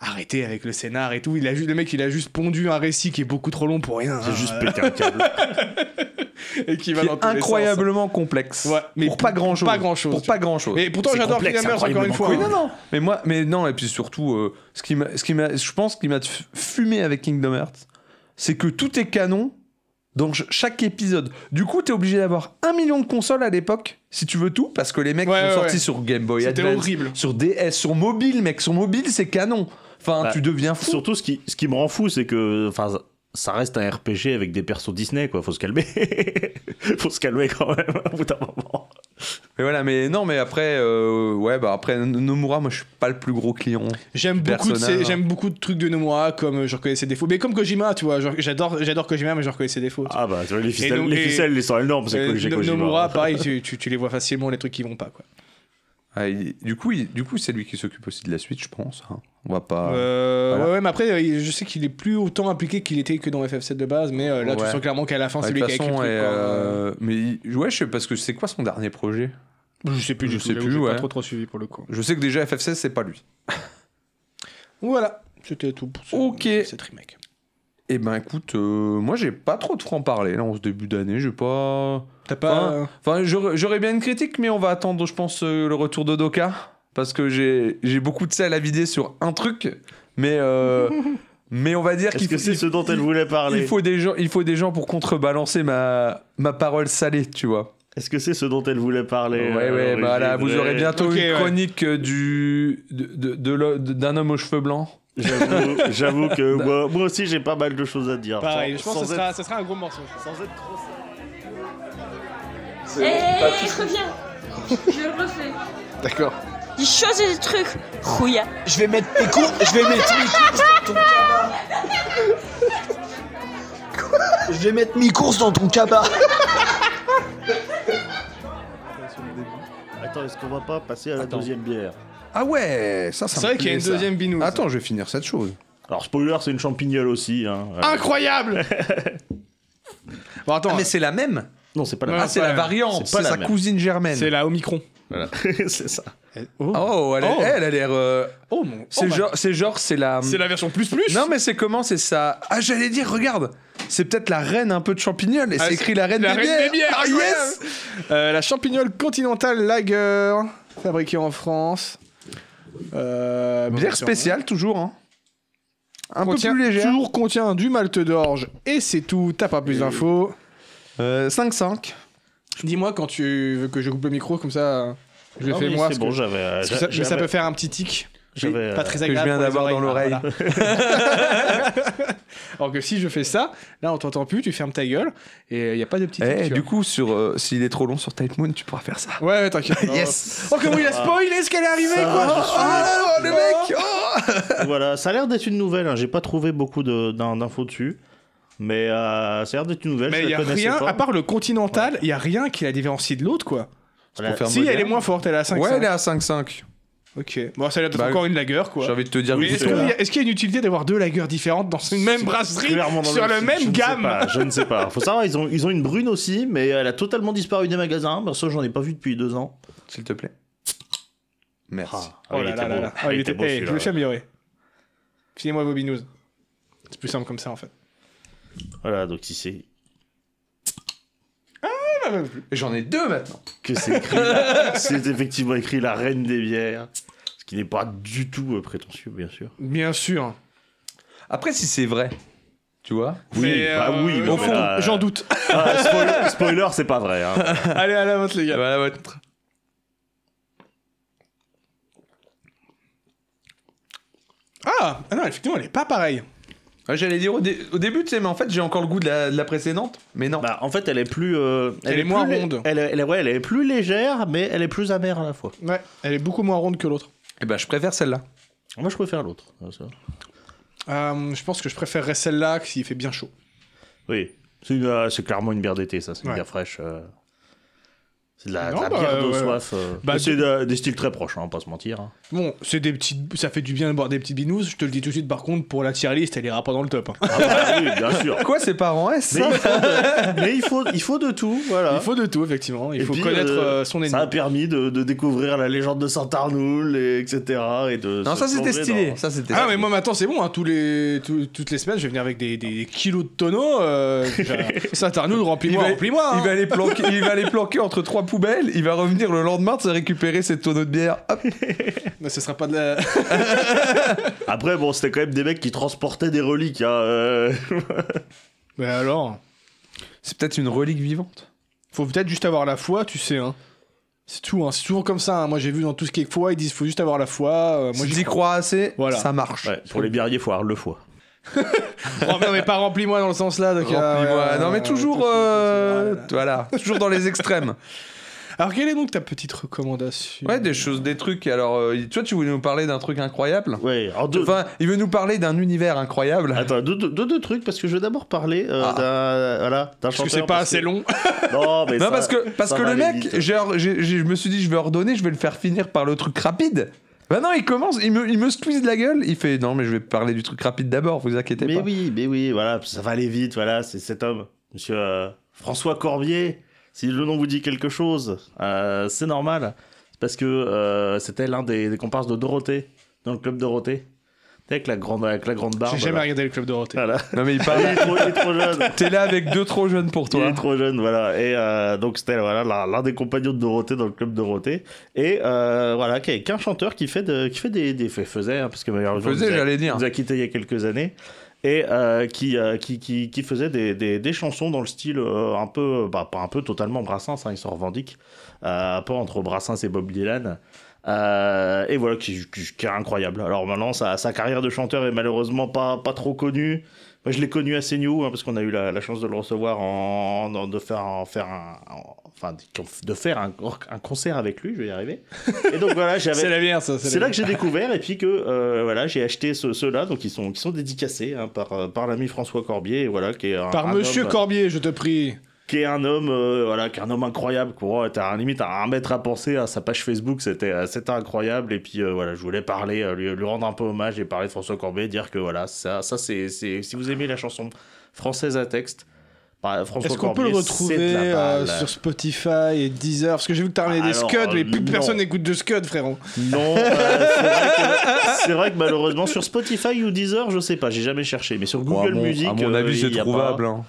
arrêtez avec le scénar et tout. Il a juste, le mec, il a juste pondu un récit qui est beaucoup trop long pour rien. Ah, J'ai hein, juste euh, pété (laughs) un câble. et qui va Qui dans est tous les incroyablement complexe. Ouais, mais pour pas grand chose. pas grand-chose, Pour tu pas grand chose. sens. Et pourtant, C'est j'adore complexe, Kingdom Hearts encore une fois. incroyablement Oui, non, non. Mais moi, mais non, et puis surtout, euh, ce qui m'a, ce qui m'a, je pense, ce qui m'a f- fumé avec Kingdom Hearts, c'est que tout est canon dans ch- chaque épisode. Du coup, t'es obligé d'avoir un million de consoles à l'époque, si tu veux tout, parce que les mecs Ouais, sont ouais, sortis ouais. sur Game Boy C'était Advance, horrible. sur DS, sur mobile, mec, sur mobile, c'est canon. Enfin, Bah, tu deviens fou. Surtout, ce qui, ce qui me rend fou, c'est que enfin, ça- ça reste un RPG avec des persos Disney, quoi. Faut se calmer. (laughs) Faut se calmer quand même, (laughs) au bout d'un moment. Mais voilà, mais non, mais après, euh, ouais, bah après N- Nomura, moi, je suis pas le plus gros client. J'aime beaucoup, de Persona, ces- hein. j'aime beaucoup de trucs de Nomura, comme euh, je reconnais ses défauts. Mais comme Kojima, tu vois, genre, j'adore, j'adore Kojima, mais je reconnais ses défauts. tu Ah bah, tu vois, les ficelles, nous- les et- ficelles, elles sont énormes. C'est Euh, que j'ai No- Kojima. (laughs) Nomura, pareil, tu, tu- tu les vois facilement, les trucs qui vont pas. Quoi. Ah, il- du coup, il- du coup, c'est lui qui s'occupe aussi de la suite, je pense. hein. On va pas. Euh, voilà. ouais, ouais, mais après, euh, il- je sais qu'il est plus autant impliqué qu'il était que dans FF7 de base, mais euh, là, tu Ouais. sens clairement qu'à la fin, Ouais, c'est de lui toute qui a écrit façon, le truc. hein. et, quoi. euh, mais il- ouais, je sais parce que c'est quoi son dernier projet Je sais plus du je tout, sais j'avoue, plus, j'ai ouais. pas trop, trop suivi pour le coup. Je sais que déjà FF16 c'est pas lui. Voilà, c'était tout pour ce- Ok. cette remake. Eh ben écoute, euh, moi j'ai pas trop de franc parler là en ce début d'année, j'ai pas. T'as pas. euh, Enfin, Enfin, j'aurais j'aurais bien une critique, mais on va attendre, je pense, euh, le retour de Doka parce que j'ai j'ai beaucoup de sel à vider sur un truc, mais (laughs) euh, mais on va dire Est-ce qu'il que faut- c'est il- ce dont elle il- voulait parler Il faut des gens, il faut des gens pour contrebalancer ma ma parole salée, tu vois. Est-ce que c'est ce dont elle voulait parler Ouais, euh, ouais, à bah là, l'origine vous aurez Ouais. bientôt Ok, une ouais. chronique euh, du, de, de- de l'o- de- d'un homme aux cheveux blancs. J'avoue- (laughs) J'avoue que moi, moi aussi, j'ai pas mal de choses à dire. pareil, Sans- je pense sans que ce être- sera, ce sera un gros morceau. je pense. sans être trop- Hé, (laughs) C'est pas tout. Eh, reviens Je le refais. D'accord. Des choses et des trucs. Rouilla. Je vais mettre mes cours, je vais mettre mes courses dans ton cabas. Je vais mettre mes courses dans ton cabas. Attends, est-ce qu'on va pas passer à la Attends. deuxième bière Ah ouais, ça, ça C'est me vrai qu'il y a une plaît, ça. deuxième binouze. Attends, je vais finir cette chose. Alors, spoiler, c'est une champignole aussi. hein. Ah. Euh, Incroyable Bon, attends, hein. Ah, c'est la même Non, c'est pas Ouais. la Ah, c'est la même. variante, C'est pas c'est la sa même. cousine germaine. c'est la Omicron. (laughs) c'est ça. Oh, Oh, elle, est- Oh. elle a l'air... euh, Oh, mon. C'est oh, genre, c'est genre, c'est la... bah, C'est la version plus plus Non, mais c'est comment, c'est ça Ah, j'allais dire, regarde c'est peut-être la reine un peu de champignol, et Ah, c'est c'est écrit la reine, la des, reine bières. des bières, Ah, yes incroyable. Euh, la champignole continentale lager, fabriquée en France. Euh, bon, Bière sûr, spéciale, toujours, hein. Un hein. Contient- peu plus légère. Toujours contient du malt d'orge et c'est tout. T'as pas plus d'infos. Euh, 5-5. Dis-moi quand tu veux que je coupe le micro comme ça. Je le Non, fais mais moi. Ah parce C'est bon, que- j'avais. euh, parce que ça, mais ça j'avais- peut faire un petit tic. j'avais, pas euh, très que je agréable viens pour les d'avoir dans oreilles, l'oreille. hein, (laughs) voilà. Alors que si je fais ça, là on t'entend plus, tu fermes ta gueule et il n'y a pas de petit Eh, tic. tu du coup, sur, euh, s'il est trop long sur Type Moon, tu pourras faire ça. vois. Ouais, ouais, t'inquiète. yes Oh, comment il a spoilé ce qu'elle est Ah, arrivée, Ça, quoi je suis- ah, Oh, le mec Euh, voilà, ça a l'air d'être une nouvelle. hein. J'ai pas trouvé beaucoup de- d'in- d'infos dessus. Mais euh, ça a l'air d'être une nouvelle. Mais je il la y a connaissais rien, pas. à part le continental, il y a rien qui la différencie de l'autre, quoi. Voilà. Pour faire Si, elle est moderne. moins forte, elle a 5 Ouais, elle est à 5-5. Ok. Bon, ça a l'air d'être Bah, encore une lager, J'ai quoi. envie de te dire Oui, goûtez Est-ce c'est qu'il la. y, a- est-ce qu'il y a une utilité d'avoir deux lagers différentes dans une même C'est brasserie, clairement dans sur la style, je même ne sais gamme pas, Je ne sais pas. Faut savoir, ils ont, ils ont une brune aussi, mais elle a totalement disparu des magasins. Ben, ça, j'en ai pas vu depuis deux ans. S'il te plaît. Merci. Ah, il était beau. Ah, il était était- beau, eh, celui-là, Je me suis ouais. amélioré. Filez-moi vos binous. C'est plus simple comme ça, en fait. Voilà, donc ici. Ah, même plus. Et J'en ai deux maintenant. que c'est (laughs) écrit. là. c'est effectivement écrit la reine des bières. Ce qui n'est pas du tout euh, prétentieux, bien sûr. Bien sûr. Après, si c'est vrai, Tu vois Oui, Mais, bah euh, oui, mais au mais fond, là, j'en doute. Ah, spoil- spoiler, c'est pas vrai. hein. Allez, à la vôtre, les gars. Ah bah, la vôtre. Ah, ah non, effectivement, elle est pas pareille. Ouais, J'allais dire au, dé- au début, tu sais, mais en fait, j'ai encore le goût de la, de la précédente, mais non. (laughs) Bah, en fait, elle est plus. euh, Elle est moins plus lé- ronde. Elle, est- elle est- ouais, elle est plus légère, mais elle est plus amère à la fois. Ouais, elle est beaucoup moins ronde que l'autre. Et bah, je préfère celle-là. Moi, je préfère l'autre. Ah, ça. Euh, je pense que je préférerais celle-là que s'il fait bien chaud. Oui, c'est une- euh, c'est clairement une bière d'été, ça. C'est une Ouais. bière fraîche. euh. C'est de la, de Non, la bah, bière de ouais. soif. euh. Bah, Mais c'est de- des styles très proches, hein, pas se mentir. (laughs) hein. Bon, c'est des petites, ça fait du bien de boire des petites binous. Je te le dis tout de suite, par contre, pour la tier list, elle ira pas dans le top. hein. Ah bah oui, bien sûr. Quoi, c'est pas en S ça Mais il faut de, mais il faut, il faut de tout, Ah. voilà. Il faut de tout, effectivement. Il Et faut puis, connaître euh, euh, son ennemi. Ça a permis de, de découvrir la légende de Saint-Arnoul, et etc. Et de Non, se ça c'était plonger stylé. dans- Ça c'était. Ah stylé. mais moi maintenant c'est bon, hein, tous les, tout- toutes les semaines je vais venir avec des, des kilos de tonneaux. Euh, (laughs) Saint-Arnoul, remplis-moi, va- remplis-moi. Il va, hein. aller planquer, il va aller planquer entre trois poubelles, il va revenir le lendemain de se récupérer ses tonneaux de bière. Hop. Mais ce sera pas de la... (laughs) Après, bon, c'était quand même des mecs qui transportaient des reliques. hein, euh. mais alors, C'est peut-être une relique vivante. faut peut-être juste avoir la foi, tu sais. Hein. C'est tout, hein, c'est toujours comme ça. hein. Moi j'ai vu dans tout ce qui est foi, ils disent faut juste avoir la foi. euh, moi Moi, j'y j'y crois assez, Voilà. ça marche. Ouais, pour les bières, il faut avoir le foie. (laughs) Oh, non, mais pas remplis-moi dans le sens là. Donc, euh, Remplis-moi. ouais, ouais, non, mais ouais, toujours. tout ce- euh, tout ce- (laughs) voilà. Toujours dans les extrêmes. Alors, quelle est donc ta petite recommandation Ouais, euh, des choses, des trucs. Alors, euh, toi, tu voulais nous parler d'un truc incroyable Ouais, alors deux, Enfin, il veut nous parler d'un univers incroyable. attends, deux, deux- deux- deux trucs, parce que je veux d'abord parler euh, Ah. d'un voilà, d'un Parce que chanteur. c'est pas parce assez que- long. Non, mais non, ça- parce que, parce ça que va le aller mec, vite. j'ai or- j'ai- j'ai- je me suis dit, je vais ordonner, je vais le faire finir par le truc rapide. Bah non, il commence, il me, il me squeeze la gueule. Il fait, non, mais je vais parler du truc rapide d'abord, vous inquiétez Mais pas. oui, mais oui, voilà, ça va aller vite, voilà, c'est cet homme, monsieur euh, François Corbier. Si le nom vous dit quelque chose, euh, c'est normal. C'est parce que euh, c'était l'un des, des comparses de Dorothée, dans le club Dorothée. Tu sais, Avec la grande, avec la grande barbe. J'ai jamais là. regardé le club Dorothée. Voilà. Non, mais il Il (laughs) parle. est trop- il est trop jeune. T'es là avec deux trop jeunes pour Il toi. est trop jeune, voilà. Et euh, donc c'était voilà l'un l'un des compagnons de Dorothée dans le club Dorothée. Et euh, voilà, qui est qu'un chanteur qui fait de, qui fait des, des fait- faisait hein, parce que malheureusement Faisait, nous a- j'allais dire. nous a quitté il y a quelques années et euh, qui, euh, qui qui qui faisait des, des, des chansons dans le style euh, un peu bah, pas un peu totalement Brassens, hein, il s'en revendique, euh, un peu entre Brassens et Bob Dylan. Euh, et voilà, qui, qui- qui est incroyable. Alors maintenant, sa, sa carrière de chanteur est malheureusement pas, pas trop connue. Moi, je l'ai connu à New parce qu'on a eu la, la chance de le recevoir en, en- de faire, en faire un, en- enfin, de faire un, un concert avec lui. Je vais y arriver. Et donc voilà, j'avais. (laughs) C'est la bière, ça. C'est là que j'ai découvert et puis que euh, voilà j'ai acheté ce- ceux-là donc ils sont qui sont dédicacés hein, par euh, par l'ami François Corbier et voilà qui est un, Par un Monsieur homme- Corbier, je te prie. qui est un homme euh, voilà qui est un homme incroyable quoi t'as un limite un mètre à penser à sa page Facebook c'était euh, c'était incroyable et puis euh, voilà je voulais parler euh, lui, lui rendre un peu hommage et parler de François Corbet dire que voilà ça ça c'est c'est- si vous aimez la chanson française à texte bah, François Est-ce qu'on peut le Corbier, c'est retrouver de la euh, balle. sur Spotify et Deezer Parce que j'ai vu que t'as ramené des Alors, Scuds, mais euh, plus non. personne n'écoute de Scud, frérot. non euh, c'est vrai que- c'est vrai que malheureusement sur Spotify ou Deezer je sais pas j'ai jamais cherché mais sur Bon, à Google mon- Music à mon euh, avis, il c'est y a pas- trouvable. hein.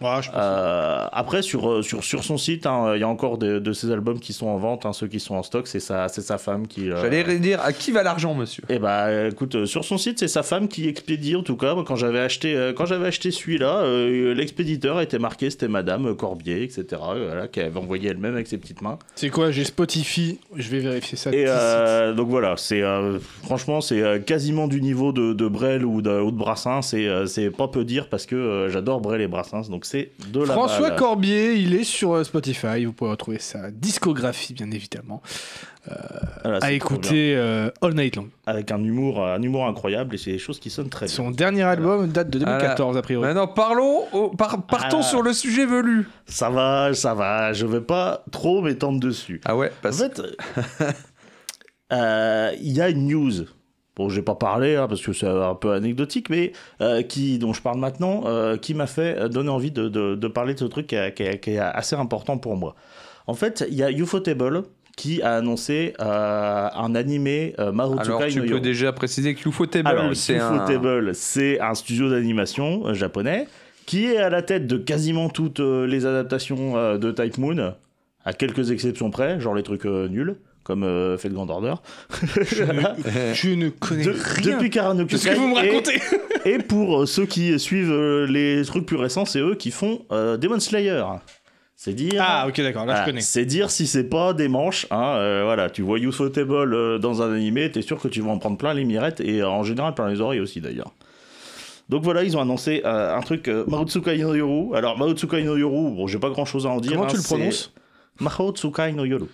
Ouais, Ah, je pense. Euh, après, sur, euh, sur, sur son site, hein, il y a encore de, de ses albums qui sont en vente. hein, ceux qui sont en stock, c'est sa, c'est sa femme qui. euh, J'allais dire, à qui va l'argent, monsieur eh bah écoute, euh, sur son site, c'est sa femme qui expédie. En tout cas, moi, quand j'avais acheté, euh, quand j'avais acheté celui-là, euh, l'expéditeur était marqué, c'était Madame Corbier, etc. euh, voilà, qui avait envoyé elle-même avec ses petites mains. C'est quoi J'ai Spotify, je vais vérifier ça. Et tout de euh, donc voilà, c'est euh, franchement, c'est euh, quasiment du niveau de, de Brel ou de, ou de Brassens. C'est euh, c'est pas peu dire parce que euh, j'adore Brel et Brassens, donc c'est de suite. la François balle. Corbier, il est sur euh, Spotify, vous pouvez retrouver sa discographie, bien évidemment, Voilà, à c'est trop bien. écouter euh, All Night Long. avec un humour, euh, un humour incroyable et c'est des choses qui sonnent très bien. Son dernier album date de 2014, a priori. Maintenant, parlons, au- par- partons Ah. sur le sujet velu. Ça va, ça va, je vais pas trop m'étendre dessus. Ah ouais, En parce fait, euh, euh, il y a une news. Bon, j'ai pas parlé hein, parce que c'est un peu anecdotique, mais euh, qui dont je parle maintenant, euh, qui m'a fait euh, donner envie de, de- de parler de ce truc qui est, qui est- qui est assez important pour moi. En fait, il y a Ufotable qui a annoncé euh, un animé euh, Mahoutsukai alors tu no peux Yoro. déjà préciser que Ufotable, Ah, Alors, c'est un... Ufotable, c'est un studio d'animation euh, japonais qui est à la tête de quasiment toutes euh, les adaptations euh, de Type Moon, à quelques exceptions près, genre les trucs euh, nuls, comme euh, fait le Grand Order. (laughs) Je ne connais De- rien depuis de Karanokyokai. ce que vous me Et- racontez. Et pour euh, ceux qui suivent euh, les trucs plus récents, c'est eux qui font euh, Demon Slayer. C'est dire. Ah, ok, d'accord, là Ah, je connais. C'est dire si c'est pas des manches. hein, euh, voilà, tu vois Ufotable Table euh, dans un animé, t'es sûr que tu vas en prendre plein les mirettes et euh, en général plein les oreilles aussi d'ailleurs. Donc voilà, ils ont annoncé euh, un truc euh, Mahotsukai no Yoru. Alors Mahotsukai no Yoru, bon, j'ai pas grand chose à en dire. Comment hein, tu le c'est prononces Mahotsukai no Yoru.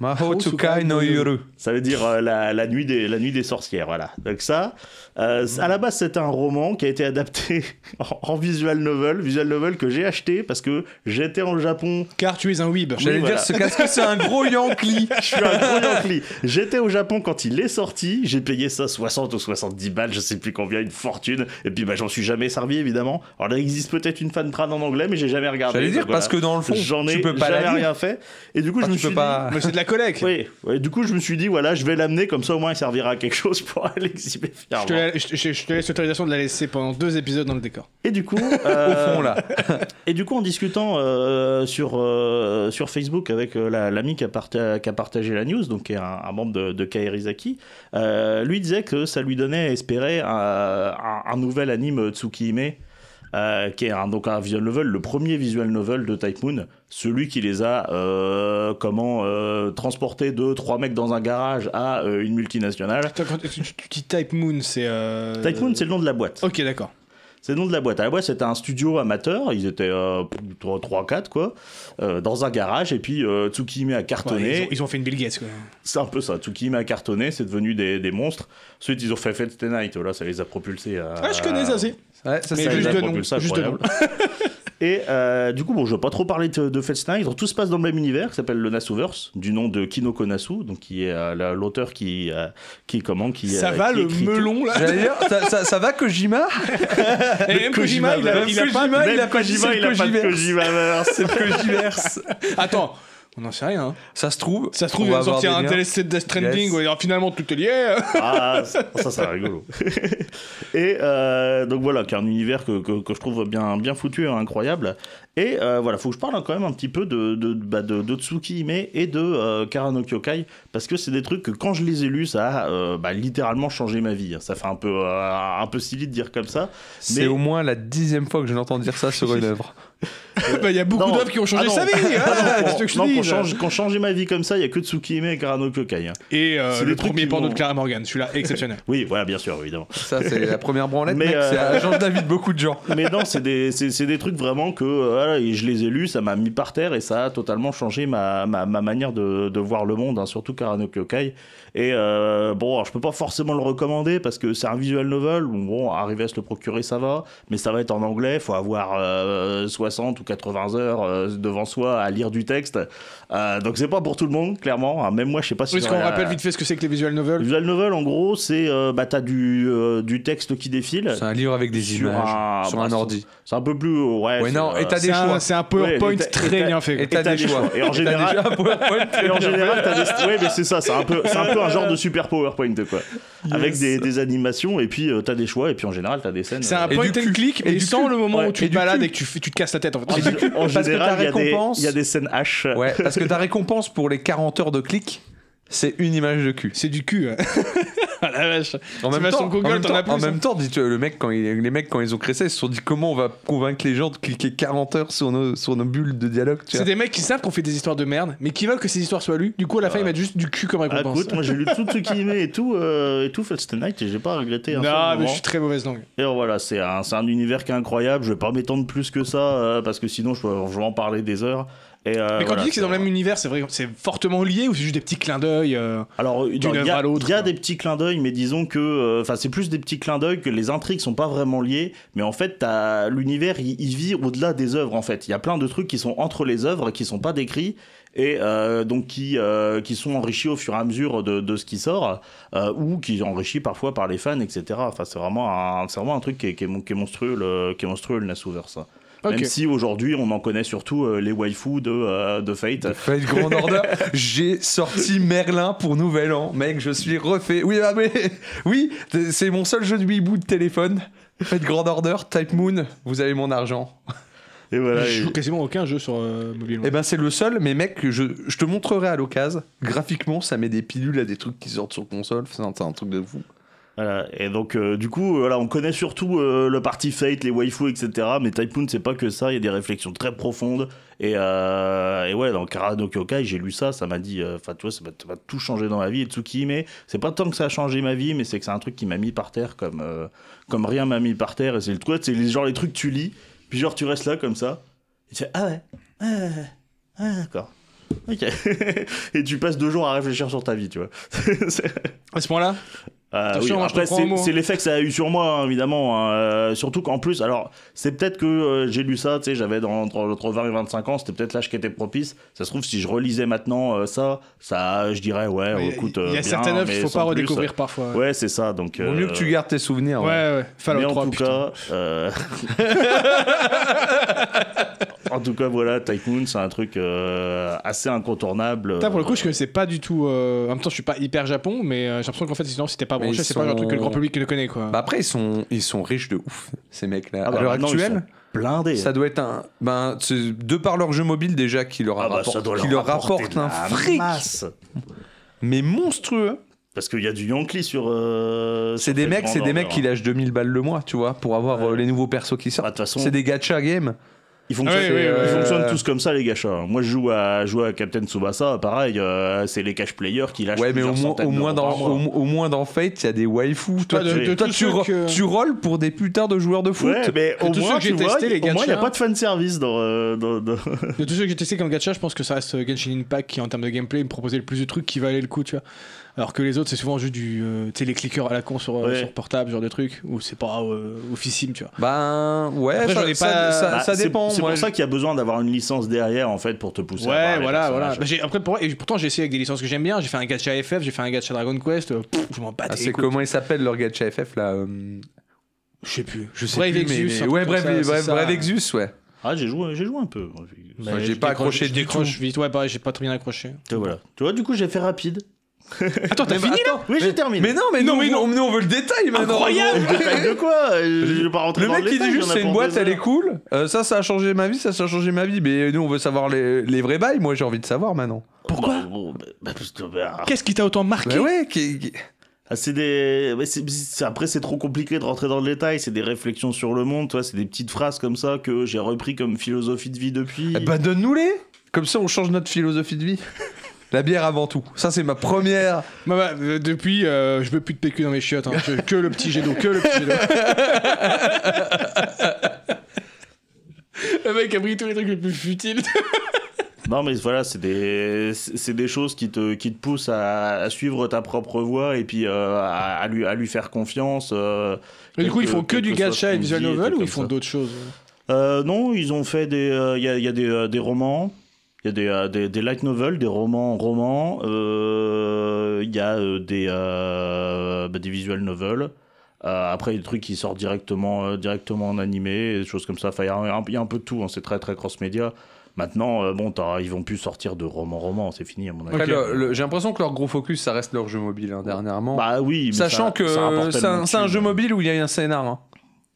Mahotsukai no Yoru. Ça veut dire euh, la, la nuit des, la nuit des sorcières, voilà. Donc ça, euh, à la base, c'était un roman qui a été adapté (laughs) en, en visual novel, visual novel que j'ai acheté parce que j'étais en Japon Car tu es un weeb. J'allais Oui, dire, voilà. Ah, ce casque, c'est un gros Yankee. Je suis un gros Yankee. J'étais au Japon quand il est sorti. J'ai payé ça 60 ou 70 balles, je sais plus combien, une fortune. Et puis, bah, j'en suis jamais servi, évidemment. Alors, là, il existe peut-être une fan trad en anglais, mais j'ai jamais regardé. J'allais dire, Donc, parce que voilà. dans le fond, j'en ai tu peux pas jamais la lire. rien fait. Et du coup, Enfin, je me tu suis peux pas. Mais c'est de la collecte. dit. Oui, ouais, du coup, je me suis dit, voilà, je vais l'amener, comme ça au moins il servira à quelque chose pour (laughs) aller l'exhiber Je fièrement. te, la- je- je- je te laisse l'autorisation de la laisser pendant deux épisodes dans le décor. Et du (laughs) coup, Au euh, fond, là. Et du coup, en discutant euh, sur, euh, sur Facebook avec euh, la- l'ami qui, a parta- qui a partagé la news, donc qui est un, un membre de, de Kairizaki, euh, lui disait que ça lui donnait à espérer un, un- un nouvel anime Tsukihime, euh, qui est un, donc un visual novel, le premier visual novel de Type Moon, celui qui les a euh, comment euh, transportés de trois mecs dans un garage à euh, une multinationale. Attends, quand tu, tu- tu Type Moon, c'est. Euh... Type Moon, c'est le nom de la boîte. Ok, d'accord. C'est le nom de la boîte. À la boîte, c'était un studio amateur. Ils étaient euh, 3-4, quoi, euh, dans un garage. Et puis, euh, Tsukihime a Ouais, cartonné. ils, ont, ils ont fait une Bill Gates, quoi. C'est un peu ça. Tsukihime a cartonné. C'est devenu des, des monstres. Ensuite, ils ont fait Fate Stay Night. Voilà, ça les a propulsés à. Ah, je connais ça aussi. Ouais, ça, Mais c'est les juste a de nom, propulsés, juste de nom. incroyable. (laughs) Et euh, du coup, bon, je vais pas trop parler de, de Fate Stay Night. Tout se passe dans le même univers qui s'appelle le Nasuverse, du nom de Kinoko Nasu, donc qui est euh, la- l'auteur qui, euh, qui comment, qui Ça euh, va, qui le écrit tout. melon, là J'allais dire, ça, ça, ça va Kojima (laughs) Et même Kojima, il a, même Ah, il a pas. Kojima, il a Même pas dit c'est Kojima, (laughs) il a pas de Kojiverse. Kojimaverse. C'est le Kojiverse. Attends, on n'en sait rien. hein. Ça se trouve, Ça se trouve, on il va va sortir avoir un des liens. DLC de Death Stranding, Yes. où il y aura finalement tout est lié. Ah, ça, ça serait rigolo. et euh, donc voilà, qui est un univers que, que, que je trouve bien, bien foutu et incroyable. Et euh, voilà, faut que je parle quand même un petit peu de, de, bah, de, de Tsukihime et de euh, Karano Kyokai, parce que c'est des trucs que quand je les ai lus, ça a euh, bah, littéralement changé ma vie. Ça fait un peu, euh, un peu silly de dire comme ça. C'est Mais- au moins la dixième fois que je l'entends dire ça sur une œuvre. (laughs) Bah, il y a beaucoup Non. d'œuvres qui ont changé Ah non. sa vie. hein, Ah c'est ce que je te non, dis, qu'on là. change, qu'on changeait ma vie comme ça, il y a que Tsukihime et Karano Kyokai. hein. Et euh, C'est le des trucs premier qui porno vont- de Clara Morgan, celui-là, (laughs) exceptionnel. Oui, voilà, bien sûr, évidemment. Ça, c'est la première branlette, Mais, mec. euh, C'est la change d'avis de beaucoup de gens. mais non, c'est des, c'est, c'est des trucs vraiment que euh, voilà, et je les ai lus, ça m'a mis par terre et ça a totalement changé ma, ma, ma manière de, de voir le monde, hein, surtout Karano Kyokai. Et euh, bon, alors, je peux pas forcément le recommander parce que c'est un visual novel. Bon, bon, arriver à se le procurer, ça va, mais ça va être en anglais, faut avoir euh, 60 ou 80 heures euh, devant soi à lire du texte. Euh, donc c'est pas pour tout le monde, clairement. hein. Même moi, je sais pas si Oui, ce qu'on j'aurais la- rappelle vite fait ce que c'est que les visual le novels. visual novel, en gros, c'est euh, bah, t'as du, euh, du texte qui défile. C'est un livre avec des euh, Sur images, un- sur bah, un ordi. C'est un peu plus. Ouais, Ouais, c'est, non, euh, et t'as C'est des un, choix. c'est un PowerPoint Ouais, et t'as- et très t'as- bien fait. Et quoi. t'as des choix. Et en T'as général- déjà un PowerPoint. Et en général, t'as des... ouais, mais c'est ça, c'est un peu, c'est un peu un genre de super PowerPoint quoi, avec des, des animations et puis euh, t'as des choix et puis en général t'as des scènes. C'est un euh, Et point du and cul. click, Et mais du sans cul. le moment Ouais. où tu Et te du balades cul. et Ah. que tu, fais- tu te casses la tête en fait. en, C'est- en parce que général, ta il y a des- récompense- il y, a des scènes H. (laughs) Ouais, parce que ta récompense pour les 40 heures de clic, c'est une image de cul. C'est du cul. hein. (laughs) Ah la vache. En Tu même vas temps, sur Google, en même t'en temps- as plus, en hein. même temps, dis-tu, le mec, quand il- les mecs, quand ils ont créé ça, ils se sont dit comment on va convaincre les gens de cliquer 40 heures sur nos, sur nos bulles de dialogue. Tu C'est vois. des mecs qui savent qu'on fait des histoires de merde, mais qui veulent que ces histoires soient lues. Du coup, à la fin, ils mettent juste du cul comme (laughs) Ah, récompense. écoute, moi j'ai lu tout Tsukime et tout euh, et tout Fate Night et j'ai pas regretté un seul non, mais moment. je suis très mauvaise langue. Et voilà, c'est un, c'est un univers qui est incroyable. Je vais pas m'étendre plus que ça euh, parce que sinon je, peux- je vais en parler des heures. Et, euh, mais quand voilà, tu dis que c'est dans le même univers, c'est vrai, c'est fortement lié ou c'est juste des petits clins d'œil euh, Alors, euh, D'une non, il y œuvre a, à l'autre, il y quoi. a des petits clins d'œil, mais disons que, euh, enfin, c'est plus des petits clins d'œil que les intrigues sont pas vraiment liées. Mais en fait, t'as- l'univers, il, il vit au-delà des œuvres. En fait, il y a plein de trucs qui sont entre les œuvres, qui sont pas décrits et euh, donc qui euh, qui sont enrichis au fur et à mesure de, de ce qui sort euh, ou qui sont enrichis parfois par les fans, etc. Enfin, c'est vraiment un, c'est vraiment un truc qui est, qui est mon- qui est monstrueux, le, qui est monstrueux le Nasuverse. Ok. Même si aujourd'hui, on en connaît surtout euh, les waifus de euh, de Fate. Faites grande order. J'ai sorti Merlin pour Nouvel An. Mec, je suis refait. Oui, ah, mais- (laughs) oui c'est mon seul jeu de Wii de téléphone. Faites grande order, Type Moon, vous avez mon argent. Et voilà. je et- joue quasiment aucun jeu sur euh, mobile. Eh ben c'est le seul, mais mec, je, je te montrerai à l'occasion. Graphiquement, ça met des pilules à des trucs qui sortent sur console. C'est un, c'est un truc de fou. Voilà, et donc euh, du coup, euh, voilà, on connaît surtout euh, le parti Fate, les waifus, etc. Mais Typhoon, c'est pas que ça, il y a des réflexions très profondes. Et, euh, et ouais, dans Kara no Kyokai, j'ai lu ça, ça m'a dit, euh, enfin tu vois, ça m'a- ça m'a tout changé dans ma vie, et Tsuki, mais c'est pas tant que ça a changé ma vie, mais c'est que c'est un truc qui m'a mis par terre comme, euh, comme rien m'a mis par terre. Et c'est le truc, c'est les- genre les trucs que tu lis, puis genre tu restes là comme ça. Et tu fais, ah ouais, ah, ouais, ah, d'accord. Ok. (laughs) et tu passes deux jours à réfléchir sur ta vie, tu vois. (laughs) C'est- Eh ben, À ce moment-là ah, Attention, oui. hein, je te Après, prends c'est au mot, hein. c'est l'effet que ça a eu sur moi, hein, évidemment. hein. Euh, surtout qu'en plus, alors, c'est peut-être que euh, j'ai lu ça, tu sais, j'avais dans- entre, entre 20 et 25 ans, c'était peut-être l'âge qui était propice. Ça se trouve, si je relisais maintenant euh, ça, ça, je dirais, ouais, Il y a- écoute. il y euh, a certaines bien, œuvres qu'il mais faut sans pas plus. redécouvrir parfois. Ouais, c'est ça. Donc, euh, Vaut mieux que tu gardes tes souvenirs. ouais, ouais. Fallout mais en 3, tout putain. cas, euh, (laughs) en tout cas, voilà, Tycoon, c'est un truc euh, assez incontournable. Euh, Putain, pour le coup, je connaissais pas du tout. euh, En même temps, je suis pas hyper Japon, mais euh, j'ai l'impression qu'en fait, sinon, si t'es pas Mais branché, ils c'est pas un sont- truc que le grand public ne connaît, quoi. Bah après, ils sont, ils sont riches de ouf, ces mecs-là. Ah bah, à l'heure maintenant, ils actuelle, sont blindés. ça doit être un. Ben, c'est- de par leur jeu mobile déjà, qui leur, Ah bah, rapporte, ça doit qui leur leur rapporte rapporter un de la fric, masse. mais monstrueux. Parce qu'il y a du Yankee sur. euh, C'est sur des cette mecs, c'est des grandeur, mecs qui hein. lâchent 2000 balles le mois, tu vois, pour avoir Ouais. euh, les nouveaux persos qui Ah, De sortent. toute façon, C'est des gacha games. ils, fonctionnent, Ah oui, oui, ils oui, oui. fonctionnent tous comme ça, les gachas. hein. Moi, je joue à, je joue à Captain Tsubasa, pareil, euh, c'est les cash players qui lâchent. Ouais, mais au plusieurs moins, centaines au moins d'euros dans, par mois. au, au moins dans Fate, il y a des waifus. Toi, de- tu, de toi, tous tu, ceux ro- que- tu rolls pour des putains de joueurs de foot. Ouais, mais de au tous moins, ceux que j'ai tu vois, testés, les au moins, il n'y a gachas- pas de fanservice dans. euh, dans, dans- Bah, De tous ceux que j'ai testé comme gacha, je pense que ça reste euh, Genshin Impact qui, en termes de gameplay, me proposait le plus de trucs qui valaient le coup, tu vois. Alors que les autres, c'est souvent juste du. euh, tu sais, les clickers à la con sur, euh, Ouais. sur portable, ce genre de trucs, où c'est pas euh, officime, tu vois. Ben ouais, Après, ça, j'en ai ça- pas- ça- Bah, ça c'est- dépend. C'est moi, pour ça qu'il y a besoin d'avoir une licence derrière, en fait, pour te pousser à avoir Ouais, les voilà, voilà. personnages. Bah, j'ai- après, pour- et pourtant, j'ai essayé avec des licences que j'aime bien. J'ai fait un gacha FF, j'ai fait un gacha Dragon Quest. euh, pff, je m'en bats Bah, Ah, des c'est couilles. comment il s'appelle leur gacha FF là euh, Je sais plus. Je sais Brave plus, Exus, mais- un mais- truc ouais, comme bref, ça, c'est bref, ça. bref Exus, ouais. bah- Ah, j'ai joué, j'ai joué un peu. Mais Enfin, Bah, j'ai je pas décroche- accroché je du décroche tout. vite, ouais, pareil, j'ai pas trop bien accroché. bah, Et voilà. Tu vois, du coup, j'ai fait rapide. Attends, t'as Mais fini là attends, Oui, j'ai mais- terminé. (laughs) Mais non, mais Non, non, mais mais non. on, nous, on veut le détail maintenant. Incroyable. On veut- Détail de quoi Euh, Je vais pas rentrer Le dans mec il détail, dit il y en juste a c'est pour une boîte, deux elle heures. est cool. Euh, ça, ça a changé ma vie, ça, ça a changé ma vie. Mais nous, on veut savoir les, les vrais bails. Moi, j'ai envie de savoir maintenant. Pourquoi Bah, bon, bah, bah, parce que, bah, Qu'est-ce qui t'a autant Bah marqué ouais, qui- qui- Ah, c'est des. ouais, c'est- c'est- Après, c'est trop compliqué de rentrer dans le détail. C'est des réflexions sur le monde, toi. C'est des petites phrases comme ça que j'ai repris comme philosophie de vie depuis. Eh ben, donne-nous-les. Comme ça, on change notre philosophie de vie. La bière avant tout. Ça, c'est ma première. Bah, bah, euh, Depuis, euh, je veux plus de PQ dans mes chiottes. hein. Je- Que le petit jet d'eau, que le petit jet d'eau. Le mec a pris tous les trucs les plus futiles. Non, mais voilà, c'est des, c'est c'est des choses qui te, qui te poussent à, à suivre ta propre voie et puis euh, à, à lui, à lui faire confiance. euh, Mais du coup, ils quel font que quel du soit gacha ton et visual vie et novel tout ou ils comme font ça. d'autres choses Euh, non, ils ont fait des. euh, Il y a, il y a des, euh, des romans. Il y a des, euh, des, des light novels, des romans, romans. euh, Il y a euh, des, euh, bah, des visual novels. Euh, après, il y a des trucs qui sortent directement, euh, directement en animé, des choses comme ça. Enfin, il y a un- il y, a un peu de tout. hein, c'est très, très cross-média. Maintenant, euh, bon, t'as- ils vont plus sortir de romans, romans. C'est fini, à mon avis. Après, le- le- j'ai l'impression que leur gros focus, ça reste leur jeu mobile hein, dernièrement. Bah oui, mais Sachant ça- que ça rapporte euh, c'est tellement un, de c'est un thunes. jeu mobile où il y a un scénar. hein.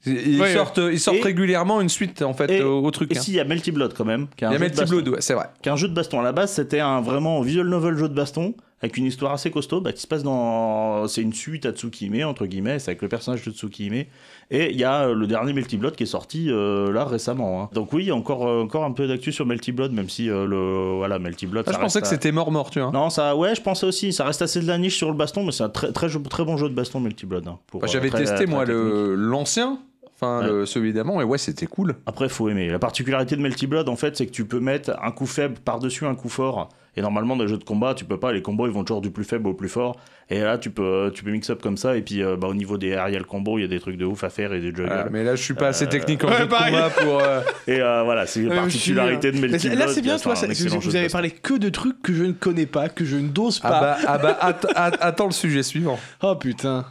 Ils, Ouais, sortent, ils sortent Et- régulièrement une suite en fait et- au, au truc. Et hein. si, il y a Melty Blood quand même. qui est un Il y a jeu de Melty baston. Blood, ouais, c'est vrai. qu'un jeu de baston. À la base, c'était un vraiment visual novel jeu de baston avec une histoire assez costaud bah, qui se passe dans. C'est une suite à Tsukihime, entre guillemets, c'est avec le personnage de Tsukihime. Et il y a euh, le dernier Melty Blood qui est sorti euh, là récemment. hein. Donc, oui, encore, euh, encore un peu d'actu sur Melty Blood, même si euh, le. Voilà, Melty Blood. Ah, je ça pensais reste que à- c'était mort-mort, tu vois. Non, ça, ouais, je pensais aussi. Ça reste assez de la niche sur le baston, mais c'est un très, très, jeu- très bon jeu de baston, Melty Blood. hein, pour, Enfin, euh, Bah, J'avais très- testé très moi technique. le- l'ancien, enfin Ouais. le- celui d'avant, et ouais, c'était cool. Après, faut aimer. La particularité de Melty Blood, en fait, c'est que tu peux mettre un coup faible par-dessus un coup fort. Et normalement, dans les jeux de combat, tu peux pas. Les combos, ils vont toujours du plus faible au plus fort. Et là, tu peux, tu peux mix up comme ça. Et puis, euh, bah, au niveau des aerial combos, il y a des trucs de ouf à faire et des juggles. Voilà, mais là, je suis pas assez Euh, technique en ouais, jeu de pareil. combat pour. euh, Et euh, voilà, c'est la Ouais, Ah, mais je suis nul, particularité de hein. Melty Mais Blood. Là, c'est qui bien, reste toi, un ça- excellent vous, jeu vous de avez baston. parlé que de trucs que je ne connais pas, que je ne dose Ah pas. bah, ah bah, att- att- attends le sujet suivant. Oh putain.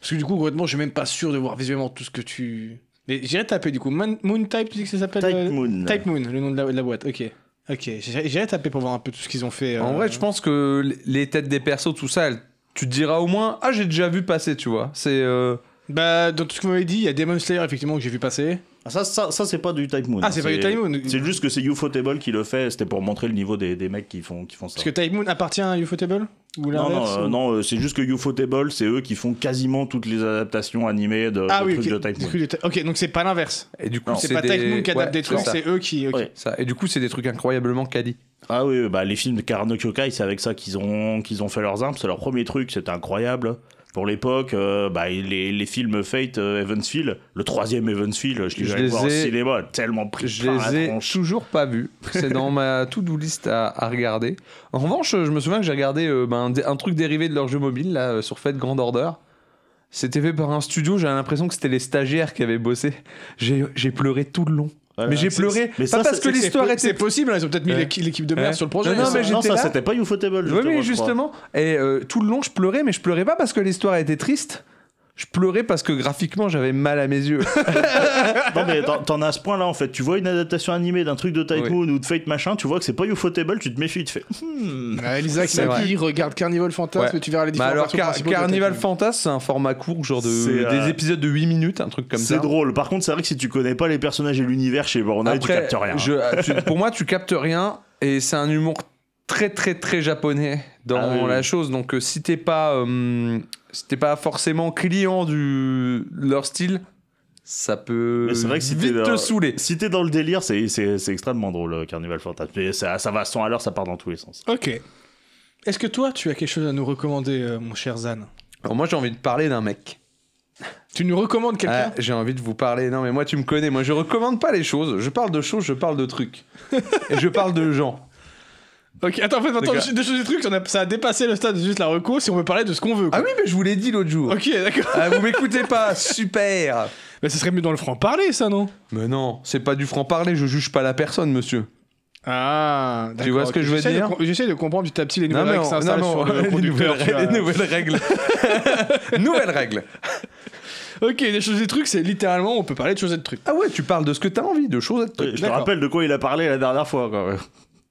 Parce que du coup, honnêtement, je suis même pas sûr de voir visuellement tout ce que tu. Mais j'irai taper du coup. Moon, Moon Type, tu dis que ça s'appelle Type euh, Moon. Type Moon, le nom de la, de la boîte. Ok. Ok. J'irai j'irai taper pour voir un peu tout ce qu'ils ont fait. En euh, vrai, je pense que les têtes des persos, tout ça, elles- tu te diras au moins, ah, j'ai déjà vu passer, tu vois. C'est. euh, Bah, dans tout ce que vous m'avez dit, il y a Demon Slayer, effectivement, que j'ai vu passer. Ah, Ça, ça, ça, c'est pas du Type Moon. Ah, hein. c'est pas du Type Moon. C'est juste que c'est Ufotable qui le fait. C'était pour montrer le niveau des, des mecs qui font, qui font ça. Parce que Type Moon appartient à Ufotable Ou Non, l'inverse non, euh, ou- non, euh, c'est juste que Ufotable, c'est eux qui font quasiment toutes les adaptations animées de, Ah de oui, trucs ok. de Type Moon. Trucs de Type- ok, donc c'est pas l'inverse. Et du coup, Non, C'est pas Type Moon qui adapte des trucs, ça. c'est eux qui. ok. Ouais. Ça. Et du coup, c'est des trucs incroyablement quali. Ah oui, bah les films de Karano Kyokai, c'est avec ça qu'ils ont, qu'ils ont fait leurs armes. C'est leur premier truc, c'était incroyable. Pour l'époque, euh, bah, les, les films Fate, euh, Evansfield, le troisième Evansfield, je, Je les les voir au ai- cinéma, tellement pris Je par la les ai tronche. toujours pas vus. C'est dans ma to-do list à, à regarder. En revanche, je me souviens que j'ai regardé euh, ben, des- un truc dérivé de leur jeu mobile, là, euh, sur Fate Grand Order. C'était fait par un studio, j'avais l'impression que c'était les stagiaires qui avaient bossé. J'ai j'ai pleuré tout le long. Voilà. mais j'ai C'est- pleuré, pas mais ça, parce c'est- que C'est- l'histoire c'est- était... C'est possible, hein, ils ont peut-être mis Ouais. l'équ- l'équipe de merde Ouais. sur le projet. Non, non, mais ça- mais j'étais ça, là. c'était pas Ufotable. Oui, mais je crois. justement. Et euh, tout le long, je pleurais, mais je pleurais pas parce que l'histoire était triste. Je pleurais parce que graphiquement, j'avais mal à mes yeux. Non, mais t'en- t'en as à ce point-là, en fait. Tu vois une adaptation animée d'un truc de Type Oui. Moon ou de Fate machin, tu vois que c'est pas Ufotable, tu te méfies, tu fais. Hmm. Ah, Elisa qui C'est m'a vrai. dit regarde Carnival Fantasme Ouais. et tu verras les Bah différents alors, persos Car- principaux de Carnival Type Moon. Fantasy, c'est un format court, genre de, C'est, euh, des épisodes de 8 minutes, un truc comme ça. C'est drôle. Par contre, c'est vrai que si tu connais pas les personnages et l'univers chez Bornai, tu captes rien. je- ah, tu- pour moi, tu captes rien et c'est un humour très très très japonais dans Ah oui, la oui. chose. Donc euh, si t'es pas euh, si t'es pas forcément client du leur style, ça peut Mais c'est vrai que si vite t'es te dans- saouler. Si t'es dans le délire, c'est- c'est c'est extrêmement drôle, euh, Carnival Fantasme. Mais ça, ça va à 100 à l'heure, ça part dans tous les sens. Ok. Est-ce que toi, tu as quelque chose à nous recommander, euh, mon cher Zan Alors moi j'ai envie de parler d'un mec. Tu nous recommandes quelqu'un Ah, j'ai envie de vous parler. Non mais moi tu me connais. Moi je recommande pas les choses. Je parle de choses, je parle de (laughs) trucs et je parle de gens. Ok, attends, en fait, attends, D'accord. des choses des trucs, ça a, ça a dépassé le stade de juste la reco si on veut parler de ce qu'on veut. Ah Quoi. oui mais je vous l'ai dit l'autre jour. ok, d'accord. Ah, vous m'écoutez pas, super. Mais ce serait mieux dans le franc-parler, ça, non Mais non, c'est pas du franc parler. Je juge pas la personne, monsieur. Ah, d'accord, vois ce que ok. je veux J'essaie de dire com- J'essaie de comprendre petit à petit les Non, nouvelles mais règles on- qui s'installent non, euh, sur mais on- le les conducteur. nouvelles (laughs) tu vois. règles, les nouvelles règles. (laughs) Nouvelles règles. Ok, des choses des trucs, c'est littéralement, on peut parler de choses et de trucs. Ah ouais, tu parles de ce que t'as envie, de choses et de Je trucs. te rappelle de quoi il a parlé la dernière fois. Quoi.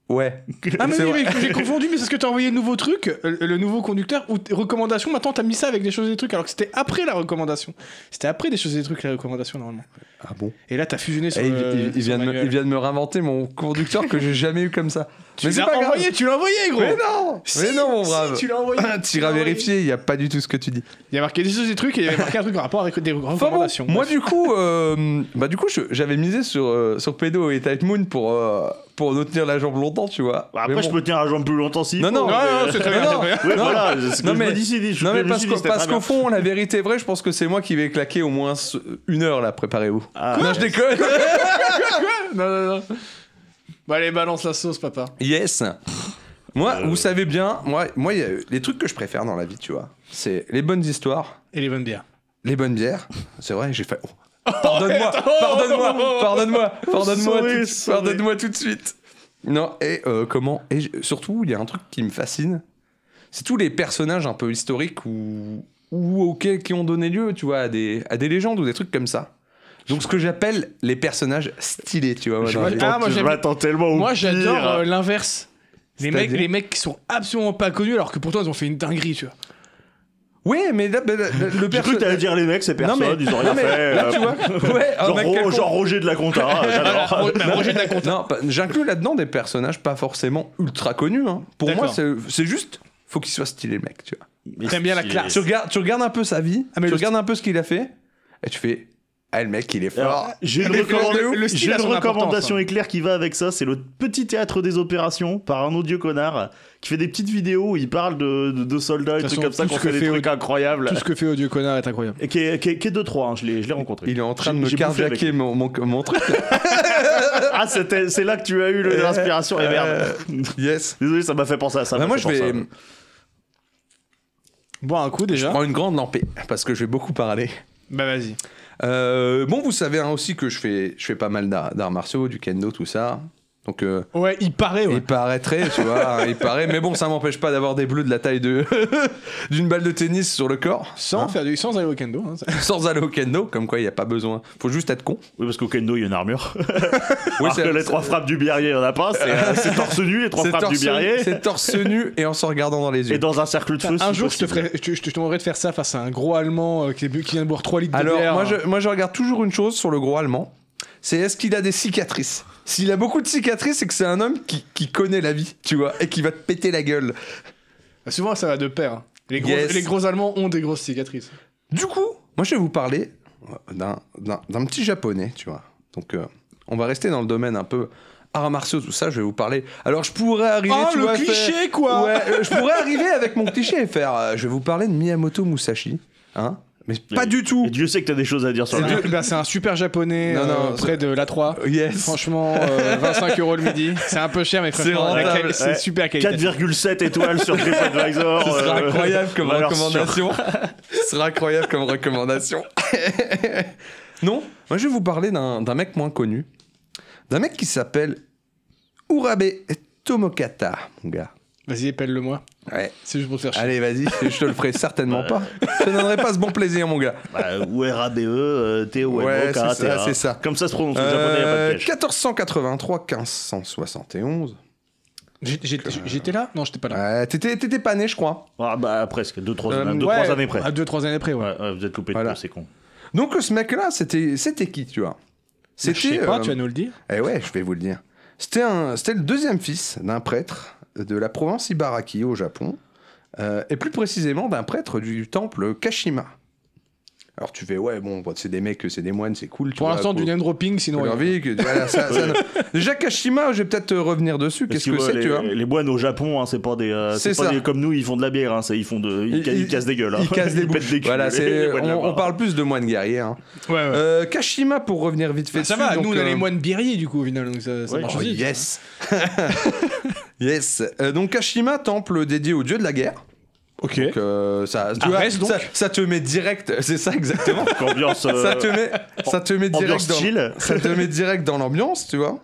Ouais. Ah mais C'est oui, vrai. oui, j'ai confondu, mais c'est ce que t'as envoyé le nouveau truc, euh, le nouveau conducteur, ou tes recommandations, maintenant t'as mis ça avec des choses et des trucs, alors que c'était après la recommandation. C'était après des choses et des trucs, la recommandation, normalement. Ah bon Et là, t'as fusionné sur Eh, il, le- il- sur il vient de me, manuel. il vient de me réinventer mon conducteur que j'ai jamais eu comme ça. Tu l'as envoyé, tu l'as envoyé, gros Mais non Mais Si, non, mon si, (laughs) brave tu l'as envoyé tu l'as T'iras envoyé. vérifier, il n'y a pas du tout ce que tu dis. Il y a marqué des choses et des trucs, et il y avait marqué un truc en rapport avec des Enfin bon, recommandations. moi du coup, euh, bah du coup, je- j'avais misé sur euh, sur Pedo et Tight Moon pour euh, pour nous tenir la jambe longtemps, tu vois. Bah, Mais Après, je bon. peux tenir la jambe plus longtemps si. Non, non, Ouais, ouais, c'est très bien, c'est non. très bien. Ouais, Non. voilà, c'est ce que Non, je me mais- dis, c'est dit, je Non me mais suis parce dit, qu'au c'était parce très bien. qu'au fond, la vérité est vraie, je pense que c'est moi qui vais claquer au moins ce- une heure là, préparez-vous. Ah, non, je (laughs) déconne. non, non, non. Bah allez, balance la sauce, papa. yes. Moi, Euh. vous savez bien, moi, moi, il y a les trucs que je préfère dans la vie, tu vois, c'est les bonnes histoires, Et les bonnes bières. les bonnes bières. C'est vrai, j'ai fait. oh. Pardonne-moi, oh, oh, pardonne-moi, oh. pardonne-moi, pardonne-moi, Sorry, tout- sorry. pardonne-moi tout de suite. Non et euh, comment et j- surtout, il y a un truc qui me fascine, c'est tous les personnages un peu historiques ou ou auxquels qui ont donné lieu, tu vois, à des à des légendes ou des trucs comme ça. Donc ce que j'appelle les personnages stylés, tu vois. moi, Je dans la vie. Ah, moi, m'attends- je j'aime- m'attends tellement au Moi, pire. j'adore euh, l'inverse. Les mecs, C'est-à-dire les mecs qui sont absolument pas connus, alors que pourtant, ils ont fait une dinguerie, tu vois. Ouais, mais là, bah, là, là, le J'ai cru que t'allais personnage. dire les mecs, c'est personne, ils ont rien mais fait. là, euh, tu vois, ouais, un Genre, mec Ro- quelconque. genre Roger de la Conta, (laughs) hein, j'adore. ben, Bah, Roger de la compta. Non, pas- j'inclus là-dedans des personnages pas forcément ultra connus. hein. Pour moi, D'accord. c'est c'est juste, faut qu'il soit stylé, le mec. Tu, vois. J'aime bien la classe. tu regardes, tu regardes un peu sa vie, Ah, mais tu le regardes un peu ce qu'il a fait, et tu fais, ah, le mec, il est fort. Alors, j'ai une, le- recommanda- le- le style j'ai a une son recommandation importance, hein. éclair qui va avec ça, c'est le petit théâtre des opérations par un odieux connard qui fait des petites vidéos où il parle de, de- de soldats et De toute façon, trucs comme ça, tout qu'on ce que fait des fait trucs incroyables. Tout ce que fait Odieux Connard est incroyable. Et qui est, qui est- qui est deux, trois, hein, je l'ai je l'ai rencontré. (laughs) Il est en train de J'ai- me j'ai bouffé avec carjacker mon, mon, mon (laughs) truc. Ah, c'était- c'est là que tu as eu Euh, le- l'inspiration, et merde. Yes. Désolé, ça m'a fait penser à ça. Bah, m'a moi, fait je vais penser à ça. Bois un coup déjà. prendre une grande lampée parce que je vais beaucoup parler. Bah vas-y. Euh, bon, vous savez hein, aussi que je fais, je fais pas mal d'art- d'arts martiaux, du kendo, tout ça. Donc, euh, Ouais, il paraît, ouais. il paraîtrait, tu vois, hein, il paraît. Mais bon, ça m'empêche pas d'avoir des bleus de la taille de (laughs) d'une balle de tennis sur le corps. Sans, faire du... sans aller au kendo. hein, ça- Hein, (laughs) sans aller au kendo, comme quoi il n'y a pas besoin. Faut juste être (laughs) con. Oui, parce qu'au kendo, il y a une armure. Oui, Alors que Ah, les trois frappes du Biarrier, il n'y en a pas. C'est euh, c'est torse nu, les trois c'est frappes du torse, Biarrier. c'est torse nu et en se regardant dans les yeux. Et dans un cercle de feu. un si jour, je te, possible. ferai, je, te- je te demanderai de faire ça face à un gros Allemand euh, qui, est bu- qui vient de boire 3 litres de Alors, bière. moi je, moi, je regarde toujours une chose sur le gros allemand c'est est-ce qu'il a des cicatrices S'il a beaucoup de cicatrices, c'est que c'est un homme qui, qui connaît la vie, tu vois, et qui va te péter la gueule. Bah, Souvent, ça va de pair. hein. Les gros, Yes. les gros Allemands ont des grosses cicatrices. Du coup, moi, je vais vous parler d'un d'un- d'un petit japonais, tu vois. Donc, euh, on va rester dans le domaine un peu arts martiaux, tout ça. Je vais vous parler. Alors, je pourrais arriver. Oh, tu le vois, faire- cliché, quoi Ouais, euh, je pourrais arriver avec mon cliché et faire. euh, je vais vous parler de Miyamoto Musashi, hein Mais pas Et- du tout. Et Dieu sait que t'as des choses à dire sur C'est lui. un, bah, c'est un super japonais Non, euh, non, près de l'A3. Yes. Franchement, euh, (laughs) 25 euros le midi. C'est un peu cher, mais C'est franchement, la rentable, quali- c'est ouais. super qualité. 4,7 étoiles (laughs) sur TripAdvisor. Ce sera euh, incroyable comme valeur recommandation. (laughs) Ce sera incroyable comme recommandation. (laughs) non, moi je vais vous parler d'un d'un mec moins connu. D'un mec qui s'appelle Urabe Tomokata, mon gars. Vas-y, épelle le moi. Ouais. C'est juste pour te faire chier. Allez, vas-y, je te le ferai certainement pas. Je te donnerai pas ce bon plaisir, mon gars. Bah, URABE, euh, TOMO, Ouais, c'est karaté, ça, hein. c'est ça. Comme ça se prononce en japonais, y a pas Euh, de piège. 1483, 1571. J'ai- j'ai- J'étais là Non, j'étais pas là. Ouais, T'étais t'étais pas né, je crois. Ah, bah, presque, 2-3 Euh, Ouais, années près. À 2-3 années près, ouais. Ouais, ouais, vous êtes coupé de Voilà. tout, c'est con. Donc ce mec-là, c'était c'était qui, tu vois Je sais pas, euh, tu vas nous le dire. Eh ouais, je vais vous le dire. C'était un- c'était le deuxième fils d'un prêtre de la province Ibaraki au Japon, euh, et plus précisément d'un prêtre du temple Kashima. Alors tu fais, ouais, bon, bah, c'est des mecs, c'est des moines, c'est cool. tu Pour vois, l'instant, faut- du name dropping, faut sinon. leur vie, que- voilà, ça- (laughs) ça ne- Déjà, Kashima, je vais peut-être euh, revenir dessus. Parce Qu'est-ce que ouais, c'est, les, tu vois Les moines au Japon, hein, c'est pas des. euh, C'est c'est pas ça. des- comme nous, ils font de la bière, hein, ça, ils font de. Ils, ils cassent des gueules. hein. Ils (laughs) cassent des pètent bouches. culs, Voilà, les- c'est- les moines on, là-bas. on parle plus de moines guerriers. hein. Ouais, ouais. Euh, Kashima, pour revenir vite fait. Bah, ça dessus, va, donc, nous on a euh, les moines birriers du coup au final, donc ça, ça Ouais. marche Oh, aussi. yes (laughs) Yes Euh, Donc Kashima, temple dédié au dieu de la guerre. Ok. Donc, euh, ça, tu Arès, donc ça, ça te met direct, (laughs) c'est ça exactement. Donc, Ambiance. (laughs) euh, ça te met, ça te met ambiance direct dans, chill. (laughs) ça te met direct dans l'ambiance, tu vois.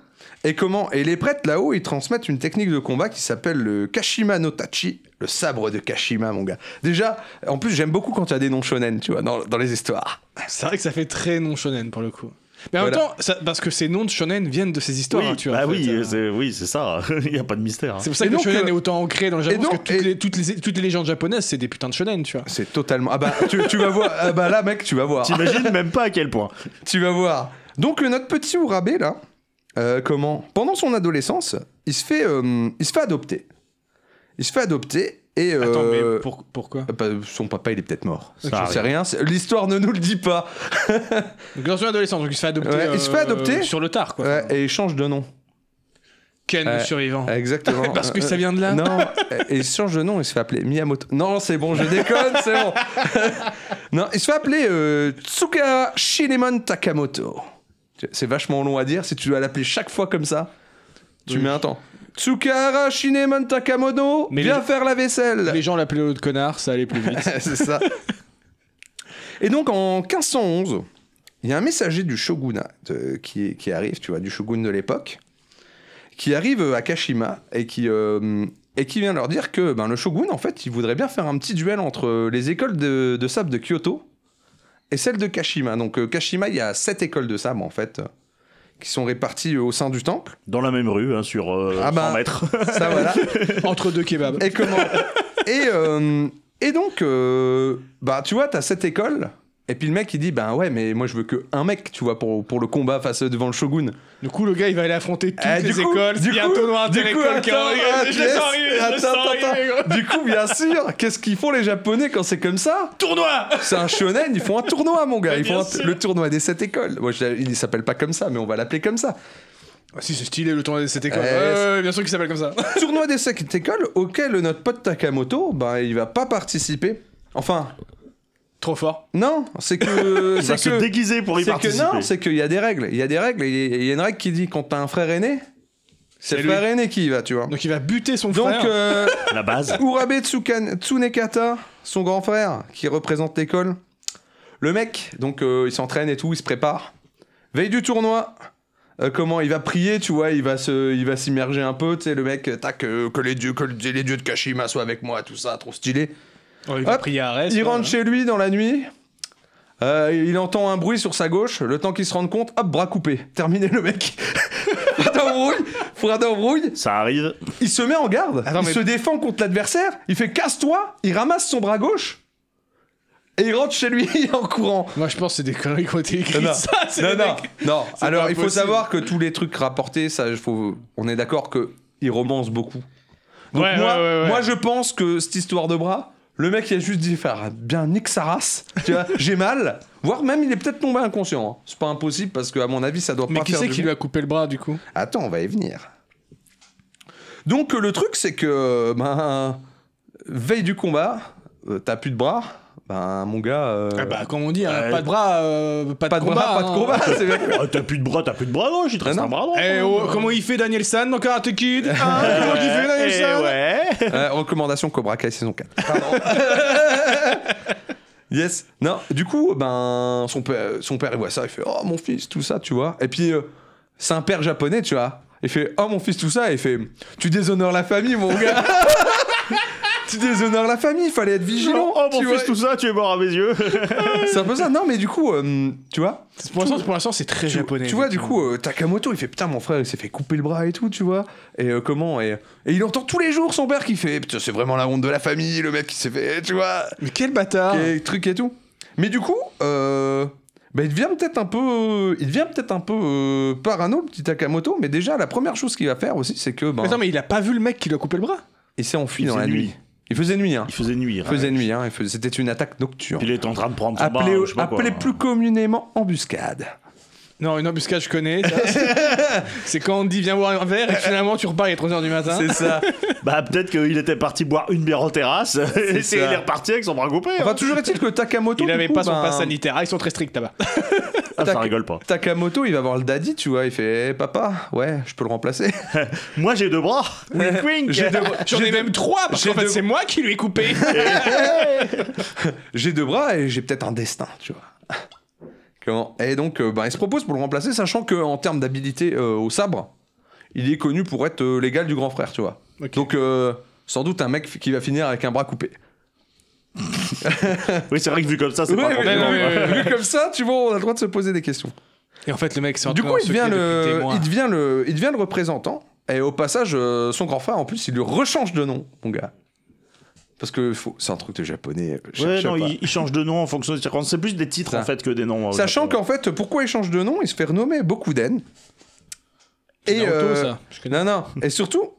Et comment Et les prêtres là-haut, ils transmettent une technique de combat qui s'appelle le Kashima no Tachi, le sabre de Kashima, mon gars. Déjà, en plus, j'aime beaucoup quand il y a des noms shonen, tu vois, dans, dans les histoires. C'est vrai que ça fait très non shonen pour le coup. Mais en Voilà. même temps, ça- parce que ces noms de shonen viennent de ces histoires, Oui, hein, tu vois. bah en fait, oui, euh. c'est- oui, c'est ça. (laughs) Il n'y a pas de mystère. hein. C'est pour ça Et que donc, le shonen euh, est autant ancré dans le Japon, et donc, parce que toutes, et- les, toutes, les, toutes les légendes japonaises, c'est des putains de shonen, tu vois. C'est totalement. Ah bah, tu, tu vas voir. Ah bah là, mec, tu vas voir. T'imagines même pas à quel point. Tu vas voir. Donc euh, notre petit Ourabé là, euh, comment Pendant son adolescence, il se fait, euh, il se fait adopter. Il se fait adopter et euh, Attends, mais pour- pourquoi bah, son papa il est peut-être mort. Ça Je arrive. sais rien. c'est- L'histoire ne nous le dit pas. Donc dans une adolescence, donc il se fait adopter. Ouais, il se fait euh, adopter. Sur le tard, quoi. Ouais, et il change de nom. Ken Ouais. le survivant. Exactement. (laughs) Parce que Euh, ça vient de là. Non, euh, et il change de nom, il se fait appeler Miyamoto. Non, c'est bon, je déconne, c'est (laughs) bon. non, il se fait appeler euh, Tsuka Shinemon Takamoto. C'est vachement long à dire, si tu dois l'appeler chaque fois comme ça, tu Oui. mets un temps. Tsukara Shinemon Takamoto, Mais viens les- faire la vaisselle. Les gens l'appelaient l'autre connard, ça allait plus (laughs) vite. c'est ça. Et donc en 1511, il y a un messager du shogunat euh, qui, qui arrive, tu vois, du shogun de l'époque, qui arrive euh, à Kashima et qui, euh, et qui vient leur dire que ben, le shogun, en fait, il voudrait bien faire un petit duel entre euh, les écoles de, de sabre de Kyoto et celles de Kashima. Donc euh, Kashima, il y a sept écoles de sabre, en fait, euh, qui sont réparties euh, au sein du temple. Dans la même rue, hein, sur euh, Ah bah. 100 mètres. Ça, voilà. Entre deux kebabs. Et comment et, euh, et donc, euh, bah, tu vois, t'as cette école. Et puis le mec, il dit, ben ouais, mais moi je veux que un mec, tu vois, pour, pour le combat face devant le shogun. Du coup, le gars, il va aller affronter toutes Eh, les écoles. du Il y a un coup- tournoi du coup, inter-école qui attends, arrive. ah, Je les laisse- sens arriver, je les attends, sens attends, arriver, gros. Du coup, bien sûr, qu'est-ce qu'ils font les Japonais quand c'est comme ça Tournoi C'est un shonen, ils font un tournoi, mon gars. Mais Ils font bien un- sûr. le tournoi des sept écoles. Moi, je- il s'appelle pas comme ça, mais on va l'appeler comme ça. Ah, Si, c'est stylé le tournoi de cette école. Eh, Ouais, c'est- ouais, ouais, bien sûr qu'il s'appelle comme ça. tournoi des sept écoles auquel notre pote Takamoto, ben il va pas participer. Enfin, Trop fort. non, c'est que. (laughs) Il va c'est se que- déguiser pour y C'est que participer. non, c'est qu'il y a des règles. Il y a des règles. et Il y a- il y a une règle qui dit quand t'as un frère aîné, c'est le lui. frère aîné qui y va, tu vois. Donc il va buter son frère. Donc, euh, La base. Urabe Tsukan- Tsunekata, son grand frère, qui représente l'école. Le mec, donc euh, il s'entraîne et tout, il se prépare. Veille du tournoi, euh, comment il va prier, tu vois, il va se, il va s'immerger un peu, tu sais, le mec, euh, tac, euh, que les dieux, que le- les dieux de Kashima soient avec moi, tout ça, trop stylé. Oh, il va Hop, prier Arès. Il quoi, rentre hein. chez lui dans la nuit. euh, il entend un bruit sur sa gauche. Le temps qu'il se rende compte, hop, bras coupé. (laughs) Terminé le mec. Froid d'embrouille. Froid d'embrouille. Ça (laughs) arrive. Il se met en garde. Attends, il mais- se défend contre l'adversaire. Il fait casse-toi. Il ramasse son bras gauche. Et il rentre chez lui (laughs) en courant. Moi, je pense que c'est des conneries qui ont été écrites. Non, ça, c'est non, des non, mecs- non. C'est Alors, pas il faut possible. savoir que tous les trucs rapportés, ça, il faut... on est d'accord que il romance beaucoup. Donc Ouais, moi, ouais, ouais, ouais. moi, je pense que cette histoire de bras, le mec, il a juste dit faire bien nique sa race. (laughs) Tu vois, j'ai mal. Voire même, il est peut-être tombé inconscient. hein. C'est pas impossible parce que, à mon avis, ça doit Mais pas qui faire c'est du qui bien. lui a coupé le bras du coup Attends, on va y venir. Donc euh, le truc c'est que ben veille du combat, euh, t'as plus de bras, ben mon gars, euh, Ah bah, comme on dit, hein, euh, pas de bras, euh, pas, pas de de combat. bras, pas de hein. combat, (laughs) c'est vrai. Ah, t'as plus de bras, t'as plus de bras, non Je te reste Ah, un non. bras, non Eh, oh, comment il fait Daniel San dans Karate Kid (laughs) hein Comment il fait Daniel Eh San Eh, ouais. Euh, recommandation Cobra Kai saison 4. (laughs) yes. Non, du coup, ben, son père, son père, il voit ça, il fait Oh mon fils, tout ça, tu vois. Et puis, euh, c'est un père japonais, tu vois. Il fait Oh mon fils, tout ça. Et il fait Tu déshonores la famille, mon gars. (laughs) tu déshonores la famille, il fallait être vigilant. Oh mon tu fils, vois. tout ça, tu es mort à mes yeux. C'est un peu ça. Non, mais du coup, euh, tu vois. Pour l'instant, pour l'instant, c'est très Tu, japonais. tu vois, du coup, euh, Takamoto, il fait putain, mon frère, il s'est fait couper le bras et tout, tu vois. Et euh, comment et, et il entend tous les jours son père qui fait putain, c'est vraiment la honte de la famille, le mec qui s'est fait, tu vois, Mais quel bâtard et truc et tout. Mais du coup, euh, bah, il devient peut-être un peu, il devient peut-être un peu euh, parano, le petit Takamoto. Mais déjà, la première chose qu'il va faire aussi, c'est que ben, Mais Attends, mais il a pas vu le mec qui lui a coupé le bras il s'est enfui il dans la faisait nuit. nuit. Il faisait nuit, hein. Il faisait nuit. Il faisait nuit, hein. Il faisait- C'était une attaque nocturne. Il est en train de prendre son bras. Appelée ou je sais pas quoi. appelée plus communément embuscade. Non, une embuscade, je connais. ça. (laughs) c'est quand on te dit viens boire un verre et finalement tu repars, il est 3h du matin. C'est ça. Bah, peut-être qu'il était parti boire une bière en terrasse. (laughs) Et c'est- il ça. est reparti avec son bras coupé. Enfin, hein. toujours est-il que Takamoto. Il du avait coup, pas son ben, pass sanitaire. Ah, ils sont très stricts là-bas. Ah, tac. ça rigole pas. Takamoto, il va voir le daddy, tu vois. Il fait Eh, Papa, ouais, je peux le remplacer. (laughs) Moi, j'ai deux (laughs) bras. Wink, wink. J'ai deux- J'en ai même trois parce j'ai qu'en fait, deux- c'est moi qui lui ai (laughs) coupé. J'ai deux bras et j'ai peut-être un destin, tu vois. (laughs) Comment Et donc, euh, ben, il se propose pour le remplacer, sachant qu'en termes d'habilité euh, au sabre, il est connu pour être euh, l'égal du grand frère, tu vois. Ok. Donc, euh, sans doute un mec f- qui va finir avec un bras coupé. Oui, c'est vrai que vu comme ça, c'est Ouais, pas ouais, compliment. compliment, ouais, ouais, quoi. ouais. (laughs) Vu comme ça, tu vois, on a le droit de se poser des questions. Et en fait, le mec, c'est Du coup, il devient, le, il, devient le, il devient le représentant. Et au passage, euh, son grand frère, en plus, il lui rechange de nom, mon gars. Parce que faut- c'est un truc de japonais. euh, je- Ouais, je sais non, pas. il, il change de nom en fonction des circonstances. C'est plus des titres Ça. en fait que des Oh, noms. euh, Sachant japonais. qu'en fait, pourquoi il change de nom Il se fait renommer Bokuden. Et euh, (laughs) non, non. Et surtout,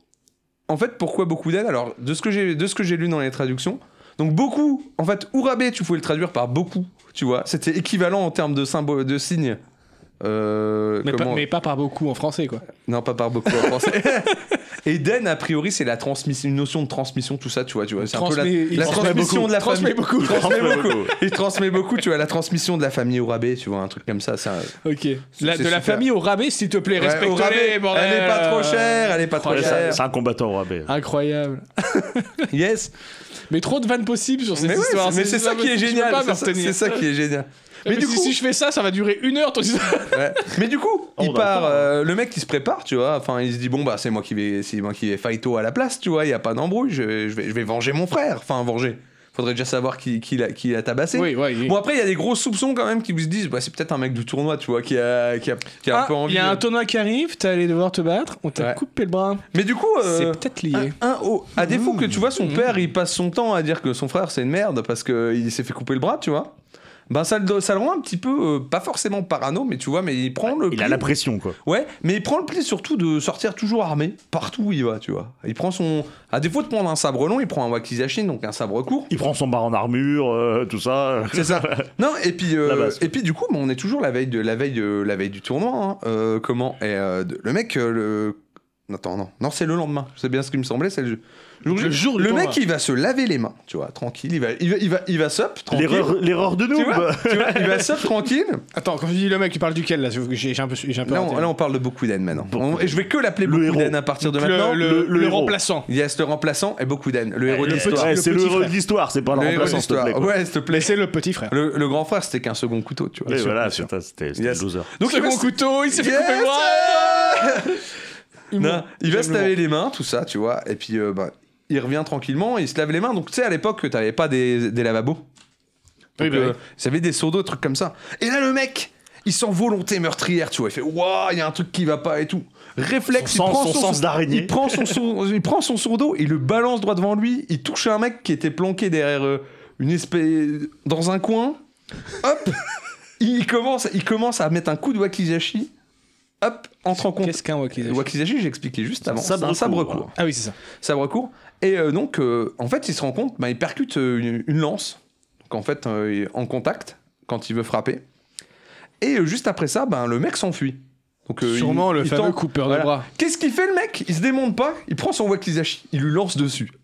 en fait, pourquoi Bokuden Alors, de ce que j'ai, de ce que j'ai lu dans les traductions, donc beaucoup. En fait, Urabe, tu pouvais le traduire par beaucoup. Tu vois, c'était équivalent en termes de symbole, de signes. Euh, Mais, comment- pas, mais pas par beaucoup en français, quoi. Non, pas par beaucoup en (laughs) français. Eden, a priori, c'est la transmission, une notion de transmission, tout ça, tu vois, tu vois, c'est un peu la, Transmet- il la transmet transmission beaucoup. de la Transmet famille. beaucoup. Il transmet beaucoup. Il transmet beaucoup, tu vois, la transmission de la famille au rabais, tu vois, un truc comme ça. ça Ok. La- de c'est la super. famille au rabais, s'il te plaît, Ouais, au respecte-les, rabais, bordel. elle est pas trop chère, elle est pas trop Ouais, Ah, Incroyable. chère. c'est c'est un combattant au rabais. Incroyable. Yes. Mais trop de vannes possibles sur cette Mais, ouais, histoire. mais c'est ça qui est génial. c'est ça- C'est ça qui est génial. Mais Mais du si, coup- si je fais ça, ça va durer une heure ton histoire. Ouais. Mais du coup, on a il le part. temps, hein. euh, le mec, il se prépare, tu vois. Enfin, il se dit bon bah c'est moi qui vais, c'est moi qui vais fighto à la place, tu vois. Il y a pas d'embrouille. Je, je vais, je vais venger mon frère. Enfin, venger. Faudrait déjà savoir qui, qui l'a, qui l'a tabassé. Oui, ouais, il- Bon après, il y a des gros soupçons quand même qui vous disent bah c'est peut-être un mec du tournoi, tu vois, qui a, qui a, qui a Ah, un peu envie. Il y a un de- tournoi qui arrive, t'as allé devoir te battre, on t'a Ouais. coupé le bras. Mais du coup, euh, C'est peut-être un, lié. un haut. Mmh. À défaut que tu vois son père, il passe son temps à dire que son frère c'est une merde parce que il s'est fait couper le bras, tu vois. Ben ça le, ça le rend un petit peu euh, pas forcément parano, mais tu vois, mais il prend le. Il pli. a la pression, quoi. Ouais, mais il prend le pli surtout de sortir toujours armé partout où il va, tu vois. Il prend son. À défaut de prendre un sabre long, il prend un wakizashi, donc un sabre court. Il prend son bar en armure, euh, tout ça. C'est ça. (laughs) Non, et puis, euh, La base. et puis du coup, bah, on est toujours la veille, de, la veille, de- la veille du tournoi. hein. Euh, comment et, euh, de- Le mec, euh, le Attends, non. Non, c'est le lendemain. C'est bien ce qui me semblait. C'est le jour. Le jour du le mec, combat. il va se laver les mains. Tu vois, tranquille. Il va, il va, il va, il va sup, tranquille. L'erreur l'erreur de Tu nous. vois, tu (laughs) vois, il va sup, tranquille. Attends, quand tu dis le mec, tu parles duquel là J'ai j'ai un peu, j'ai un peu Là raté. on, là, on parle de Bokuden maintenant. Bokuden. On- Et je vais que l'appeler Le Bokuden héros. à partir de Le- maintenant. le, le- le héros. remplaçant. Il y a ce remplaçant et Bokuden, le héros le de petit- l'histoire. le c'est petit le héros frère. de l'histoire, c'est pas le Le héros de remplaçant, s'il te l'histoire. plaît. quoi. Ouais, s'il te (laughs) plaît. Laissez le petit frère. Le, le grand frère, c'était qu'un second couteau, tu vois. Ouais, Sûr, voilà, sûr. putain, c'était c'était Yes. le loser. Donc, il va Second se- couteau, il s'est fait Yes couper le (laughs) bras. Humour. Non, il va J'aime se l'humour. laver les mains, tout ça, tu vois. Et puis, euh, bah, il revient tranquillement, il se lave les mains. Donc, tu sais, à l'époque, t'avais pas des, des lavabos. Oui, Donc, bah euh, oui. ça avait des seaux d'eau, trucs comme ça. Et là, le mec, il sent volonté meurtrière, tu vois. Il fait Waouh, il y a un truc qui va pas et tout. Réflexe, Son il sens- prend son sens d'araignée. Il prend son, son- il prend son seau (laughs) d'eau, il le balance droit devant lui. Il touche un mec qui était planqué derrière euh, une espèce. dans un coin. Hop (laughs) Il commence, il commence à mettre un coup de wakizashi. Hop, entre en compte. Qu'est-ce qu'un wakizashi Wakizashi, j'ai expliqué juste avant. sabre C'est un sabre court, court Ah oui, c'est ça. sabre court. Et euh, donc, euh, en fait, il se rend compte, bah, il percute euh, une, une lance. Donc, en fait, euh, il est en contact quand il veut frapper. Et euh, juste après ça, ben le mec s'enfuit. Donc, euh, Sûrement il- le il fameux tend- coupeur voilà. de bras. Qu'est-ce qu'il fait, le mec Il se démonte pas, il prend son wakizashi, il lui lance dessus. (laughs)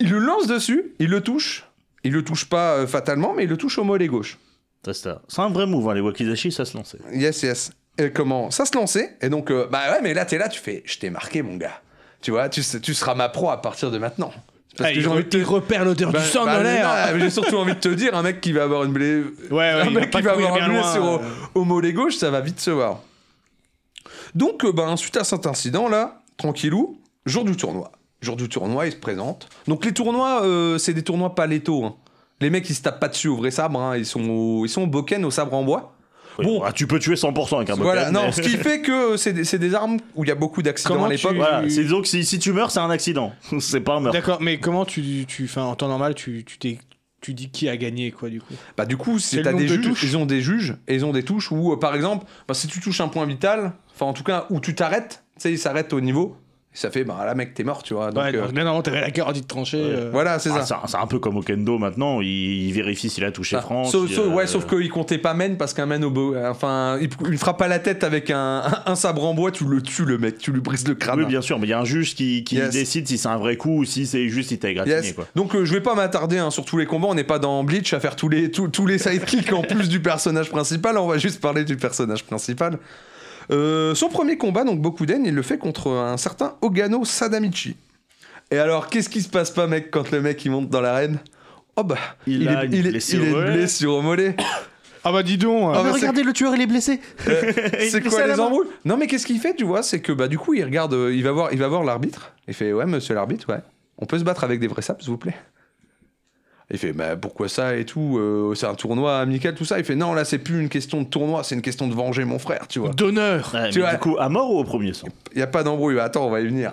il le lance dessus, il le touche. Il le touche pas euh, fatalement, mais il le touche au mollet gauche. Ça, C'est ça. C'est un vrai move, hein, les Wakizashi, ça se lançait. Yes, yes. Et comment Ça se lançait. Et donc, euh, bah ouais, mais là, t'es là, tu fais, je t'ai marqué, mon gars. Tu vois, tu, sais- tu seras ma pro à partir de maintenant. C'est Parce Ah, que j'ai il envie de te il repère l'odeur Bah, du sang bah, dans l'air. non, J'ai surtout envie de te dire, un mec qui va avoir une blé. Ouais, ouais, un il va mec pas qui va courir avoir bien un blé loin, sur euh. au, au mollet gauche, ça va vite se voir. Donc, euh, ben, suite à cet incident, là, tranquillou, jour du tournoi. Jour du tournoi, il se présente. Donc, les tournois, euh, c'est des tournois paletto. hein. Les mecs, ils se tapent pas dessus au vrai sabre. hein. Ils, sont au- ils sont au boken, au sabre en bois. Oui, Bon. bah, tu peux tuer 100% avec un Voilà, Bokken, non, mais- ce qui fait que c'est des, c'est des armes où il y a beaucoup d'accidents Comment à l'époque. (laughs) tu- Voilà, c'est donc si, si tu meurs, c'est un accident. (laughs) c'est pas un meurtre. D'accord, mais comment tu, tu, enfin, en temps normal, tu, tu t'es- tu dis qui a gagné quoi du coup Bah du coup, c'est Quel t'as nombre des de juges, touches ils ont des juges et ils ont des touches où euh, par exemple, bah, si tu touches un point vital, enfin en tout cas où tu t'arrêtes, tu sais ils s'arrêtent au niveau, et ça fait bah là mec t'es mort, tu vois. Donc, Ouais, donc, euh, là, normalement, t'avais la garantie de trancher. euh. voilà, c'est Ah, ça. C'est un- c'est un peu comme au kendo maintenant, il, il vérifie s'il a touché Ah, France. sauf, il, sauf- ouais, euh, sauf qu'il comptait pas mène parce qu'un mène au beau, euh, enfin il, il frappe à la tête avec un, un- un sabre en bois, tu le tues le mec, tu lui brises le crâne. Oui, bien sûr, mais il y a un juge qui, qui Yes. décide si c'est un vrai coup ou si c'est juste il t'a égratigné. Yes. Quoi. Donc euh, je vais pas m'attarder hein, sur tous les combats, on n'est pas dans Bleach à faire tous les, tous, tous les sidekicks en plus du personnage principal, on va juste parler du personnage principal. Euh, son premier combat, donc Bokuden, il le fait contre un certain Ogano Sadamichi. Et alors, qu'est-ce qui se passe pas, mec, quand le mec il monte dans l'arène Oh bah, Il a est, une il, est, blessure il est au mollet. blessure au mollet. Ah bah dis donc. euh. Ah bah, c'est- le tueur, il est blessé. c'est quoi les embrouilles Non mais qu'est-ce qu'il fait tu vois c'est que bah du coup il regarde euh, il va voir il va voir l'arbitre il fait ouais monsieur l'arbitre ouais on peut se battre avec des vrais sables s'il vous plaît il fait bah pourquoi ça et tout euh, c'est un tournoi amical tout ça il fait non là c'est plus une question de tournoi c'est une question de venger mon frère tu vois D'honneur. Tu vois- du coup, à mort ou au premier sang il y a pas d'embrouille attends on va y venir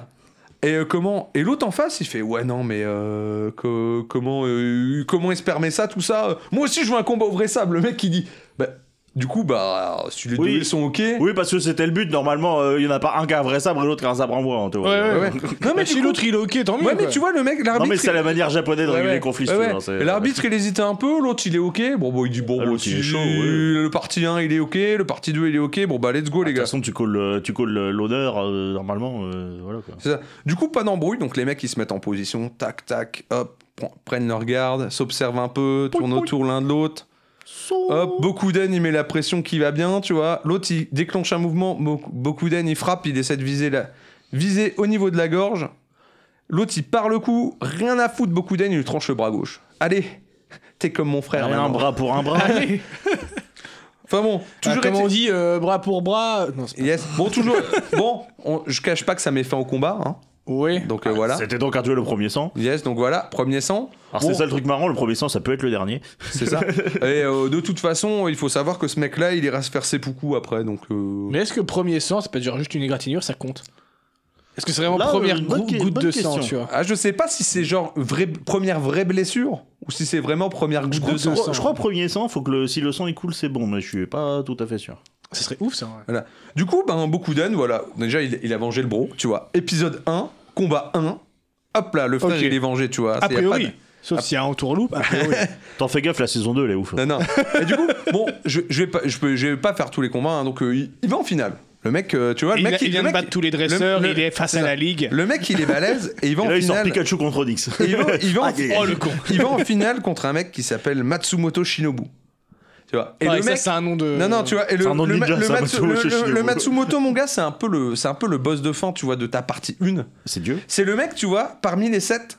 et euh, comment et l'autre en face il fait ouais non mais euh, que- comment euh, comment il se permet ça tout ça euh, moi aussi je veux un combat au vrai sable le mec il dit bah du coup bah si les Oui. deux ils sont ok (laughs) Oui, parce que c'était le but. Normalement, euh, il y en a pas un qui a un vrai sabre et l'autre hein, qui a un sabre en bois, en théorie. Ouais, ouais, Ouais, ouais. non mais Bah, si du coup, l'autre il est ok, tant mieux. Ouais, mais quoi. tu vois, le mec, l'arbitre. Non, mais c'est il- la manière japonaise de Ouais, régler ouais. les conflits. Ouais, si tu ouais. veux, hein, c'est- L'arbitre, il hésitait un peu, l'autre, il est OK. Bon, bon, il dit, bon, Ah, bon, l'autre, il est si chaud, ouais. le parti 1, il est OK, le parti 2, il est OK. Bon, bah, let's go, Ah, De les toute gars. façon, tu colles, euh, tu colles euh, l'odeur, euh, normalement. euh, voilà, quoi. C'est ça. Du coup, pas d'embrouille, donc les mecs, ils se mettent en position, tac, tac, hop, pr- prennent leur garde, s'observent un peu, tournent autour l'un de l'autre. Hop, Bokuden, il met la pression qui va bien, tu vois. L'autre, il déclenche un mouvement, Mo- Bokuden, il frappe, il essaie de viser, la... viser au niveau de la gorge. L'autre, il part le coup, rien à foutre, Bokuden, il lui tranche le bras gauche. Allez, (laughs) t'es comme mon frère. Rien, un maintenant. bras pour un bras. Enfin bon, Ah, toujours comme est- on dit, euh, bras pour bras. Non, c'est- Yes. (laughs) Bon, toujours. bon, on- je cache pas que ça met fin au combat, hein. Oui. donc euh, voilà. C'était donc un duel au premier sang. Yes, donc voilà, premier sang. Alors, Bon. c'est ça le truc marrant, le premier sang, ça peut être le dernier. C'est (laughs) ça. Et euh, de toute façon, il faut savoir que ce mec-là, il ira se faire ses poucous après. Donc, euh, Mais est-ce que premier sang, c'est pas genre juste une égratignure, ça compte Est-ce que c'est vraiment Là, première euh, grou- bonne que- goutte bonne de sang, question. tu vois ah, je sais pas si c'est genre vraie- première vraie blessure ou si c'est vraiment première goutte crois- de sang. Je crois- sang. je crois premier sang, faut que le, si le sang il coule, c'est bon, mais je suis pas tout à fait sûr. Ça serait ouf ça. ouais. Du coup, ben, Bokuden, voilà. Déjà, il, il a vengé le bro, tu vois. Épisode 1, combat 1. Hop là, le frère, Ok. il est vengé, tu vois. A Ah, C'est- y a pas de- priori. Sauf s'il y a un (laughs) entourloupe, a priori. T'en fais gaffe, la saison 2, elle est ouf. Non, non. Et du coup, bon, je, je, vais pas, je, peux, je vais pas faire tous les combats, hein, donc euh, il, il va en finale. Le mec, euh, tu vois, le il, mec, a- il le vient de mec- battre tous les dresseurs, le- il est face c'est à ça. la ligue. le mec, il est balèze et il va Et en là, il sort finale. Pikachu contre Dix. Et (laughs) il va- il va en- Ah, Oh le con il va en finale contre un mec qui s'appelle Matsumoto Shinobu. Tu vois. Et Ouais, le Ah, ça, mec, c'est un nom de. non, non, tu vois, et le, C'est un nom de le, ninja, le ça, Matsu- Matsumoto le- le- Shinobu. le Matsumoto, mon gars, c'est un, peu le- c'est un peu le boss de fin, tu vois, de ta partie 1. C'est Dieu. C'est le mec, tu vois, parmi les 7,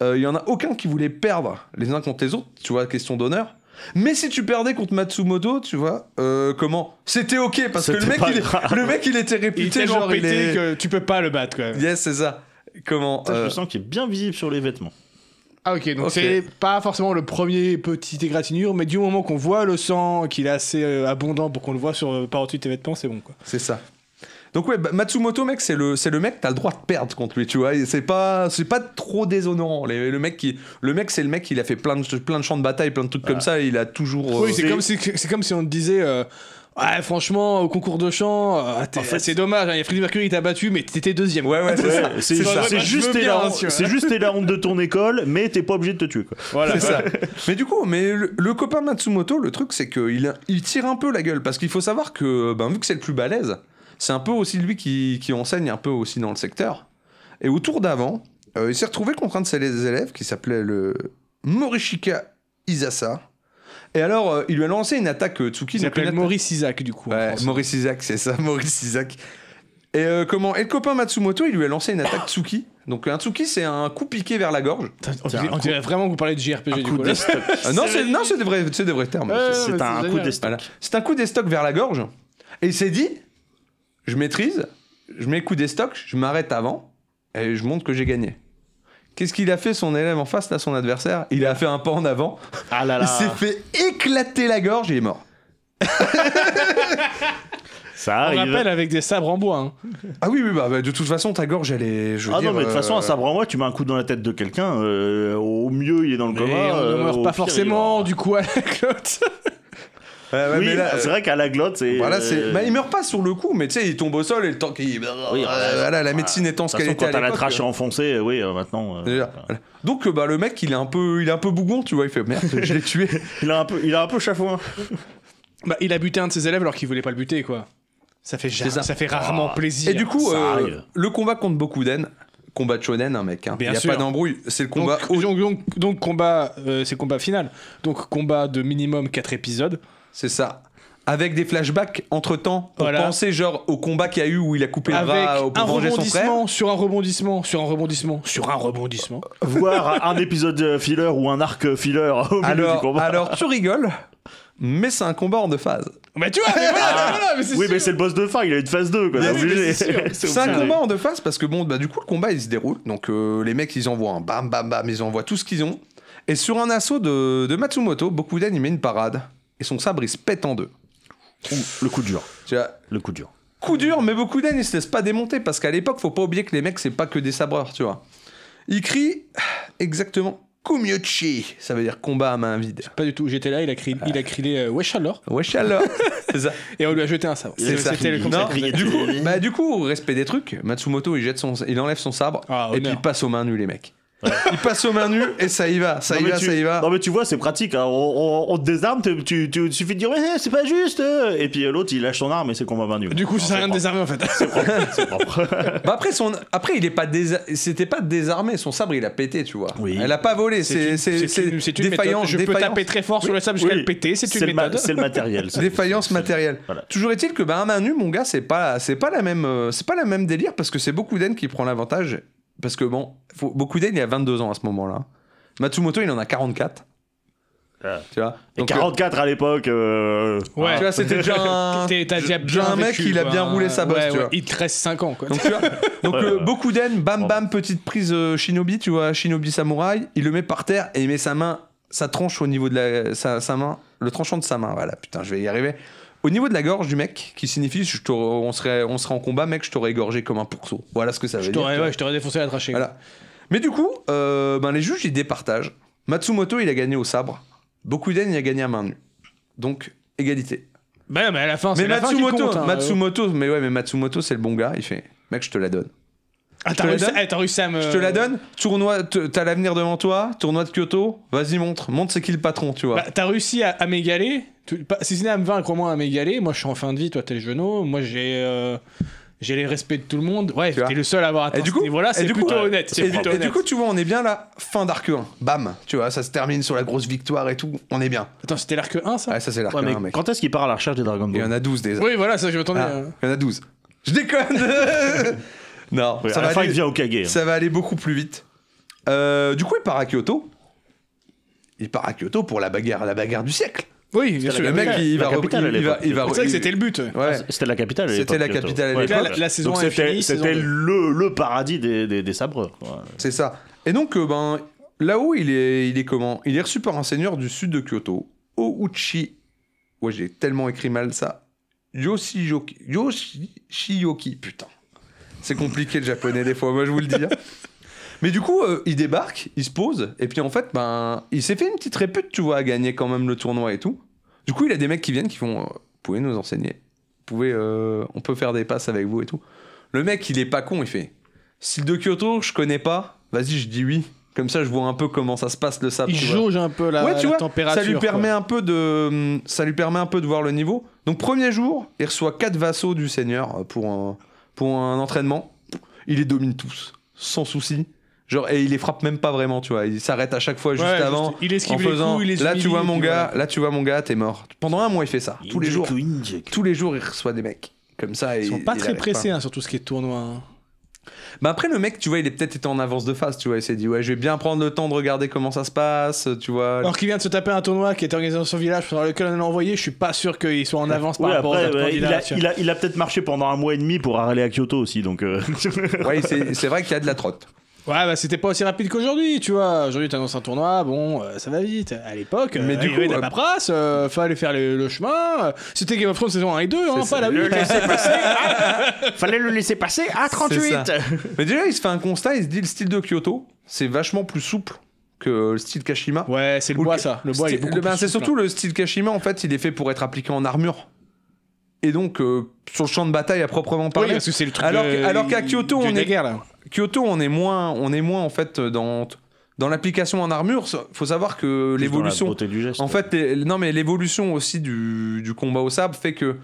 il y en a aucun qui voulait perdre les uns contre les autres, tu vois, question d'honneur. Mais si tu perdais contre Matsumoto, tu vois, euh, comment C'était ok, parce que le C'était mec, pas il, grave. le mec, il était Il est réputé, tellement genre, pété il est... que tu peux pas le battre quand même. Yes, c'est ça. Comment Ça, je euh, le sens qu'il est bien visible sur les vêtements. Ah ok, donc Ok. c'est pas forcément le premier petit égratignure, mais du moment qu'on voit le sang, qu'il est assez euh, abondant pour qu'on le voit sur euh, par-dessus tes vêtements, c'est bon quoi. C'est ça. Donc ouais, bah, Matsumoto mec, c'est le c'est le mec t'as le droit de perdre contre lui, tu vois. Et C'est pas c'est pas trop déshonorant. Les- le mec qui le mec c'est le mec il a fait plein de plein de champs de bataille, plein de trucs comme ça. Et il a toujours. euh, oui, c'est c'est- comme, si, c'est comme si on te disait... euh, Ouais, franchement, au concours de chant, euh, t'es- En fait- c'est dommage, hein, il y a Freddie Mercury qui t'a battu, mais t'étais deuxième. Ouais (laughs) ouais. c'est ça. Ouais, C'est C'est c'est ça. Ouais, bah, je veux juste, bien, la- hein, tu vois. c'est juste la honte de ton école, mais t'es pas obligé de te tuer. Quoi. Voilà. C'est ça. Mais du coup, mais le, le copain Matsumoto, le truc, c'est qu'il il tire un peu la gueule. Parce qu'il faut savoir que, ben, vu que c'est le plus balèze, c'est un peu aussi lui qui, qui enseigne un peu aussi dans le secteur. Et au tour d'avant, euh, il s'est retrouvé contre un de ses élèves qui s'appelait le Morishika Isasa. Et alors, euh, il lui a lancé une attaque euh, Tsuki. Qui donc une s'appelle atta- Maurice Isaac du coup. en Ouais, France. Maurice Isaac, c'est ça, (laughs) Maurice Isaac. Et, euh, comment... Et le copain Matsumoto, il lui a lancé une attaque Tsuki. Donc un Tsuki, c'est un coup piqué vers la gorge. Putain, On dirait, on dirait vraiment que vous parlez de JRPG du coup (laughs) coup. là. d'estoc. Euh, non, c'est non, c'est des, vrais- c'est des vrais termes. Ouais. C'est Ah, mais un c'est coup génial. d'estoc. Voilà. C'est un coup des stocks vers la gorge. Et il s'est dit, je maîtrise, je mets coup des stocks, je m'arrête avant et je montre que j'ai gagné. Qu'est-ce qu'il a fait son élève en face, là, son adversaire Il a fait un pas en avant, Ah là il s'est là. fait éclater la gorge et il est mort. Ça On arrive. rappelle avec des sabres en bois. hein. Ah oui, oui, bah, bah, de toute façon, ta gorge, elle est. Je veux Ah dire, non, mais de toute façon, euh, un sabre en moi, tu mets un coup dans la tête de quelqu'un, euh, au mieux il est dans le Mais coma. on ne euh, au meurt pas pire, il est forcément mort. du coup à la (laughs) clotte. ouais, ouais, oui, bah, mais là, c'est vrai qu'à la glotte, c'est. Voilà, c'est. euh, Bah, il meurt pas sur le coup, mais tu sais, il tombe au sol et le temps qu'il. Oui, euh, voilà, la médecine étant de ce toute qu'elle façon, était quand à t'as la l'époque, trache enfoncée, euh, oui, euh, maintenant. euh, Déjà, voilà. Donc euh, bah, le mec il est un peu il est un peu bougon tu vois il fait merde je l'ai (laughs) tué Il a un peu, il a un peu chafouin. Bah, il a buté un de ses élèves alors qu'il voulait pas le buter, quoi. Ça fait, ja- C'est ça. ça fait rarement Ah. plaisir. et du coup ça euh, arrive. le combat contre Bokuden combat de shonen hein, mec hein. il Bien y a sûr. pas d'embrouille c'est le donc, combat au- donc, donc- donc combat, euh, c'est combat final. Donc combat de minimum 4 épisodes. c'est ça avec des flashbacks entre temps pour Voilà. penser genre au combat qu'il y a eu où il a coupé le avec bras euh, un pour venger son frère rebondissement sur un rebondissement sur un rebondissement sur un rebondissement. Voir un épisode euh, filler ou un arc filler au milieu du alors combat. alors tu rigoles mais c'est un combat en deux phases Mais tu vois, mais voilà, mais voilà, Ah. mais c'est oui, sûr. mais c'est le boss de fin, il a une phase 2, quoi. Mais (laughs) c'est oui, obligé. mais c'est sûr, c'est C'est un obligé. combat en deux phases parce que bon, bah, du coup, le combat il se déroule. Donc euh, les mecs ils envoient un bam bam bam, ils envoient tout ce qu'ils ont. Et sur un assaut de, de Matsumoto, Bokuden il met une parade et son sabre il se pète en deux. Ouh, Le coup dur. Tu vois, Le coup dur. coup dur, mais Bokuden il se laisse pas démonter parce qu'à l'époque, faut pas oublier que les mecs c'est pas que des sabreurs, tu vois. Il crie exactement Kumyochi, ça veut dire combat à main vide. Pas du tout. J'étais là, il a crié, il a crié euh, wesh alors, Wesh alors (laughs) C'est ça. et on lui a jeté un sabre. C'est ça. C'était le Non, concept. du coup, bah, du coup, au respect des trucs, Matsumoto il, jette son, il enlève son sabre Ah, et honneur. puis il passe aux mains nues, les mecs. Il passe aux mains nues et ça y va, ça Non, y mais va, tu- ça y va. Non, mais tu vois, c'est pratique. hein. On, on- on te désarme, tu, tu, tu- il suffit de dire, Eh, c'est pas juste. euh. Et puis euh, l'autre, il lâche son arme et c'est combat vaincu. Du coup, ça sert à rien de désarmer en fait. C'est propre. Bah, après, son... après il est pas désa- c'était pas désarmé, son sabre il a pété, tu vois. Oui. Elle a pas volé, c'est c'est- une- c'est c'est une défaillant, méthode. Je peux défaillant. taper très fort sur le sable jusqu'à Oui. le péter. C'est le une ma- méthode. C'est le matériel. C'est- (laughs) Défaillance c'est- matérielle. Voilà. Toujours est-il que bah, à main nue, mon gars, c'est pas, c'est pas la même, euh, c'est pas la même délire parce que c'est Bokuden qui prend l'avantage parce que bon, faut, Bokuden il a 22 ans à ce moment-là. Matsumoto il en a 44. Ah. Tu vois. Et Donc, 44 à l'époque. euh, Ouais. Tu vois, c'était (laughs) déjà un, T'es- t'as déjà déjà bien un mec, vécu, il a quoi. bien roulé sa bosse, Ouais, tu ouais. vois. Il te reste 5 ans, quoi. Donc, tu vois, donc Ouais, le ouais. Bokuden, bam bam, petite prise euh, shinobi, tu vois, shinobi samouraï, il le met par terre et il met sa main, sa tranche au niveau de la, sa, sa main, le tranchant de sa main, voilà, putain, je vais y arriver. Au niveau de la gorge du mec, qui signifie je t'aurais- on, serait, on serait en combat, mec, je t'aurais égorgé comme un pourceau. Voilà ce que ça veut je dire. t'aurais tu vois. ouais, je t'aurais défoncé la trachée. Voilà. Mais du coup, euh, ben, les juges, ils départagent. Matsumoto, il a gagné au sabre. Bokuden, il a gagné à main nue. Donc, égalité. Bah non, mais à la fin, c'est Mais la fin qui Matsumoto, compte. hein. Matsumoto, mais ouais, mais Matsumoto, c'est le bon gars. Il fait, mec, je te la donne. Ah, t'as je te la réussi, donne eh, t'as réussi à me... Euh, Je te la donne. Tournoi, t- t'as Bah, l'avenir devant toi. Tournoi de Kyoto. Vas-y, montre. Montre c'est qui le patron, tu vois. Bah, t'as réussi à, à m'égaler, Tout- pas- si ce n'est à me vaincre, au moins à m'égaler. Moi, je suis en fin de vie, toi, t'es le genou. Moi, j'ai. euh, J'ai les respects de tout le monde. Ouais, Tu vois. t'es le seul à avoir atteint. Et du coup, voilà, et c'est du coup- plutôt honnête. Et, C'est plutôt et honnête. du coup, tu vois, on est bien là, fin d'arc 1. Bam, tu vois, ça se termine sur la grosse victoire et tout. On est bien. Attends, c'était l'arc 1, ça Ouais, ça c'est l'arc Ouais, 1, mais mec. quand est-ce qu'il part à la recherche des Dragon Il y en Ball a 12 des Oui, voilà, c'est ça que je m'attendais. Ah, euh. Il y en a 12. Je (laughs) déconne Non, Ouais, ça, À la va fin, il aller, devient Okage. hein. ça va aller beaucoup plus vite. Euh, du coup, il part à Kyoto. Il part à Kyoto pour la bagarre, la bagarre du siècle. Oui, bien C'est sûr. Le mec, il la va, capitale, il- à il va, l'époque. il va- C'est vrai que il- c'était le but. Ouais. C'était la capitale. à C'était l'époque, la Kyoto. capitale à Ouais. Donc là, l'époque. la, la saison Donc est c'était finie. saison c'était deux. le, le paradis des, des, des sabreurs. Ouais. C'est ça. Et donc, euh, ben, là-haut, il est, il est comment Il est reçu par un seigneur du sud de Kyoto, Ouchi. Ouais, j'ai tellement écrit mal ça. Yoshiyoki. Yoshiyoki, putain. C'est compliqué le japonais des fois, moi je vous le dis. hein. Mais du coup, euh, il débarque, il se pose, et puis en fait, ben, il s'est fait une petite répute, tu vois, à gagner quand même le tournoi et tout. Du coup, il a des mecs qui viennent qui font euh, Vous pouvez nous enseigner Vous pouvez, euh, On peut faire des passes avec vous et tout. Le mec, il est pas con, il fait Style de Kyoto, je connais pas. Vas-y, je dis oui. Comme ça, je vois un peu comment ça se passe le sable. Il Ah, tu vois. jauge un peu la, ouais, tu la vois, température. ça lui quoi. permet un peu de, ça lui permet un peu de voir le niveau. Donc premier jour, il reçoit quatre vassaux du Seigneur euh, pour un, pour un entraînement. Il les domine tous, sans souci. Genre et il les frappe même pas vraiment, tu vois. Il s'arrête à chaque fois juste Ouais, avant. il esquive En faisant, les coups, il les là humilie, tu vois et mon puis gars, voilà. là tu vois mon gars, t'es mort. Pendant un mois il fait ça, tous les jours, Injeku, Injeku. tous les jours il reçoit des mecs comme ça. Ils et- sont pas il très arrête pressés hein, sur tout ce qui est tournoi. hein. bah après le mec, tu vois, il est peut-être été en avance de phase, tu vois, il s'est dit ouais, je vais bien prendre le temps de regarder comment ça se passe, tu (laughs) vois. Alors qu'il vient de se taper un tournoi qui est organisé dans son village pendant lequel on l'a envoyé, je suis pas sûr qu'il soit en avance par Ouais, rapport après, aux autres ouais, il candidats. a, tu vois. il a- il a peut-être marché pendant un mois et demi pour aller à Kyoto aussi, donc. euh, Ouais, c'est c'est vrai qu'il y a de la trotte. Ouais, bah c'était pas aussi rapide qu'aujourd'hui, tu vois. Aujourd'hui, t'annonces un tournoi, bon, euh, ça va vite. À l'époque, Mais euh, du il y avait coup, de la euh, paperasse, euh, fallait faire le, le chemin. euh, C'était Game of Thrones saison 1 et 2, hein, C'est pas ça. la le 8. laisser passer à- (laughs) Fallait le laisser passer à C'est 38 ça. Mais déjà, il se fait un constat, il se dit le style de Kyoto, c'est vachement plus souple que le style Kashima. Ouais, c'est le Ou bois, le- ça. Le bois, il est Sti- beaucoup le- plus ben, C'est souple, hein. surtout le style Kashima, en fait, il est fait pour être appliqué en armure. Et donc, euh, sur le champ de bataille à proprement hein. Oui, parler. parce que c'est le truc. Alors de- que- alors qu'à Kyoto, du on est- Daguerre, là. Kyoto, on est moins, on est moins en fait, dans, dans l'application en armure. Ça- Faut savoir que l'évolution. Juste dans la beauté du geste. En fait, les- non, mais l'évolution aussi du, du combat au sable fait que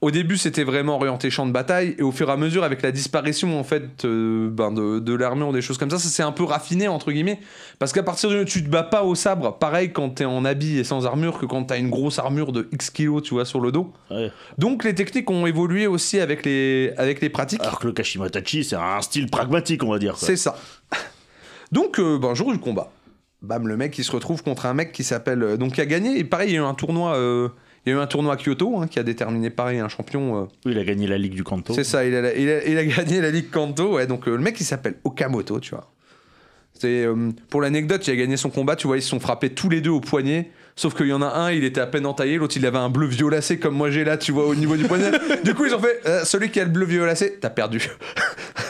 au début c'était vraiment orienté champ de bataille et au fur et à mesure avec la disparition en fait euh, ben, de, de l'armure ou des choses comme ça, ça s'est un peu raffiné entre guillemets parce qu'à partir du tu te bats pas au sabre pareil quand t'es en habit et sans armure que quand t'as une grosse armure de X kilos tu vois sur le dos. Ouais. Donc les techniques ont évolué aussi avec les avec les pratiques. Alors que le Kashimatachi, c'est un style pragmatique, on va dire. quoi. C'est ça. Donc, euh, ben, jour du combat, bam, le mec, il se retrouve contre un mec qui s'appelle. euh, donc, qui a gagné. Et pareil, il y a eu un tournoi. euh, il y a eu un tournoi à Kyoto hein, qui a déterminé pareil un champion. euh, Oui, il a gagné la Ligue du Kanto. c'est ça, il a, il a- (laughs) il a gagné la Ligue Kanto. Ouais, donc, euh, le mec, il s'appelle Okamoto, tu vois. C'est, euh, pour l'anecdote, il a gagné son combat, tu vois, ils se sont frappés tous les deux au poignet. Sauf qu'il y en a un, il était à peine entaillé, l'autre il avait un bleu violacé comme moi j'ai là, tu vois, au niveau du poignet. du coup, ils ont fait euh, celui qui a le bleu violacé, t'as perdu.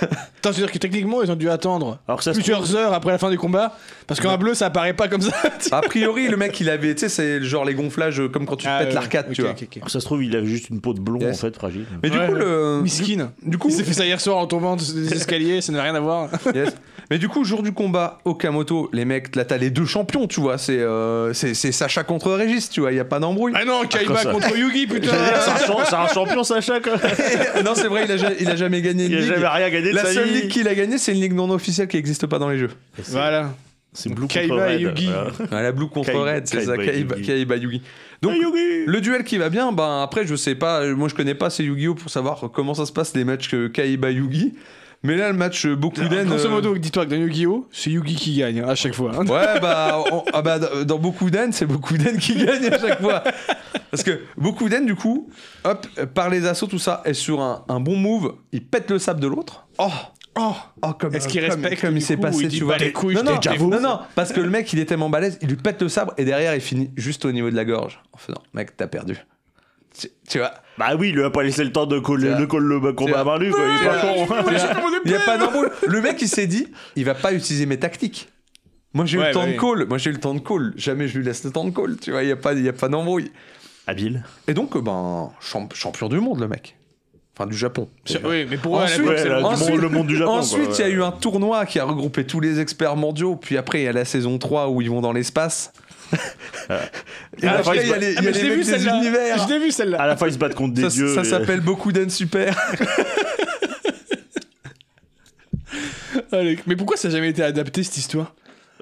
Attends, je veux dire que techniquement, ils ont dû attendre Alors que ça se plusieurs heures après la fin du combat, parce qu'un bleu, ça apparaît pas comme ça. tu A priori, le mec, il avait, tu sais, c'est genre les gonflages euh, comme quand tu te Ah, pètes ouais, l'arcade, ok, tu vois. ok, ok. Alors, ça se trouve, il avait juste une peau de blond, Yes. Euh, en fait, fragile. Mais du Ouais, coup, ouais. le. Miskin. Du coup, Il s'est fait ça hier soir en tombant (laughs) des escaliers, ça n'a rien à voir. Yes. Mais du coup, jour du combat, Okamoto, les mecs, là, t'as les deux champions, tu vois. C'est euh, c'est c'est Sacha contre Régis, tu vois. Il y a pas d'embrouille. Ah non, Kaiba ça. contre Yugi, putain J'allais dire, (laughs) C'est un, champ- c'est un champion, Sacha, quoi. non, (laughs) c'est vrai, il a, ja- il a jamais gagné. Il une a ligue. jamais rien gagné de La sa seule vie. ligue qu'il a gagnée, c'est une ligue non officielle qui n'existe pas dans les jeux. Voilà. C'est Blue Kaiba contre et Red, Yugi. voilà. Ah, la Blue contre Kaiba- Red, c'est ça, Kaiba Kaiba, Yugi. Kaiba Yugi. Donc, le duel qui va bien, ben après, je sais pas, moi je connais pas ces Yu-Gi-Oh! pour savoir comment ça se passe les matchs euh, Kaiba Yugi. Mais là, le match euh, Bokuden. Grosso euh, modo, dis-toi que dans Yu-Gi-Oh, c'est Yugi qui gagne hein, à chaque fois. hein. Ouais, bah, on- ah bah, dans- dans beaucoup d'Aines, c'est beaucoup d'Aines qui gagne à chaque fois. Parce que beaucoup d'Aines, du coup, hop, euh, par les assauts, tout ça, est sur un, un bon move, il pète le sable de l'autre. Oh! Oh! oh comme, Est-ce qu'il comme- respecte, Comme du il s'est coup, passé, il dit, tu vois. bah, les couilles, non, je t'ai non, déjà non, vu. non, parce que le mec, il est tellement balèze, il lui pète le sabre et derrière, il finit juste au niveau de la gorge en faisant Mec, t'as perdu. Tu, tu vois, Bah oui, il lui a pas laissé le temps de coller C'est de coller le C'est combat à main nue, quoi. Il est pas con. (laughs) il n'y a pas d'embrouille. Le mec, il s'est dit Il va pas utiliser mes tactiques. Moi j'ai eu Ouais, le temps bah de oui. call, moi j'ai eu le temps de call, jamais je lui laisse le temps de call, tu vois, il n'y a pas, il y a pas d'embrouille. Habile. Et donc, euh, ben, champ- champion du monde, le mec. Enfin, du Japon. C'est- Oui, mais pour eux, à Ensuite, l'époque, Ouais, c'est le- là, du ensuite- monde- le monde du Japon. Ensuite, il y a eu un tournoi qui a regroupé tous les experts mondiaux. Puis après, il y a la saison 3 où ils vont dans l'espace. Et (laughs) Ah, après, je il y a l'ai- les, il Ah, y a mais les je l'ai mecs vu des univers. Ah. celle-là. Je l'ai vu celle-là. À la fois, ils se battent contre des Ça, dieux. euh, ça et- (laughs) s'appelle beaucoup d'En Super. Allez, Mais pourquoi ça n'a jamais été adapté cette histoire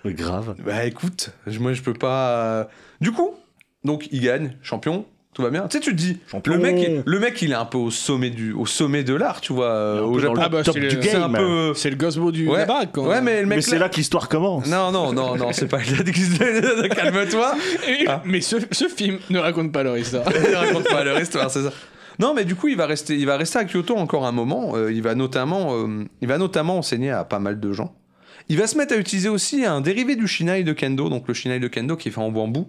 Mais Grave. Bah écoute, je- moi je peux pas. euh, Du coup, donc il gagne, champion, tout va bien. Tu sais, tu te dis, Champion. le mec, le mec, il est un peu au sommet du, au sommet de l'art, tu vois, euh, Un au peu dans Japon. le Ah bah, top c'est le- du C'est un game. peu. C'est le gosbo du Ouais. la baraque, quand Ouais, même. mais le mec. Mais c'est là que l'histoire commence. Non, non, non, non, c'est pas. (laughs) Calme-toi. Et- Ah. Mais ce, ce film ne raconte pas leur histoire. Il raconte pas leur histoire, c'est ça. Non, mais du coup, il va rester, il va rester à Kyoto encore un moment. Euh, il va notamment, euh, il va notamment enseigner à pas mal de gens. Il va se mettre à utiliser aussi un dérivé du shinai de kendo, donc le shinai de kendo qui est fait en bambou.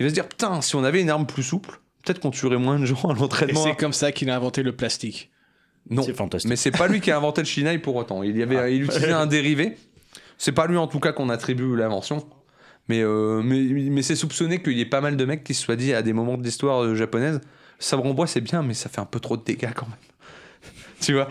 Il va se dire putain, si on avait une arme plus souple, peut-être qu'on tuerait moins de gens à Et l'entraînement. c'est comme ça qu'il a inventé le plastique. Non, C'est fantastique. mais c'est pas lui qui a inventé le shinai pour autant. Il y avait, Ah. il utilisait un dérivé. C'est pas lui en tout cas qu'on attribue l'invention. Mais, euh, mais, mais c'est soupçonné qu'il y ait pas mal de mecs qui se soient dit à des moments de l'histoire euh, japonaise le sabre en bois c'est bien, mais ça fait un peu trop de dégâts quand même. (laughs) tu vois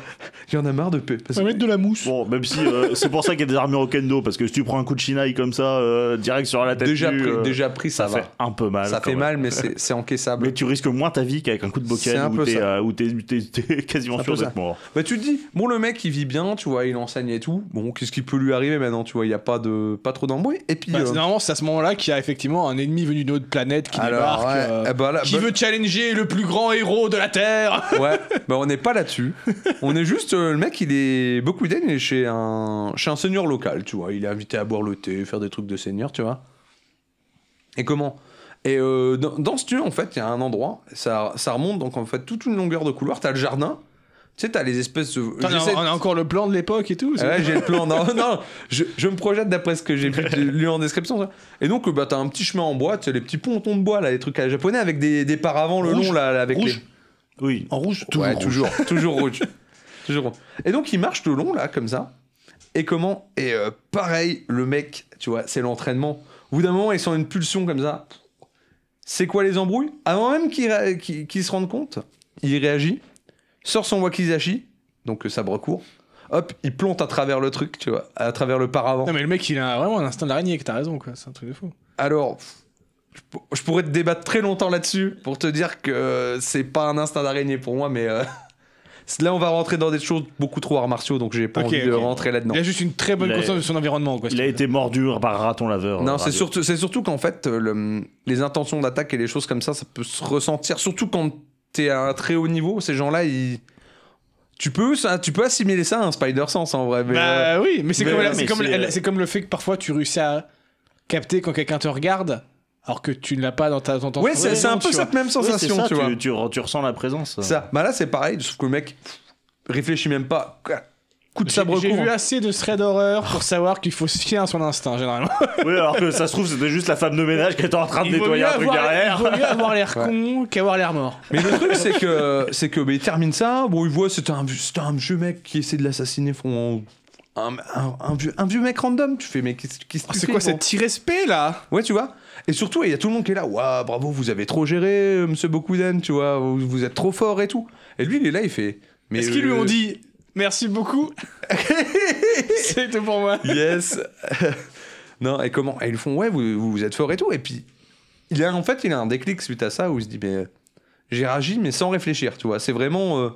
Il y en a marre de peu. parce que- de la mousse. Bon, même si euh, (laughs) c'est pour ça qu'il y a des armures au kendo, parce que si tu prends un coup de shinaï comme ça, euh, direct sur la tête, déjà, nue, pris, euh, déjà pris, ça, ça va. fait un peu mal. ça quand fait même. mal, mais c'est c'est encaissable. Mais (laughs) tu risques moins ta vie qu'avec un coup de C'est un bocal où peu t'es, ça. euh, où t'es- t'es- t'es (laughs) quasiment C'est un sûr peu d'être mort. Bah, tu te dis, bon, le mec, il vit bien, tu vois, il enseigne et tout. Bon, qu'est-ce qui peut lui arriver maintenant Tu vois, il n'y a pas, de, pas trop d'embrouille. Et puis. euh, Normalement, c'est à ce moment-là qu'il y a effectivement un ennemi venu d'une autre planète Bah, qui alors, débarque. ouais, euh, eh ben là- Qui bah- veut challenger le plus grand héros de la (laughs) Terre Ouais, bah on n'est pas là-dessus. On est juste, euh, le mec, il est beaucoup d'aide, il est chez un, chez un seigneur local, tu vois. Il est invité à boire le thé, faire des trucs de seigneur, tu vois. Et comment Et euh, dans, dans ce lieu, en fait, il y a un endroit, ça, ça remonte, donc en fait, toute une longueur de couloir, t'as le jardin, tu sais, t'as les espèces de... Putain, j'essaie- On a encore le plan de l'époque et tout. c'est- Ouais, j'ai le plan. Non, non, je, je me projette d'après ce que j'ai (laughs) vu- lu en description. ça. Et donc, euh, bah, t'as un petit chemin en bois, tu sais, les petits pontons de bois, là, les trucs à la japonais avec des, des paravents le Rouge. long, là, là, avec Rouge. les... Oui. En rouge, Ouais, rouge. toujours, toujours rouge. toujours rouge. Et donc il marche le long là comme ça. Et comment Et euh, pareil, le mec, tu vois, c'est l'entraînement. Au bout d'un moment, ils sont une pulsion comme ça. C'est quoi les embrouilles Avant même qu'il ré- qu'il- qu'il se rende compte, il réagit, sort son wakizashi, donc euh, sabre court. Hop, il plante à travers le truc, tu vois, à travers le paravent. Non, mais le mec, il a vraiment un instinct d'araignée, que t'as raison, quoi. C'est un truc de fou. Alors, je pour- je pourrais te débattre très longtemps là-dessus pour te dire que c'est pas un instinct d'araignée pour moi, mais euh, là on va rentrer dans des choses beaucoup trop arts martiaux, donc j'ai pas Ok, envie de ok. rentrer là-dedans. Il a juste une très bonne Il a- conscience de son environnement, quoi. Il a été mordu par un raton laveur. euh, Non, c'est radio. surtout, c'est surtout qu'en fait, euh, le- les intentions d'attaque et les choses comme ça, ça peut se ressentir, surtout quand t'es à un très haut niveau. Ces gens-là, ils... tu peux, ça, tu peux assimiler ça à un spider sense en vrai. mais, euh, Bah oui, mais c'est mais comme, ouais, la- c'est mais comme, c'est, la- euh, c'est comme le fait que parfois tu réussis à capter quand quelqu'un te regarde, alors que tu ne l'as pas dans ta dans ton ouais, c'est ouais, c'est un non, peu tu cette même Oui, c'est sensation, ça, tu vois. Tu, re- tu ressens la présence. Ça. Bah là, c'est pareil, sauf que le mec pff, réfléchit même pas. Coup de J'ai sabre j'ai court. vu assez de threads d'horreur pour savoir qu'il faut se fier à son instinct, (laughs) généralement. Oui, alors que ça se trouve, c'était juste la femme de ménage qui était en train de Il vaut, nettoyer mieux un truc avoir, il derrière. vaut mieux avoir l'air con qu'avoir l'air mort. Mais le truc, c'est que, c'est que, bah, il termine ça. Bon, il voit, c'est un, vieux- c'est un vieux mec qui essaie de l'assassiner. font Un, un- un vieux, un vieux mec random. Tu fais, mais qu'est-ce qu'est-ce que Oh, tu c'est fais, quoi gros cet irrespect, là Ouais, tu vois. Et surtout, il y a tout le monde qui est là. Waouh, bravo, vous avez trop géré, euh, monsieur Bokuden, tu vois. Vous, vous êtes trop fort et tout. Et lui, il est là, il fait. Mais Est-ce qu'ils lui euh, ont dit merci beaucoup (laughs) C'est tout pour moi. Yes (laughs) Non, et comment Et ils font, ouais, vous, vous, vous êtes fort et tout. Et puis, il a, en fait, il a un déclic suite à ça où il se dit, mais euh, j'ai réagi, mais sans réfléchir, tu vois. C'est vraiment euh,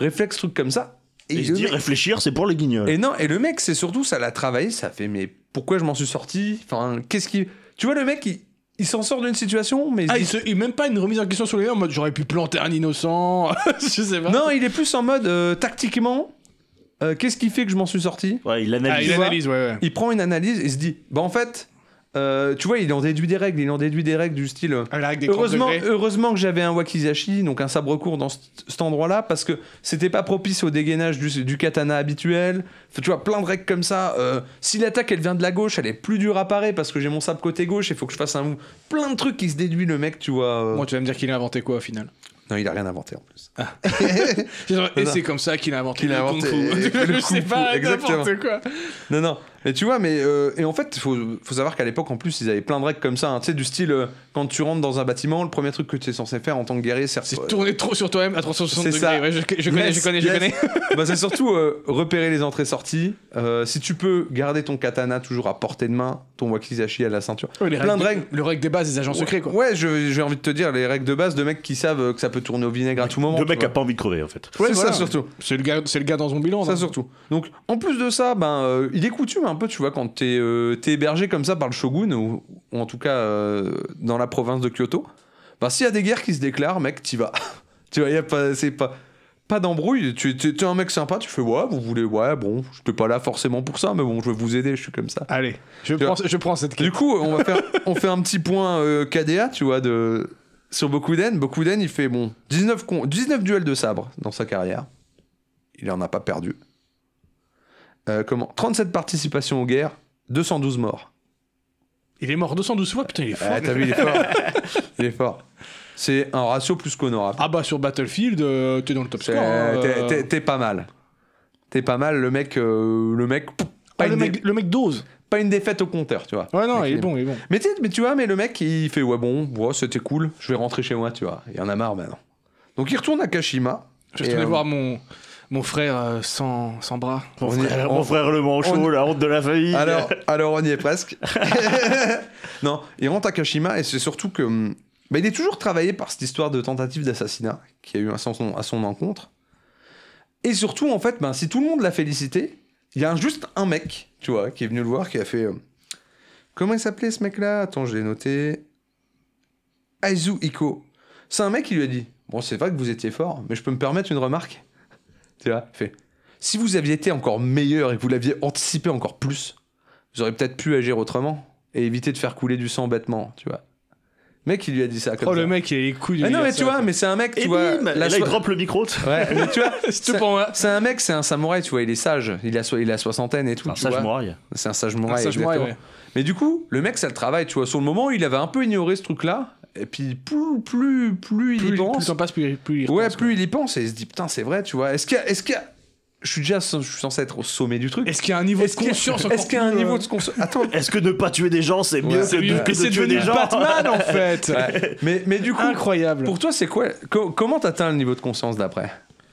réflexe, truc comme ça. Et il se le dit, mec- réfléchir, c'est pour les guignols. et non, et le mec, c'est surtout, ça l'a travaillé, ça fait, mais pourquoi je m'en suis sorti Enfin, qu'est-ce qui. Tu vois, le mec, il, il s'en sort d'une situation, mais. il se Ah, dit- il se, il- même pas une remise en question sur les en mode j'aurais pu planter un innocent, (laughs) je sais pas. Non, il est plus en mode euh, tactiquement, euh, qu'est-ce qui fait que je m'en suis sorti Ouais, il Ah, analyse. il tu vois. analyse, ouais, ouais. Il prend une analyse et se dit, bah en fait, euh, tu vois, il en déduit des règles, il en déduit des règles du style. euh, Ah, la règle des 30 Heureusement, degrés. heureusement que j'avais un wakizashi, donc un sabre court dans cet cet endroit-là, parce que c'était pas propice au dégainage du, du katana habituel. Enfin, tu vois, plein de règles comme ça. Euh, si l'attaque elle vient de la gauche, elle est plus dure à parer parce que j'ai mon sabre côté gauche et faut que je fasse un move. Plein de trucs qui se déduit le mec, tu vois. euh. Moi, tu vas me dire qu'il a inventé quoi au final Non, il a rien inventé en plus. Et c'est comme ça qu'il a inventé Qu'il le a kung inventé fu. (laughs) le Je sais kung pas, fu, n'importe exactement. quoi. Non, non. Mais tu vois, mais. euh, et en fait, faut, faut savoir qu'à l'époque, en plus, ils avaient plein de règles comme ça. hein. Tu sais, du style, euh, quand tu rentres dans un bâtiment, le premier truc que tu es censé faire en tant que guerrier, c'est euh, C'est tourner trop sur toi-même à 360 C'est ça. degrés. Ouais, je, je connais, Yes, je connais, yes. je connais. (laughs) Bah, c'est surtout euh, repérer les entrées-sorties. Euh, si tu peux garder ton katana toujours à portée de main, ton wakizashi à la ceinture. Ouais, Oh, les Plein de règles. Le règle des bases des agents secrets, quoi. Ouais, je- j'ai envie de te dire, les règles de base de mecs qui savent euh, que ça peut tourner au vinaigre à tout moment. Le tu mec vois. a pas envie de crever en fait. Ouais, C'est ça. voilà, surtout. C'est le, gars- c'est le gars dans son bilan. Ça là. surtout. Donc, en plus de ça, ben, euh, il est coutume un peu, tu vois, quand t'es euh, t'es hébergé comme ça par le shogun, ou, ou en tout cas euh, dans la province de Kyoto, ben, s'il y a des guerres qui se déclarent, mec, t'y vas. (laughs) tu vois, y a pas, c'est pas, pas d'embrouille. Tu t'es t'es un mec sympa, tu fais, ouais, vous voulez, ouais, bon, je suis pas là forcément pour ça, mais bon, je vais vous aider, je suis comme ça. Allez, je Tu prends, je prends cette clé. Du coup, on va faire, on fait un petit point euh, KDA, tu vois, de, sur Bokuden. Bokuden, il fait bon 19, con- 19 duels de sabre dans sa carrière. Il en a pas perdu. Euh, comment 37 participations aux guerres, 212 morts. Il est mort 212 fois, putain, Eh, il est fort. Ah, t'as vu, il est fort. (laughs) il est fort. C'est un ratio plus qu'honorable. Ah bah sur Battlefield, euh, t'es dans le top C'est- score. hein, T'es euh. t'es- t'es pas mal. T'es pas mal. Le mec, euh, le mec, pouf, pas, Ah, le, une mec, dé- le mec dose. pas une défaite au compteur, tu vois. Ouais, non, Mec, il il est est bon, il est bon. Mais, tu- mais tu vois, mais le mec, il fait Ouais, bon, ouais, c'était cool, je vais rentrer chez moi, tu vois. Il y en a marre maintenant. Donc il retourne à Kashima. Je Et, suis allé euh, voir mon, mon frère euh, sans, sans bras. Mon On y- frère, on- mon frère le manchot, on- la honte de la famille. Alors, alors on y est presque. (laughs) non, il rentre à Kashima et c'est surtout que. hum, bah, il est toujours travaillé par cette histoire de tentative d'assassinat qui a eu à son, à son encontre. Et surtout, en fait, ben, si tout le monde l'a félicité, il y a un- juste un mec, tu vois, qui est venu le voir, qui a fait. euh, comment il s'appelait ce mec-là Attends, je l'ai noté. Aizu Iko. C'est un mec qui lui a dit Bon, c'est vrai que vous étiez fort, mais je peux me permettre une remarque Tu vois, il fait. Si vous aviez été encore meilleur et que vous l'aviez anticipé encore plus, vous auriez peut-être pu agir autrement et éviter de faire couler du sang bêtement, tu vois. Le Mec, il lui a dit ça comme Oh, ça. le mec, il est couilles. Ah non, mais tu vois, mais c'est un mec, tu et vois. bim, et la là, il soi- drop le micro. t- (laughs) Ouais, mais tu vois, c'est tout pour moi. c'est un mec, c'est un samouraï, tu vois, il est sage, il a, so- il a soixantaine et tout. Un tu sage vois. moraille. C'est un sage Ah, mouraille. ça, je m'en exactement. ouais. Mais du coup, le mec, ça le travaille, tu vois. Sur le moment, il avait un peu ignoré ce truc-là. Et puis, plus, plus, plus, il y Plus, pense. plus t'en passe, plus, il- plus il ouais, repense, plus il y pense et il se dit, putain, c'est vrai, tu vois. Est-ce qu'il y a. Est-ce qu'il y a- Je suis déjà je suis censé être au sommet du quoi. truc. Est-ce qu'il y a un niveau de Est-ce qu'il y a- conscience euh, est-ce qu'il y a un niveau de conscience Attends. Est-ce que ne pas tuer des gens, c'est mieux Ouais. que, de, que de c'est tuer devenu des (laughs) gens Batman en fait (laughs) Ouais. mais, mais du coup, Incroyable pour toi, c'est quoi co- Comment t'atteins le niveau de conscience d'après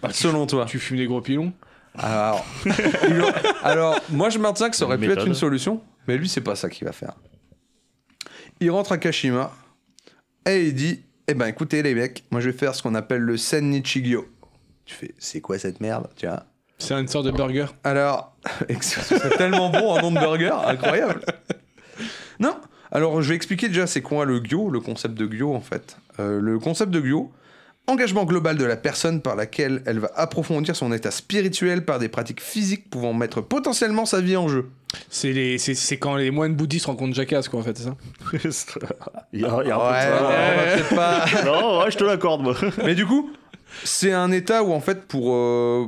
Selon toi Tu fumes des gros pilons Alors, il a- alors, moi je maintiens que ça aurait pu Méthode. être une solution, mais lui c'est pas ça qu'il va faire. Il rentre à Kashima et il dit Eh ben écoutez les mecs, moi je vais faire ce qu'on appelle le Sennichigyo. Tu fais C'est quoi cette merde Tu vois C'est une sorte de burger. Alors, (laughs) et que ce soit tellement bon un nom de burger, incroyable Non Alors je vais expliquer déjà c'est quoi le Gyo, le concept de Gyo en fait. Euh, le concept de Gyo, engagement global de la personne par laquelle elle va approfondir son état spirituel par des pratiques physiques pouvant mettre potentiellement sa vie en jeu. C'est les- c'est- c'est quand les moines bouddhistes rencontrent Jackass quoi en fait, c'est ça Il y a, il y a un peu Ouais, de ça. on va peut-être pas- Non, ouais, je te l'accorde, moi. Mais du coup, c'est un état où en fait pour euh,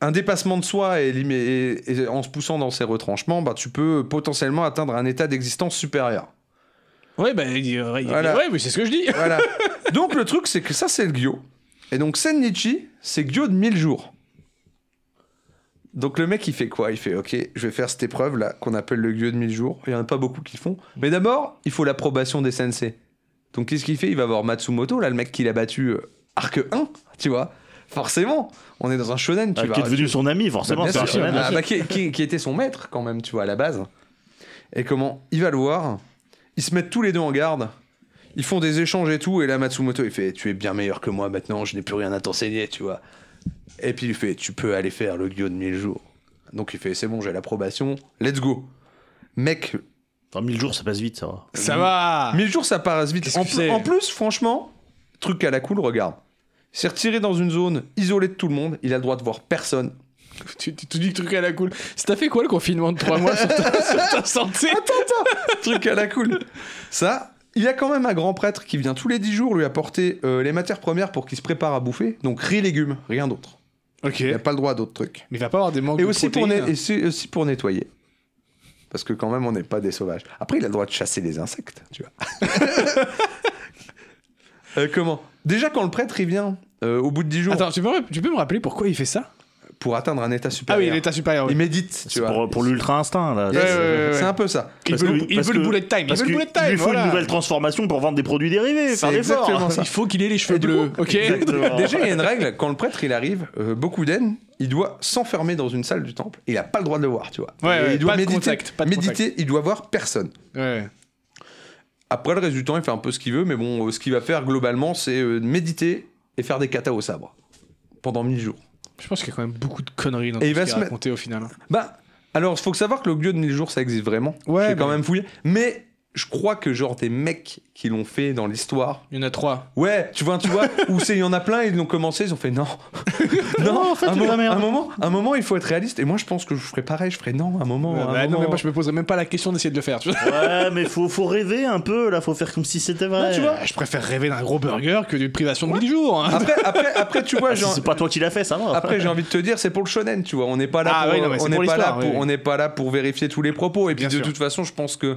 un dépassement de soi et, l'im- et- et en se poussant dans ses retranchements, bah, tu peux potentiellement atteindre un état d'existence supérieur. Ouais, bah, il- il- Voilà. ouais, mais c'est ce que je dis Voilà. donc le truc, c'est que ça, c'est le Gyo. Et donc Sennichi, c'est Gyo de 1000 jours. Donc le mec, il fait quoi Il fait, ok, je vais faire cette épreuve là qu'on appelle le Gyo de 1000 jours. Il y en a pas beaucoup qui le font. Mais d'abord, il faut l'approbation des sensei. Donc qu'est-ce qu'il fait Il va voir Matsumoto, là, le mec qu'il a battu euh, arc 1, tu vois. Forcément, on est dans un shonen, tu Ah, vas- qui est devenu son ami, forcément. bah, bien c'est un sûr. shonen. Ah, bah, qui, qui- qui était son maître quand même, tu vois, à la base. Et comment il va le voir, ils se mettent tous les deux en garde, ils font des échanges et tout, et là Matsumoto il fait Tu es bien meilleur que moi maintenant, je n'ai plus rien à t'enseigner, tu vois. Et puis il fait Tu peux aller faire le Gyo de 1000 jours. Donc il fait C'est bon, j'ai l'approbation, let's go. Mec, bah. Enfin, 1000 jours, ça passe vite, ça va. Ça Mmh. va 1000 jours ça parasse vite. Ah. Qu'est-ce En, que plus- c'est en plus, franchement, truc à la cool, regarde. Il s'est retiré dans une zone isolée de tout le monde, il a le droit de voir personne. (laughs) Tu, tu, tu dis le truc à la cool. Ça t'a fait quoi le confinement de 3 mois sur ta, (laughs) sur ta santé truc à la cool. Ça, il y a quand même un grand prêtre qui vient tous les 10 jours lui apporter euh, les matières premières pour qu'il se prépare à bouffer, donc riz, légumes, rien d'autre. Ok. Il n'y a Mais pas le droit à d'autres trucs. il va pas avoir des manques Et de aussi, pour protéines. net- et c'est aussi pour nettoyer. Parce que quand même, on n'est pas des sauvages. Après, il a le droit de chasser les insectes, tu vois. (laughs) Euh, comment Déjà, quand le prêtre, il vient, euh, au bout de 10 jours, Attends, tu peux, tu peux me rappeler pourquoi il fait ça pour atteindre un état Ah supérieur. oui, l'état supérieur. oui. Il médite, tu C'est vois. pour, pour l'ultra instinct là. Ouais, Yes. ouais, ouais, ouais. C'est un peu ça. Il Parce veut, que- le- il parce veut le que- bullet time. Il Parce veut le qu'il bullet time. lui faut voilà. une nouvelle transformation pour vendre des produits dérivés, C'est faire des forts. exactement ça. Il faut qu'il ait les cheveux Et du bleus. coup, Ok. Exactement. Déjà, il y a une règle, quand le prêtre il arrive, euh, beaucoup d'aine, il doit s'enfermer dans une salle du temple. Il a pas le droit de le voir, tu vois. Ouais, Et ouais, il doit pas de méditer, contact, pas de méditer, il doit voir personne. Ouais. Après le reste du temps, il fait un peu ce qu'il veut, mais bon, euh, ce qu'il va faire globalement, c'est euh, méditer et faire des katas au sabre pendant 1000 jours. Je pense qu'il y a quand même beaucoup de conneries dans Et il ce va qu'il se a mettre- raconté au final. hein. Bah, alors, il faut savoir que le lieu de 1000 jours, ça existe vraiment. Ouais, J'ai quand mais- même fouillé. Mais je crois que, genre, des mecs qui l'ont fait dans l'histoire. Il y en a trois. Ouais, tu vois, tu vois, où c'est, il y en a plein, ils l'ont commencé, ils ont fait non. non, (laughs) Non, faites un, de moment, la merde. un moment, un moment, il faut être réaliste. Et moi, je pense que je ferais pareil, je ferais non, un moment. Ouais, Oh, un bah non, moment. mais moi je me poserais même pas la question d'essayer de le faire. Tu vois, (laughs) Ouais, mais faut, faut rêver un peu là, faut faire comme si c'était vrai. tu vois je préfère rêver d'un gros burger que d'une privation de 1000 jours. hein. (laughs) Après, après, après, tu vois, Ah, si genre, c'est pas toi qui l'as fait, ça va. Après, j'ai envie de te dire, c'est pour le shonen, tu vois. On n'est pas là Ah pour, oui, non, mais on c'est n'est pour pas là l'histoire, pour, oui, oui. on n'est pas là pour vérifier tous les propos. Et puis, Bien sûr. de toute façon, je pense que,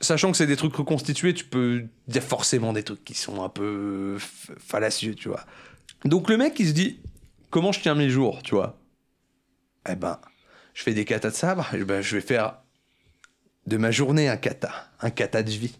sachant que c'est des trucs reconstitués, tu peux dire forcément des trucs qui sont un peu f- fallacieux, tu vois. Donc, le mec, il se dit, comment je tiens mes jours, tu vois Eh ben, je fais des katas de sabre, eh ben, je vais faire de ma journée un kata, un kata de vie.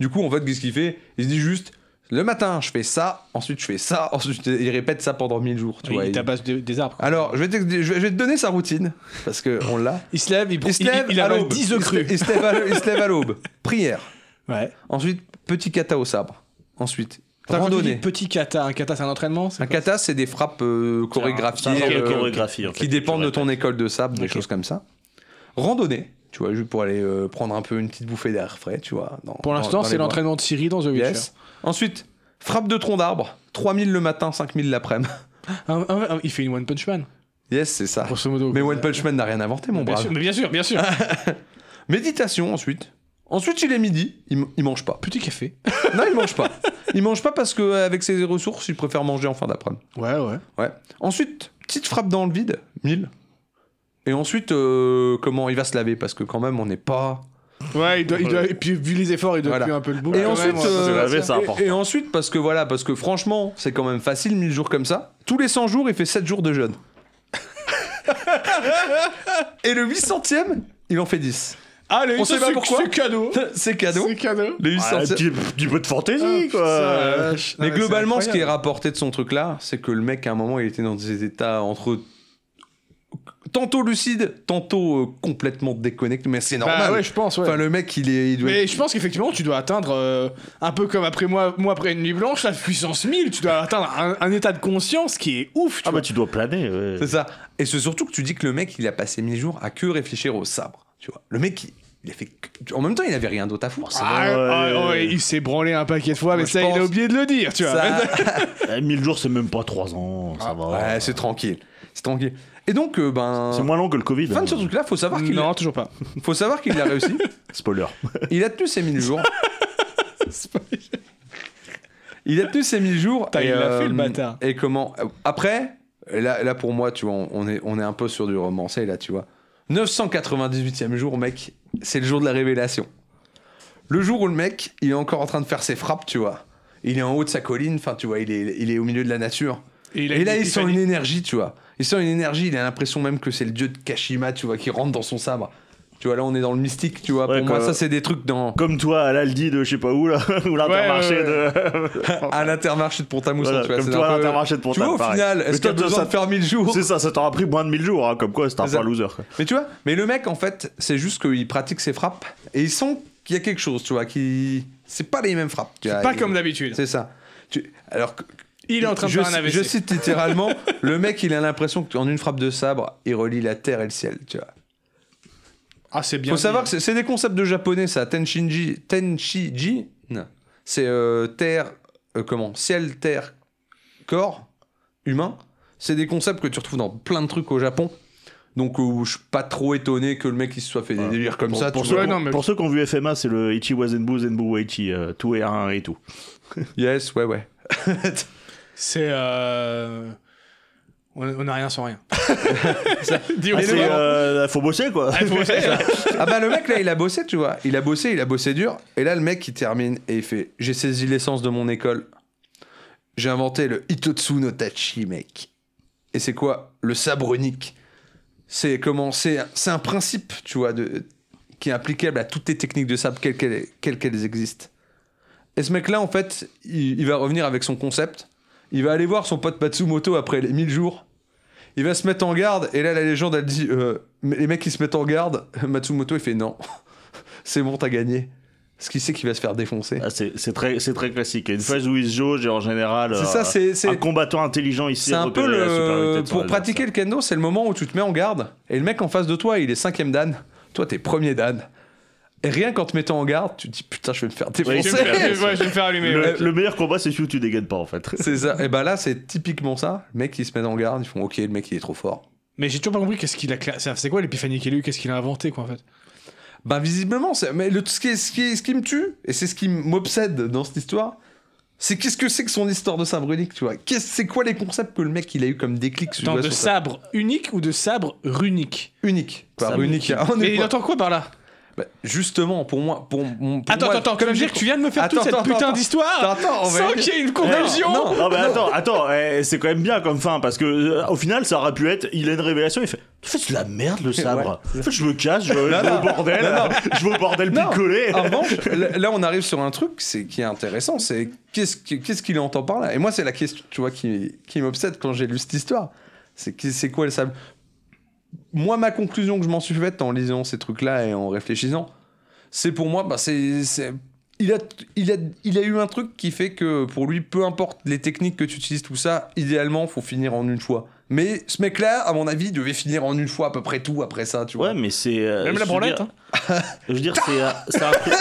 Du coup, en fait, qu'est-ce qu'il fait Il se dit juste, le matin, je fais ça, ensuite, je fais ça, (laughs) ensuite, il répète ça pendant 1000 jours. Tu Oui, vois, il il- tabasse des, des arbres. quoi. Alors, je vais, te, je vais- je vais te donner sa routine, parce que on l'a. Il se lève, il, Il se il- lève il à avale l'aube. 10 œufs Il se- crus. Il se lève à l'aube- il se lève à l'aube. Prière. Ouais. Ensuite, petit kata au sabre. Ensuite, T'as randonnée. Petit kata. Un kata, c'est un entraînement c'est Un quoi kata, c'est des frappes euh, chorégraphiées. C'est un genre de euh, chorégraphie, en fait, qui dépendent de tu ton école de sable, des Ok. choses comme ça. Randonnée, tu vois, juste pour aller euh, prendre un peu une petite bouffée d'air frais, tu vois. dans- Pour dans- l'instant, dans c'est les bois. l'entraînement de hein. Siri dans The Witcher. Yes. Ensuite, frappe de tronc d'arbre. 3000 le matin, 5000 l'après-midi. (laughs) Un- un- un- il fait une One Punch Man, Yes, c'est ça. grosso modo. Ah. Mais quoi. One Punch Man Ah. n'a rien inventé, mon Bien brave. sûr, mais bien sûr, bien sûr. Méditation ensuite. Ensuite, il est midi, il, m- il mange pas. Petit café. Non, il (laughs) mange pas. Il mange pas parce que euh, avec ses ressources, il préfère manger en fin d'après-midi. Ouais, ouais. Ouais. Ensuite, petite frappe dans le vide, 1000. Et ensuite, euh, comment il va se laver parce que quand même, on n'est pas. Ouais, il doit, il doit- et puis vu les efforts, il doit Voilà. puer un peu le bout. Et quand ensuite, même, ouais. euh, se laver, c'est et- important. et, ensuite, parce que voilà, parce que franchement, c'est quand même facile, 1000 jours comme ça. Tous les 100 jours, il fait 7 jours (laughs) de jeûne. et le 800ème, il en (laughs) fait 10. Allez, on ça, sait pas c'est- pourquoi. C'est cadeau. C'est cadeau. C'est cadeau. Ah, Le Ah, 800 petit, petit peu de Ah, fantaisie, quoi. Ah, Mais globalement, ce qui est rapporté de son truc là, c'est que le mec à un moment il était dans des états entre tantôt lucide, tantôt euh, complètement déconnecté, mais c'est normal. Bah ouais, je pense, ouais. Enfin, le mec il est. il doit Mais être- je pense qu'effectivement, tu dois atteindre, euh, un peu comme après moi, moi après une nuit blanche, la puissance 1000, tu dois atteindre un, un état de conscience qui est ouf, tu Ah, vois. bah tu dois planer. ouais. C'est ça. Et c'est surtout que tu dis que le mec il a passé 1000 jours à que réfléchir au sabre. Tu vois, le mec il, il a fait. que- En même temps, il avait rien d'autre à foutre. Ah, Ouais, ah, ouais, ouais, ouais. il s'est branlé un paquet de fois, mais je ça, il pense- a oublié de le dire, tu vois. Ça- (laughs) Ah, Eh, 1000 jours, c'est même pas 3 ans, ça va. Ouais, c'est tranquille. C'est tranquille. Et donc, euh, ben. C'est moins long que le Covid. Fin hein. de ce truc là, faut savoir qu'il Mm, Non, toujours pas. faut savoir qu'il a réussi. Spoiler. Il a tenu ses (laughs) 1000 jours. il a tenu ses 1000 jours. Putain, et, euh, il l'a fait, le bâtard. Et comment euh, Après, là, là pour moi, tu vois, on on est, on est un peu sur du romancé, là, tu vois. 998e jour, mec, c'est le jour de la révélation. Le jour où le mec, il est encore en train de faire ses frappes, tu vois. Il est en haut de sa colline, enfin, tu vois, il est, il est au milieu de la nature. il Et là, il sent une énergie, tu vois. Il sent une énergie, il a l'impression même que c'est le dieu de Kashima, tu vois, qui rentre dans son sabre. Tu vois, là, on est dans le mystique, tu vois. Ouais, Pour moi, quoi. ça, c'est des trucs dans. Comme toi à l'Aldi de je sais pas où, là, (laughs) ou l'intermarché ouais, de. à l'intermarché de Pont-à-Mousson, Voilà, tu vois. comme c'est toi, un peu- l'intermarché de Tu vois, au Pont-à-Pareil. final, Mais est-ce qu'il toi, y a besoin ça- de faire 1000 jours C'est ça, ça t'aura pris moins de 1000 jours, hein, comme quoi c'est un C'est peu ça. un loser. quoi. Mais tu vois, mais le mec, en fait, c'est juste qu'il pratique ses frappes et il sent qu'il y a quelque chose, tu vois, qui. C'est pas les mêmes frappes. tu vois, Pas il- comme d'habitude. C'est ça. Tu- Alors, que- Il est en train de je, faire un AVC. je cite littéralement, le mec, il a l'impression qu'en une frappe de sabre, il relie la terre et le ciel, tu vois. Ah, c'est bien. Faut dit. savoir que c'est- c'est des concepts de japonais, ça. Tenshinji. Tenshiji. non. C'est euh, terre. euh, comment Ciel, terre, corps, humain. C'est des concepts que tu retrouves dans plein de trucs au Japon. Donc, euh, je suis pas trop étonné que le mec il se soit fait des Ouais. délires comme Pour- ça. pour, tu ceux, vois. Ouais, non, mais- pour ceux qui ont vu FMA, c'est le Ichi Wazenbu Zenbu Waichi, euh, tout et un et tout. Yes, ouais, ouais. C'est. euh, On on a rien sans (laughs) rien. Dis Ah, au c'est, revoir. euh, faut bosser quoi. Ah, faut- (laughs) ah bah, le mec là, il a bossé, tu vois. Il a bossé, il a bossé dur. Et là, le mec il termine et il fait J'ai saisi l'essence de mon école. J'ai inventé le Hitotsu no Tachi, mec. Et c'est quoi Le sabre unique. C'est comment C'est c'est un principe, tu vois, de, qui est applicable à toutes les techniques de sabre, quelles qu'elles quelles qu'elles existent. Et ce mec-là, en fait, il, il va revenir avec son concept. Il va aller voir son pote Matsumoto après les 1000 jours. Il va se mettre en garde. Et là, la légende, elle dit euh, mais Les mecs qui se mettent en garde, (laughs) Matsumoto, il fait Non, (laughs) c'est bon, t'as gagné. Parce qu'il sait qu'il va se faire défoncer. Ah, c'est c'est très, c'est très classique. Il y a Une phase où il se jauge et en général, C'est euh, ça, c'est- un c'est. combattant intelligent ici. C'est un peu le. Pour pratiquer le kendo, c'est le moment où tu te mets en garde. Et le mec en face de toi, il est cinquième dan. Toi, t'es premier dan. Et rien qu'en te mettant en garde, tu te dis putain, je vais me faire Oui, Je vais me défoncer. (laughs) faire- Français. ouais, je vais me faire allumer. Le, ouais. le meilleur combat, c'est celui où tu dégaines pas en fait. c'est ça. Et bah là, c'est typiquement ça. Le mec, il se met en garde. Ils font ok, le mec, il est trop fort. Mais j'ai toujours pas compris qu'est-ce qu'il a. cla- C'est quoi l'épiphanie qu'il a eu Qu'est-ce qu'il a inventé, quoi, en fait Bah, visiblement, c'est- mais le, ce, qui, est- ce, qui, est- ce qui me tue, et c'est ce qui m'obsède dans cette histoire, c'est qu'est-ce que c'est que son histoire de sabre unique, tu vois Qu'est-ce- C'est quoi les concepts que le mec, il a eu comme déclic tu Attends, vois, de sur ça sabre unique ou de sabre runique Unique. Pas Sabre unique. Ah, on est Mais il pas- entend quoi par là Bah, justement, pour moi. Pour, mon- pour Attends, moi, attends, comme comme dire j'ai- que tu viens de me faire Attends, toute cette attends, putain attends. d'histoire Attends, on va sans y aller. qu'il y ait une conversion (laughs) Non, Non, mais attends, attends, eh, c'est quand même bien comme fin parce que euh, au final, ça aurait pu être. Il a une révélation, il fait. En fait, c'est de la merde le (laughs) sabre. En fait, je me casse, je, je vais au bordel, (laughs) je vais au bordel Non. Ah, picolé. En revanche, là, là, on arrive sur un truc c'est, qui est intéressant, c'est qu'est-ce, que- qu'est-ce qu'il entend par là Et moi, c'est la question tu vois, qui, qui m'obsède quand j'ai lu cette histoire. C'est, qui- c'est quoi le sable Moi, ma conclusion que je m'en suis faite en lisant ces trucs-là et en réfléchissant, c'est pour moi, bah, c'est, c'est- il, a, il, a, il a eu un truc qui fait que pour lui, peu importe les techniques que tu utilises, tout ça, idéalement, faut finir en une fois. Mais ce mec-là, à mon avis, devait finir en une fois à peu près tout après ça, tu vois. Ouais, mais c'est. euh, Même je la veux branlette, dire- hein. Je veux dire, c'est euh, c'est un truc.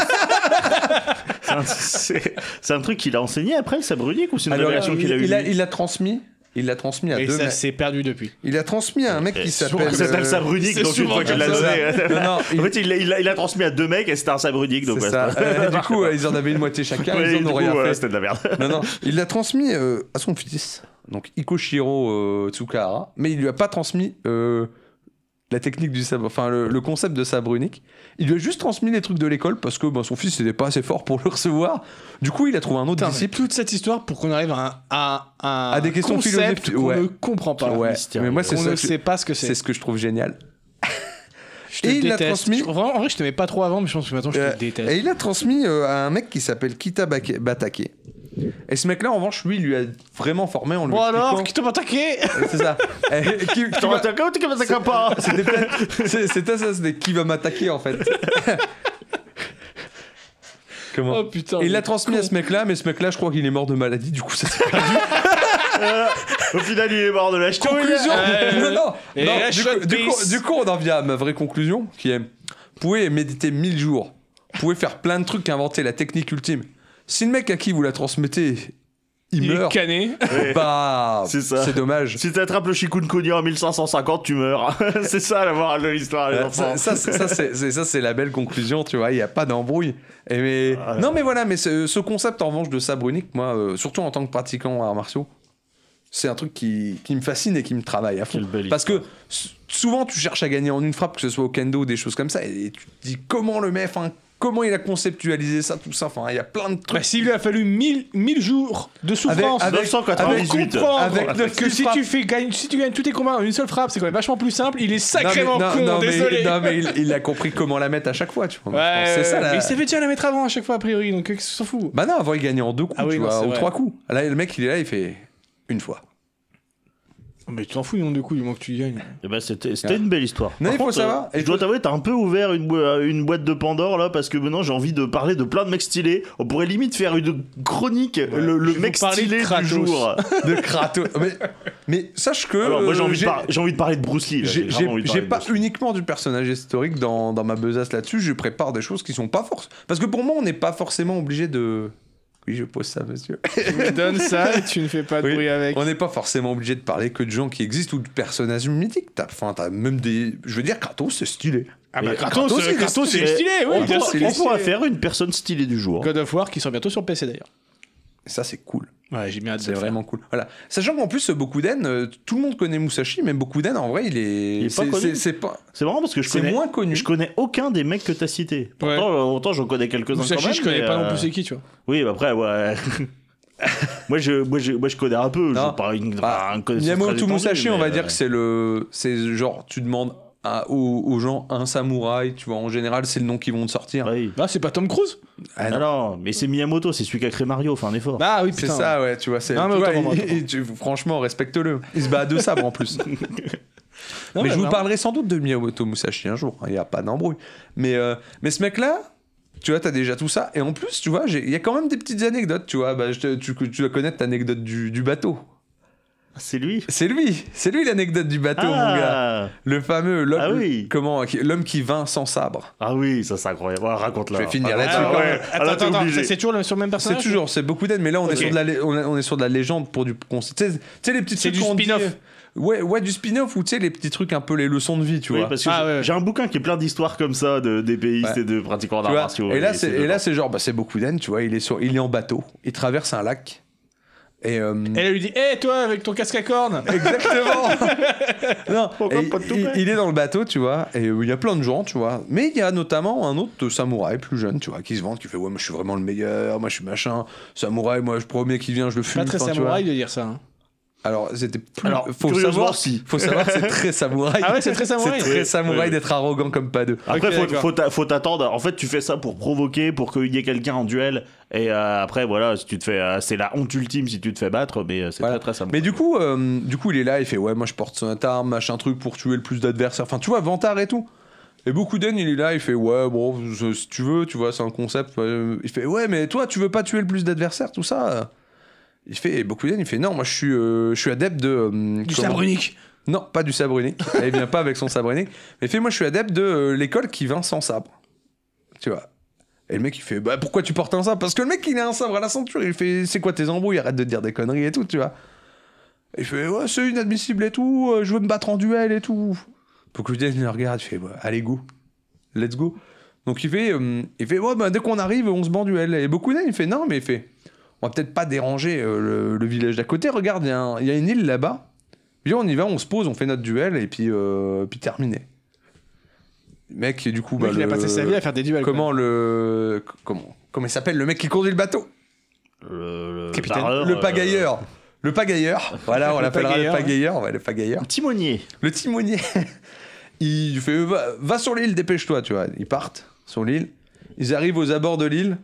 (laughs) c'est un- c'est- c'est un, truc qu'il a enseigné après, le sabre unique, ou c'est une Alors, révélation qu'il a Ah il, eue il a, lui il l'a transmis. Il l'a transmis à Et deux ça mecs. s'est perdu depuis. Il a transmis à un mec Et qui souvent, s'appelle. il s'appelle euh, sabre unique, c'est donc une souvent fois qu'il l'a comme ça. donné. hein. (laughs) Non, non, (laughs) il- En fait, il l'a il l'a- il l'a transmis à deux mecs et c'était un sabre unique, donc c'est ouais, ça. c'était- Euh, du coup, euh, ils en avaient une moitié chacun. Ouais, ils du en ont coup, rien ouais, fait. C'était de la merde. Non, non, il l'a transmis euh, à son fils, donc Ikoshiro euh, Tsukahara, mais il lui a pas transmis euh, la technique du sabre, enfin le, le concept de sabre unique. Il lui a juste transmis les trucs de l'école parce que ben, son fils n'était pas assez fort pour le recevoir. Du coup, il a trouvé un autre Putain, mais disciple. toute cette histoire pour qu'on arrive à, un- à, un- À des questions concept philosophiques, qu'on ouais. ne comprend pas. Ouais, mystérieux. mais moi c'est on ça, ne que- sait pas ce que c'est. c'est ce que je trouve génial. Je te Et il l'a déteste. transmis- Je- vraiment, en vrai, je t'aimais pas trop avant, mais je pense que maintenant je Euh, te déteste. Et il a transmis euh, à un mec qui s'appelle Kita Bake- Batake. Et ce mec-là, en revanche, lui, il lui a vraiment formé en lui Bon alors, qui (laughs) expliquant- t'a (laughs) attaqué C'est ça. Eh, qui- qui Comment va- t'as- comment t'as- comment t'as- comment t'as- C'était peut-être- c'est- c'était ça, c'était qui va m'attaquer en fait. Comment Oh putain. Et il l'a mais transmis con. à ce mec-là, mais ce mec-là, je crois qu'il est mort de maladie, du coup, ça s'est perdu. Au final, il est mort de la ch'touille. conclusion euh, Non, non, et non, la du, shot coup, du coup- piece. du coup, on en vient à ma vraie conclusion qui est vous pouvez méditer 1000 jours, vous pouvez faire plein de trucs, inventer la technique ultime. Si le mec à qui vous la transmettez, il, Il est meurt, cané. bah, C'est ça. c'est dommage. Si t'attrapes le chikungunya en 1550, tu meurs. (laughs) c'est ça la morale de l'histoire, les Euh, enfants. Ça, ça, c'est- ça, c'est- c'est- ça, c'est la belle conclusion, tu vois. Il n'y a pas d'embrouille. Et mais... Ah, là, non, mais voilà, mais ce, ce concept en revanche de sabre unique, moi, euh, surtout en tant que pratiquant arts martiaux, c'est un truc qui, qui me fascine et qui me travaille à fond. Quelle belle Parce que s- souvent, tu cherches à gagner en une frappe, que ce soit au kendo ou des choses comme ça, et tu te dis comment le mec, enfin, comment il a conceptualisé ça, tout ça. Enfin, il y a plein de Bah, trucs. s'il lui a fallu 1000 1000 jours de souffrance avec- 998. comprendre avec le que cul si frappe. tu, fais, gagne, si tu gagnes tous tes combats en une seule frappe, c'est quand même vachement plus simple. Il est sacrément non, mais, con, non, non, mais- désolé. non, mais il, il a compris comment la mettre à chaque fois, tu vois. Ouais, c'est ça. ouais, la- mais il savait déjà la mettre avant à chaque fois, a priori, donc euh, qu'est-ce qu'on s'en fout Bah non, avant il gagnait en deux coups, Ah oui, tu non, vois, c'est ou vrai. trois coups. Là, le mec, il est là, il fait une fois. Mais tu t'en fous du nombre de coups du moment que tu gagnes. Eh ben, c'était c'était une belle histoire. Non, Par il faut contre, savoir, euh, il je faut- dois t'avouer, t'as un peu ouvert une, boi- euh, une boîte de Pandore là parce que maintenant j'ai envie de parler de plein de mecs stylés. On pourrait limite faire une chronique le, le Je vais mec vous parler de stylé du Kratos. (laughs) jour. De Kratos. mais, mais sache que. Alors moi j'ai euh, envie, de par- j'ai envie de parler de Bruce Lee. là. j'ai- vraiment envie J'ai j'ai de parler de pas Bruce Lee. uniquement du personnage historique dans, dans ma besace là-dessus, je prépare des choses qui sont pas forces. Parce que pour moi, on n'est pas forcément obligé de. Oui, je pose ça, monsieur. tu me donnes ça et tu ne fais pas de (laughs) Oui. bruit avec. On n'est pas forcément obligé de parler que de gens qui existent ou de personnages mythiques. T'as enfin, t'as même des. Je veux dire, Kratos, c'est stylé. Ah bah, Kratos, Kratos, il est Kratos, il est stylé, oui, on, bien sûr pourra- qu'il on est pourra stylé. faire une personne stylée du jour. God of War qui sort bientôt sur PC d'ailleurs. Et ça, c'est cool. Ouais, j'ai bien hâte de C'est le faire. vraiment cool. Voilà. Sachant qu'en plus, Bokuden, euh, tout le monde connaît Musashi, mais Bokuden, en vrai, il est. Il est pas c'est- connu. c'est- C'est pas. C'est marrant parce que je C'est connais, moins connu. je connais aucun des mecs que t'as cités. Pourtant, euh, autant j'en connais quelques-uns quand Musashi, même. je connais mais, pas non euh, plus c'est qui, tu vois. Oui, bah après, ouais. (laughs) moi, je, moi, je, moi, je connais un peu. Non. Je parle une, Bah, un connaissance très Miyamoto étendue, Musashi, on mais, va euh, dire que c'est le. C'est genre, tu demandes à- aux, aux gens un samouraï, tu vois. En général, c'est le nom qu'ils vont te sortir. oui. Ah, c'est pas Tom Cruise Ah, non. Bah, Ah non, mais c'est Miyamoto, c'est celui qui a créé Mario, fais un effort. Ah oui, C'est putain. ça, ouais, tu vois. C'est, Non, mais tu vois, autant pour moi, il- (laughs) autant pour il- tu- franchement, respecte-le. Il se bat (laughs) à deux sabres en plus. Non, mais je vous vraiment. parlerai sans doute de Miyamoto Musashi un jour, hein, il n'y a pas d'embrouille. Mais, euh, mais ce mec-là, tu vois, t'as déjà tout ça. Et en plus, tu vois, j'ai- il y a quand même des petites anecdotes, tu vois. Bah, je te- tu, tu dois connaître l'anecdote du, du bateau. Ah, C'est lui. C'est lui, c'est lui l'anecdote du bateau, mon gars. Ah, Le fameux, l'homme, Ah oui. comment, qui- l'homme qui vint sans sabre. ah oui, ça c'est incroyable. Ah, Raconte-la. Je vais finir Ah, là-dessus, ah quand ouais, même. ah, Attends, là, t'es attends, attends, obligé. c'est c'est toujours le sur le même Ah, C'est personnage toujours, c'est beaucoup d'aide, mais là on, est Ok. sur de la, lé- on est- on est sur de la légende pour du concept. Tu sais- tu sais, les petits C'est trucs du qu'on dit- euh, spin-off. Ouais, ouais, du spin-off ou tu sais, les petits trucs un peu les leçons de vie, tu Oui, vois. parce que Ah, j'ai- ouais. j'ai un bouquin qui est plein d'histoires comme ça de d'épéistes Ouais. et de pratiquants Tu d'arts vois, martiaux. et là, c'est, et dedans. là, c'est genre, bah, c'est beaucoup d'ânes, tu vois, il est, sur, il est en bateau, il traverse un lac. Et. (laughs) euh, Elle lui dit Hé, toi, avec ton casque à cornes (laughs) Exactement Non, Pourquoi et pas de il- toupet il, il est dans le bateau, tu vois, et euh, il y a plein de gens, tu vois. Mais il y a notamment un autre samouraï plus jeune, tu vois, qui se vante, qui fait Ouais, moi je suis vraiment le meilleur, moi je suis machin, samouraï, moi je promets qu'il vient, je le fume. Pas très enfin, tu samouraï vois. de dire ça. hein. Alors, c'était plus. Alors, faut, curieusement, savoir, si. faut savoir que c'est très samouraï. (laughs) Ah ouais, c'est très samouraï. C'est très Oui, samouraï oui. d'être arrogant comme pas deux. Après, Ok, faut- d'accord. faut t'a- faut t'attendre. En fait, tu fais ça pour provoquer, pour qu'il y ait quelqu'un en duel. Et euh, après, voilà, si tu te fais, euh, c'est la honte ultime si tu te fais battre, mais euh, c'est Voilà. très très simple. Mais du coup, euh, du coup, il est là, il fait ouais, moi je porte cette arme, machin truc pour tuer le plus d'adversaires. Enfin, tu vois, vantard et tout. Et beaucoup d'en il est là, il fait ouais, bon, je- si tu veux, tu vois, c'est un concept. euh, il fait ouais, mais toi, tu veux pas tuer le plus d'adversaires, tout ça. euh. Il fait et beaucoup d'en il fait non, moi je suis, euh, je suis adepte de euh, Du comment- sabre unique. Non, pas du sabre (laughs) unique. Il vient pas avec son sabre unique. Mais il fait moi je suis adepte de euh, l'école qui vint sans sabre. Tu vois. Et le mec il fait bah pourquoi tu portes un sabre Parce que le mec il a un sabre à la ceinture. Il fait c'est quoi tes embrouilles Arrête de dire des conneries et tout, tu vois. Il fait ouais, c'est inadmissible et tout, euh, je veux me battre en duel et tout. Pour que je dise, il le regarde, il fait ouais, allez go, let's go. Donc il fait, euh, il fait ouais, bah, dès qu'on arrive, on se bat en duel. Et Bokuden, il fait non, mais il fait on va peut-être pas déranger euh, le, le village d'à côté. Regarde, il y, a un- il y a une île là-bas. Viens, on y va, on se pose, on fait notre duel et puis, euh, puis terminé. Le Mec, et du coup, Le mec, bah, il a le- passé sa vie à faire des duels. comment le comment comment il s'appelle le mec qui conduit le bateau le, le Capitaine, barreur, Le euh, pagailleur. Le pagailleur, voilà, on Le l'appellera le pagailleur. pagailleur, ouais, le pagailleur. Timonier. Le timonier, (laughs) il fait va, va sur l'île, dépêche-toi, tu vois. Ils partent sur l'île. Ils arrivent aux abords de l'île.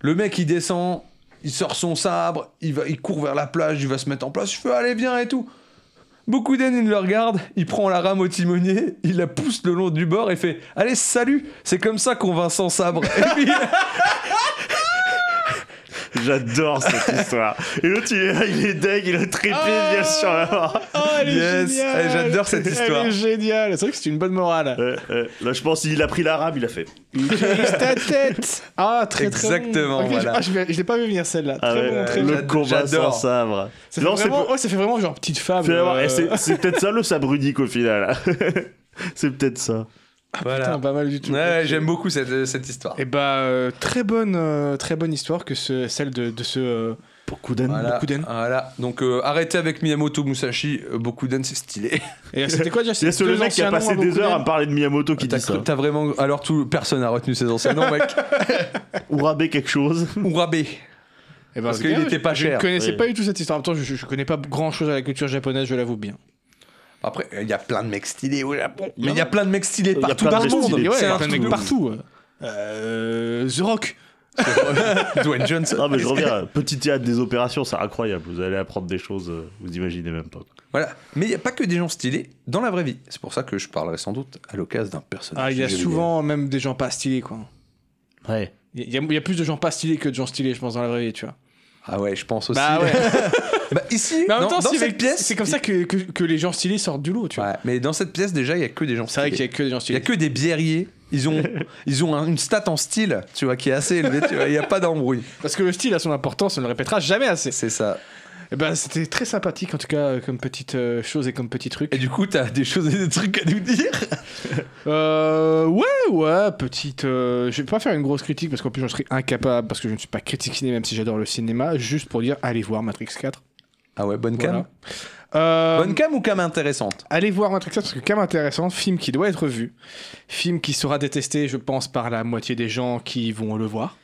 Le mec, il descend, il sort son sabre, il, va, il court vers la plage, il va se mettre en place. Je fais allez, viens et tout. Beaucoup d'aînés le regardent, il prend la rame au timonier, il la pousse le long du bord et fait Allez, salut C'est comme ça qu'on va sans sabre. (laughs) Et puis, J'adore (laughs) cette histoire. Et l'autre, il est là, il est deg, il a trippé, Ah bien sûr. Là, Oh, elle est Yes. géniale. Eh, j'adore cette histoire. Elle est géniale. C'est vrai que c'est une bonne morale. Euh, euh, là je pense qu'il a pris l'arabe, il a fait. Utilise ta tête. Ah, très très bon. Exactement, Ok, je- voilà. ah, je vais- je l'ai pas vu venir celle-là. Ah très ouais, bon, très bon. le bon. combat sans J'adore. sabre. Ça fait, Non, c'est vraiment, peu- ouais, ça fait vraiment genre petite fable. Fais voir, euh, eh, c'est- c'est peut-être (laughs) ça le sabre unique au final. (laughs) c'est peut-être ça. Putain, pas mal du tout. Ouais, j'aime beaucoup cette, cette histoire. Et bah, euh, très, bonne, euh, très bonne histoire que ce- celle de, de ce. euh, Pour Kuden. Voilà, Bokuden. voilà. Donc euh, arrêtez avec Miyamoto Musashi, euh, Bokuden c'est stylé. Ah, (laughs) Et c'était quoi déjà Il y ces a ce le deux mec qui a anciens noms passé des Bokuden heures à me parler de Miyamoto Ah, qui T'as dit ça. cru- t'as vraiment alors tout personne n'a retenu ses anciens noms, mec. (laughs) Ou rabais (laughs) quelque chose. Urabe. Eh ben, Parce en qu'il tout cas, était pas je, cher. Je connaissais Ah Oui. pas du tout cette histoire. En même temps, je, je- je connais pas grand chose à la culture japonaise, je l'avoue bien. Après il y a plein de mecs stylés au Japon. Mais il y a plein de mecs stylés Il y a partout dans plein de le mecs monde. stylés. Et ouais, il C'est y a un plein de truc mecs de ouf. partout. Euh, The (laughs) Rock. Dwayne Johnson. Non mais je reviens, petit théâtre des opérations, c'est incroyable, vous allez apprendre des choses, euh, vous imaginez même pas. Voilà. Mais il y a pas que des gens stylés dans la vraie vie. C'est pour ça que je parlerai sans doute à l'occasion d'un personnage. Ah, il y a que j'ai souvent même des gens pas stylés, quoi. Ouais. Il y, a- il y a plus de gens pas stylés que de gens stylés, je pense, dans la vraie vie, tu vois. oublié. Ah ouais, je pense aussi. Bah (laughs) ouais. Bah, ici, Mais en même dans- temps, dans si, cette mais pièce, c'est comme ça que, que, que les gens stylés sortent du lot, tu vois. Ouais, mais dans cette pièce déjà il y a que des gens C'est vrai stylés. qu'il y a que des gens Il y stylés. a que des biériers. (laughs) Ils ont, ils ont un- une stat en style, tu vois, qui est assez élevée. tu vois, Il n'y a pas d'embrouille. (laughs) Parce que le style a son importance, on ne le répétera jamais assez. C'est ça. Eh ben, c'était très sympathique, en tout cas, euh, comme petite euh, chose et comme petit truc. Et du coup, t'as des choses et des trucs à nous dire Euh, ouais, ouais, petite. euh, je vais pas faire une grosse critique parce qu'en plus j'en serais incapable parce que je ne suis pas critique ciné, même si j'adore le cinéma. Juste pour dire, allez voir Matrix 4. Ah ouais, bonne cam. Voilà. Euh, Bonne cam ou cam intéressante Allez voir Matrix 4 parce que cam intéressant, film qui doit être vu, film qui sera détesté, je pense, par la moitié des gens qui vont le voir.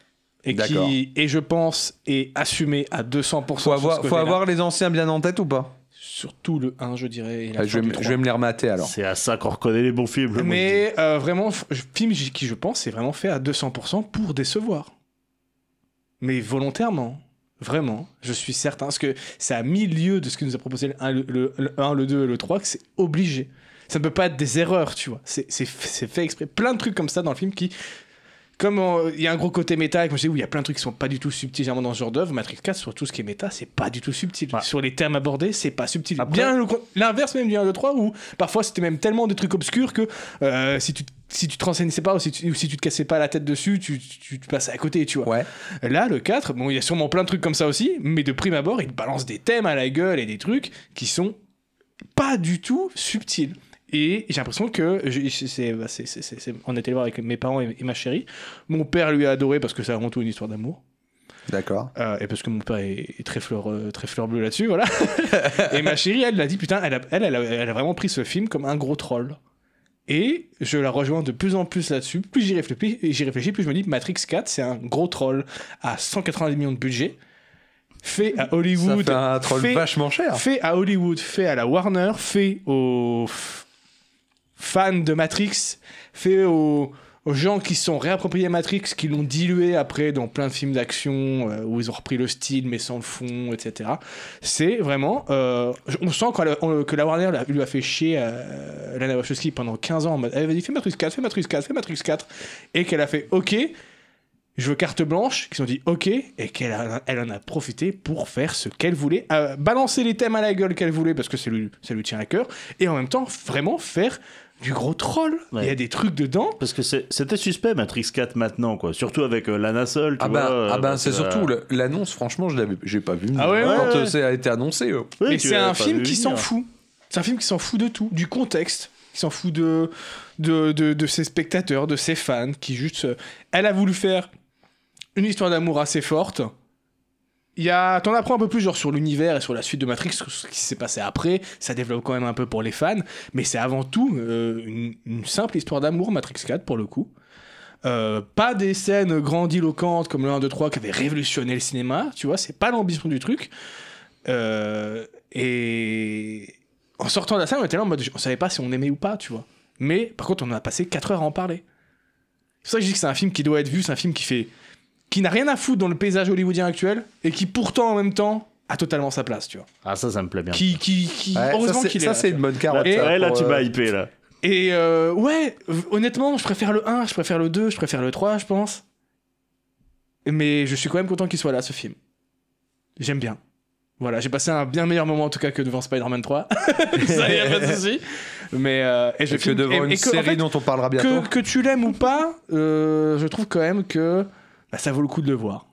et D'accord. qui et je pense est assumé à 200% Faut sur avoir, ce faut côté-là. avoir les anciens bien en tête ou pas surtout le 1 je dirais et la Ah, je, fin vais, du me- je 3. vais me les remater alors. C'est à ça qu'on reconnaît les bons films. je vous le dis. mais euh, vraiment f- film j- qui je pense est vraiment fait à 200% pour décevoir mais volontairement vraiment je suis certain parce que c'est à mille lieues de ce que nous a proposé le 1 le, le- le 1, le 2 et le 3 que c'est obligé ça ne peut pas être des erreurs tu vois c'est c'est f- c'est fait exprès plein de trucs comme ça dans le film qui comme euh, il y a un gros côté méta, et que je dis, oui, il y a plein de trucs qui sont pas du tout subtils généralement dans ce genre d'œuvre, Matrix 4, sur tout ce qui est méta, c'est pas du tout subtil. Ouais. Sur les termes abordés, c'est pas subtil. Après- Bien le con- l'inverse même du 1, 2, 3, où parfois c'était même tellement des trucs obscurs que euh, si tu si tu te renseignais pas ou si tu, ou si tu te cassais pas la tête dessus, tu, tu, tu passais à côté, tu vois. Ouais. Là, le 4, bon, il y a sûrement plein de trucs comme ça aussi, mais de prime abord, il te balance des thèmes à la gueule et des trucs qui sont pas du tout subtils. Et j'ai l'impression que, je- c'est- c'est- bah, c'est- c'est- c'est- c'est- on était le voir avec mes parents et, et ma chérie, mon père lui a adoré parce que c'est avant tout une histoire d'amour, D'accord. Euh, et parce que mon père est, est très fleur, euh, très fleur bleue là-dessus, voilà. (laughs) et ma chérie, elle l'a dit, putain, elle a, elle, elle a- elle a vraiment pris ce film comme un gros troll. Et je la rejoins de plus en plus là-dessus. Plus j'y réfléchis, j'y réfléchis, plus je me dis Matrix 4, c'est un gros troll à 190 millions de budget, fait à Ça Hollywood, fait un troll fait- vachement cher. fait à Hollywood, fait à la Warner, fait aux f- fans de Matrix, fait aux, aux gens qui se sont réappropriés Matrix, qui l'ont dilué après dans plein de films d'action euh, où ils ont repris le style mais sans le fond, etc. C'est vraiment. euh, on sent qu'on- on- que la Warner l'a- lui a fait chier euh, Lana Wachowski pendant 15 ans en mode elle avait dit fais Matrix 4, fais Matrix 4, fais Matrix 4 et qu'elle a fait OK. Je veux carte blanche, qui se sont dit OK, et qu'elle a- elle en a profité pour faire ce qu'elle voulait, euh, balancer les thèmes à la gueule qu'elle voulait parce que ça lui, ça lui tient à cœur, et en même temps vraiment faire du gros troll. Ouais. Il y a des trucs dedans. Parce que c'est- c'était suspect Matrix 4 maintenant, quoi. Surtout avec euh, Lana Sol. tu Ah vois, ben, euh, ah ben, parce c'est que, surtout euh, le- l'annonce, franchement, je l'avais, j'ai pas vu. Ah ouais, quand ouais, euh, ouais. ça a été annoncé. euh. oui, mais tu c'est l'avais un pas film vu qui s'en venir. fout. C'est un film qui s'en fout de tout, du contexte, qui s'en fout de, de, de, de ses spectateurs, de ses fans, qui juste. euh, elle a voulu faire une histoire d'amour assez forte. Il y a, t'en apprends un peu plus genre sur l'univers et sur la suite de Matrix, sur ce qui s'est passé après. Ça développe quand même un peu pour les fans, mais c'est avant tout euh, une, une simple histoire d'amour Matrix 4 pour le coup. Euh, pas des scènes grandiloquentes comme le 1, 2, 3 qui avait révolutionné le cinéma, tu vois, c'est pas l'ambition du truc. Euh, et en sortant de la salle, on était là en mode, on savait pas si on aimait ou pas, tu vois. Mais par contre, on a passé 4 heures à en parler. C'est pour ça que je dis que c'est un film qui doit être vu, c'est un film qui fait. qui n'a rien à foutre dans le paysage hollywoodien actuel et qui pourtant en même temps a totalement sa place, tu vois. Ah, ça, ça me plaît bien. Qui, qui, qui- Ouais, heureusement ça, c'est, qu'il est. ça, là, c'est tu une vois. bonne carotte. Et- ça, Ouais, là, pour, tu euh, m'as hypé, là. Et euh, ouais, v- honnêtement, je préfère le 1, je préfère le 2, je préfère le 3, je pense. Mais je suis quand même content qu'il soit là, ce film. J'aime bien. Voilà, j'ai passé un bien meilleur moment en tout cas que devant Spider-Man 3. (laughs) Ça, y a pas de souci. Mais euh, et je Et que filme- devant et- une et que, en série fait, dont on parlera bientôt. que, que tu l'aimes ou pas, euh, je trouve quand même que bah, ça vaut le coup de le voir.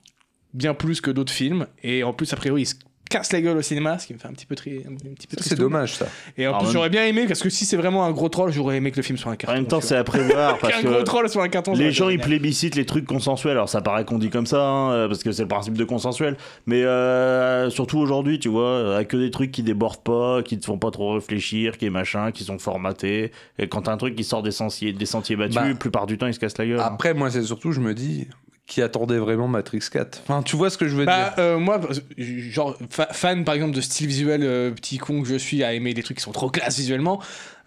Bien plus que d'autres films. Et en plus, a priori, il se casse la gueule au cinéma, ce qui me fait un petit peu, tri- un petit peu Ça, tristoun. c'est dommage, ça. Et en, En plus, même- j'aurais bien aimé, parce que si c'est vraiment un gros troll, j'aurais aimé que le film soit un En carton. même temps, tu (laughs) c'est à prévoir. vois. parce Qu'un gros que troll soit un carton. ça aurait Les été gens, ils génial. plébiscitent les trucs consensuels. Alors, ça paraît qu'on dit comme ça, hein, euh, parce que c'est le principe de consensuel. Mais euh, surtout aujourd'hui, tu vois, à que des trucs qui débordent pas, qui te font pas trop réfléchir, qui est machin, qui sont formatés. Et quand t'as un truc qui sort des sentiers, des sentiers battus, Bah, la plupart du temps, il se casse la Euh. gueule. hein. Après, moi, c'est surtout, je me dis, qui attendait vraiment Matrix 4 Enfin, tu vois ce que je veux Bah, dire euh, moi, genre, fa- fan par exemple de style visuel, euh, petit con que je suis, à aimer des trucs qui sont trop classe visuellement,